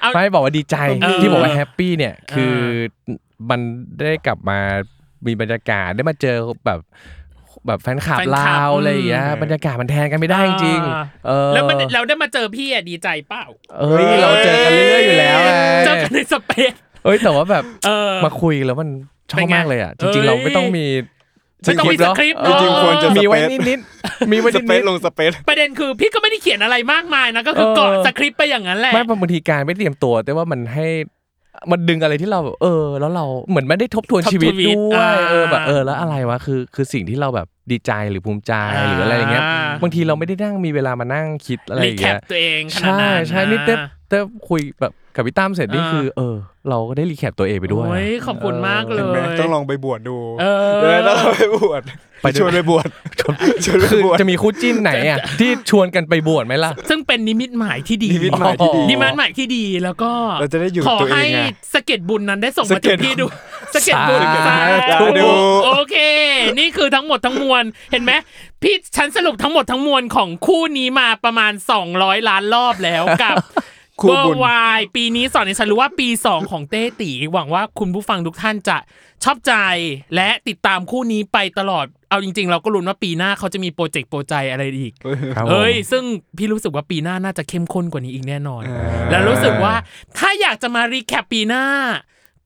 Speaker 1: เอา
Speaker 4: ไม่บอกว่าดีใจ
Speaker 1: เออ
Speaker 4: ที่บอกว่าแฮปปี้เนี่ย
Speaker 1: เออ
Speaker 4: คือมันได้กลับมามีบรรยากาศได้มาเจอแบบแบบแฟนคลับเราอะไรอย่างเงี้ยบรรยากาศมันแทนกันไม่ได้จริงๆเออ
Speaker 1: แล้วมันเราได้มาเจอพี่อะดีใจเปล่า
Speaker 4: เอ้ยเราเจอกันเรื่อยๆอยู่แล้วไง
Speaker 1: เจอกันในสเปซ
Speaker 4: เอ้ยแต่ว่าแบบ
Speaker 1: เออ
Speaker 4: มาคุยแล้วมันชอ
Speaker 1: เป็
Speaker 4: บ
Speaker 1: นไง
Speaker 4: มากเลยอ่ะจริงๆเราไม่ต้องมี
Speaker 3: จริงๆไม่ต้องมี
Speaker 4: เนาะ
Speaker 1: สคริปต์
Speaker 4: เออ
Speaker 3: จริงๆควรจะ
Speaker 4: มีไว้
Speaker 3: สเปซ
Speaker 4: นิดๆมีไว้
Speaker 3: ส
Speaker 4: นิด
Speaker 3: เปซลงสเปซ
Speaker 1: ประเด็นคือพี่ก็ไม่ได้เขียนอะไรมากมายนะก็คือเกาะสคริปต์ไปอย่างนั้นแห
Speaker 4: ๆ
Speaker 1: ละ
Speaker 4: ไม่บางทีการไม่เตรียมตัว แต่ว่ามันให้มันดึงอะไรที่เราแบบเออ แล้วเราเหมือนไม่ได้ทบทวน
Speaker 1: ทบทวน
Speaker 4: ชีวิต
Speaker 1: ชีวิต
Speaker 4: ด้ว
Speaker 1: อ่าย
Speaker 4: เออแบบเออแล้วอะไรวะคือ คือสิ่งที่เราแบบดีใจหรือภูมิใจ
Speaker 1: อ่า
Speaker 4: หรืออะไรอย่างเงี้ยบางทีเราไม่ได้นั่งมีเวลามานั่งคิดอะไร
Speaker 1: รี
Speaker 4: อย่าง
Speaker 1: แคป
Speaker 4: เงี้ย
Speaker 1: ตัวเองขนาด
Speaker 4: ใช่
Speaker 1: นั้น
Speaker 4: ใช่นี่เต้เต้คุยแบบกับพี่ตั้มเสร็จนี่
Speaker 1: อ่า
Speaker 4: คือ เออ เราก็ได้รีแคปตัวเองไปด้วย
Speaker 1: โอ้ยขอบคุณมากเล
Speaker 3: เห็นไหม
Speaker 1: ย
Speaker 3: ต้องลองไปบวชดู
Speaker 1: เออ
Speaker 3: ดี๋ยวนะต้องลองไปบวชไปชวนไปบวชชวนไป
Speaker 4: คือบ
Speaker 3: วช
Speaker 4: จะมีคู่จิ้นไหนอ่ะที่ชวนกันไปบวชไหมล่ะ
Speaker 1: ซึ่งเป็นนิมิตหมายที่ดี
Speaker 3: นิมิตหมายที่ดี
Speaker 1: นิมิตหมายที่ดีแล้วก็
Speaker 3: เราจะได้อยู่
Speaker 1: ขอ
Speaker 3: ตัวเองไง
Speaker 1: ให้สะเก็ดบุญนั้นได้ส่ง
Speaker 3: สะ
Speaker 1: มา
Speaker 3: เก็
Speaker 1: ถึ
Speaker 3: ด
Speaker 1: งพี่ดูสะเก็ดบุญ
Speaker 4: สาธุ
Speaker 1: สาโอเค นี่คือทั้งหมดทั้งมวลเห็นไหมพี่ฉันสรุปทั้งหมดทั้งมวลของคู่นี้มาประมาณ 200 ล้านรอบแล้วกับ
Speaker 3: คู่
Speaker 1: เบอ
Speaker 3: บุญ
Speaker 1: ร์วายปีนี้สอนให้ฉันรู้ว่าปี 2 ของเต้ตีหวังว่าคุณผู้ฟังทุกท่านจะชอบใจและติดตามคู่นี้ไปตลอดเอาจริง ๆ เราก็ลุ้นว่าปีหน้าเขาจะมีโปรเจกต์โปรใจอะไรอีก
Speaker 4: ครับผม
Speaker 1: เอ้ย ซึ่งพี่รู้สึกว่าปีหน้าน่าจะเข้มข้นกว่านี้อีกแน่นอน แล้วรู้สึกว่าถ้าอยากจะมารีแคปปีหน้า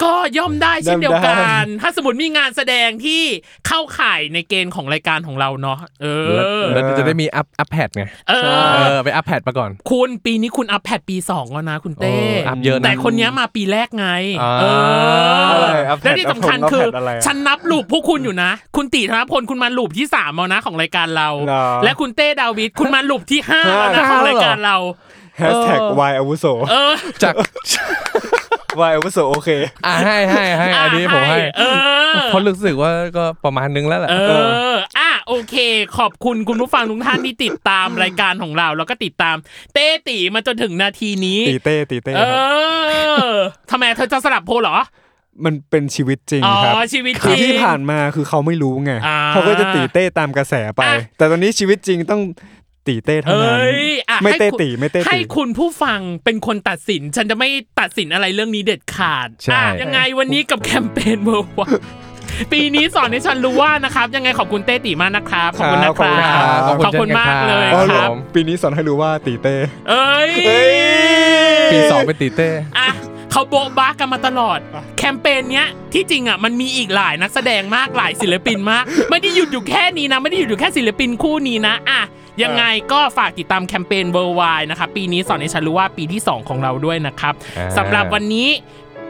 Speaker 1: ก็ย่อมได้เช่นเดียวกั
Speaker 3: ได้
Speaker 1: น ถ้าสมมติมีงานแสดงที่เข้าข่ายในเกณฑ์ของรายการของเราเนาะเอ
Speaker 4: แล้ว
Speaker 1: อ
Speaker 4: แล้วจะได้มีอัพอัพแพดไง
Speaker 1: เออ
Speaker 4: เออไปอัพแพดมาก่อน
Speaker 1: คุณปีนี้คุณอัพแพดปี2แล้วนะคุณเต้
Speaker 4: เอออัพเยอะนะ
Speaker 1: แต่คนเนี้ยมาปีแรกไง
Speaker 4: อ่า
Speaker 1: เออ
Speaker 3: ใช่อัพแพด
Speaker 1: แล้วที่สำคัญ
Speaker 3: อัพแพด
Speaker 1: คือ
Speaker 3: อะไรอะ
Speaker 1: ฉันนับลูปพวกคุณอยู่นะ คุณติธนพลคุณมาลูปที่3ามแล้วนะของรายการเรา
Speaker 3: หรอ
Speaker 1: และคุณเต้ดาวิดคุณมาลูปที่5
Speaker 3: ห้า
Speaker 1: แล้วนะของรายการเรา
Speaker 3: แฮชแท็กวายอาวุโส
Speaker 1: เออ
Speaker 4: จาก
Speaker 3: วายอาวุโสโอเค
Speaker 4: อ่ะให้ให้ให้อันนี้ผมให้
Speaker 1: เออ
Speaker 4: เพราะรู้สึกว่าก็ประมาณนึงแล้วแหละ
Speaker 1: เออ อ่ะ โอเค ขอบคุณคุณผู้ฟังทุกท่านที่ติดตามรายการของเรา แล้วก็ติดตามเต้ตีมาจนถึงนาทีนี้
Speaker 3: ตีเต้ตีเต้
Speaker 1: เอ
Speaker 3: ครับ
Speaker 1: อทำไมเธอจะสลับโพลเหรอ
Speaker 3: มันเป็นชีวิตจริง
Speaker 1: อ๋อ
Speaker 3: ครับ
Speaker 1: ชีวิตจ
Speaker 3: คือ
Speaker 1: ริง
Speaker 3: ที่ผ่านมาคือเขาไม่รู้ไง
Speaker 1: อ่า
Speaker 3: เขาก็จะตีเต้ตามกระแสไป
Speaker 1: อ่ะ
Speaker 3: แต่ตอนนี้ชีวิตจริงต้องตีเต้เท่า
Speaker 1: เอ
Speaker 3: นั้น้
Speaker 1: ยอ่ะ
Speaker 3: ไม่เต้
Speaker 1: ให้คุณ
Speaker 3: ตีไม่เต้
Speaker 1: ให้
Speaker 3: ตี
Speaker 1: คุณผู้ฟังเป็นคนตัดสิน ฉันจะไม่ตัดสินอะไรเรื่องนี้เด็ดขาด
Speaker 4: ใช่
Speaker 1: อ่ะยังไงวันนี้กับแคมเปญเบ อร์วปีนี้สอนให้ฉันรู้ว่านะครับ ยังไงขอบคุณเต้ตีมากนะครับ ขอบคุณนะครั
Speaker 3: ครับ บ
Speaker 1: ขอบคุณมากเลย
Speaker 3: อ๋อ
Speaker 1: ค
Speaker 3: เหรอ
Speaker 1: รับ
Speaker 3: ปีนี้สอนให้รู้ว่าตีเต้
Speaker 1: เอ้ย
Speaker 4: ปีสองเป็นตีเต้
Speaker 1: อ่ะเขาโบ๊ะบ้ากันมาตลอด แคมเปญเนี้ยที่จริงอ่ะมันมีอีกหลายนักแสดงมากหลายศิลปินมาก ไม่ได้หยุดอยู่แค่นี้นะ ไม่ได้หยุดอยู่แค่ศิลปินคู่นี้นะอ่ะยังไงก็ฝากติดตามแคมเปญเบอร์วายนะครับปีนี้สอนให้ฉันรู้ว่าปีที่ 2 ของเราด้วยนะครับ
Speaker 4: อ่า
Speaker 1: สำหรับวันนี้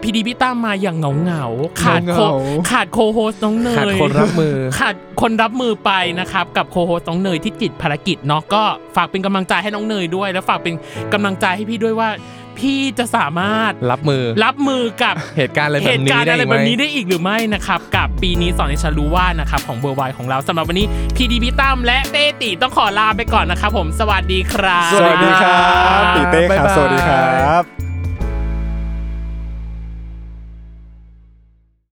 Speaker 1: พีดีพี่ตั้มมาอย่างเหงาเหงาๆขาดโค
Speaker 3: เหงาๆ
Speaker 1: ขาดโคโฮสน้องเนย
Speaker 4: ขาดคนรับมือ
Speaker 1: ขาดคนรับมือไปนะครับกับโคโฮสน้องเนยที่ติดภารกิจเนาะก็ฝากเป็นกำลังใจให้น้องเนยด้วย แล้วฝากเป็นกำลังใจให้พี่ด้วยว่า พี่จะสามารถ
Speaker 4: รับมือ
Speaker 1: รับมือกับ
Speaker 4: เหตุการณ์อะไร
Speaker 1: เห
Speaker 4: แบบ
Speaker 1: ตุ
Speaker 4: นี้
Speaker 1: การณ์
Speaker 4: ได้
Speaker 1: อะไร
Speaker 4: อีกไห
Speaker 1: แบบนี้
Speaker 4: ม
Speaker 1: ได้อีกหรือไม่นะครับ กับปีนี้สอนให้ฉันรู้ว่านะครับของเบอร์ไวของเราสำหรับวันนี้พีดีพิตั้มและเต้ติต้องขอลาไปก่อนนะครับผมสวัสดีครับ
Speaker 3: สวัสดีครับ ตีเต้
Speaker 4: บ๊าย
Speaker 3: ครับ
Speaker 4: บาย
Speaker 3: สวัสดีครับ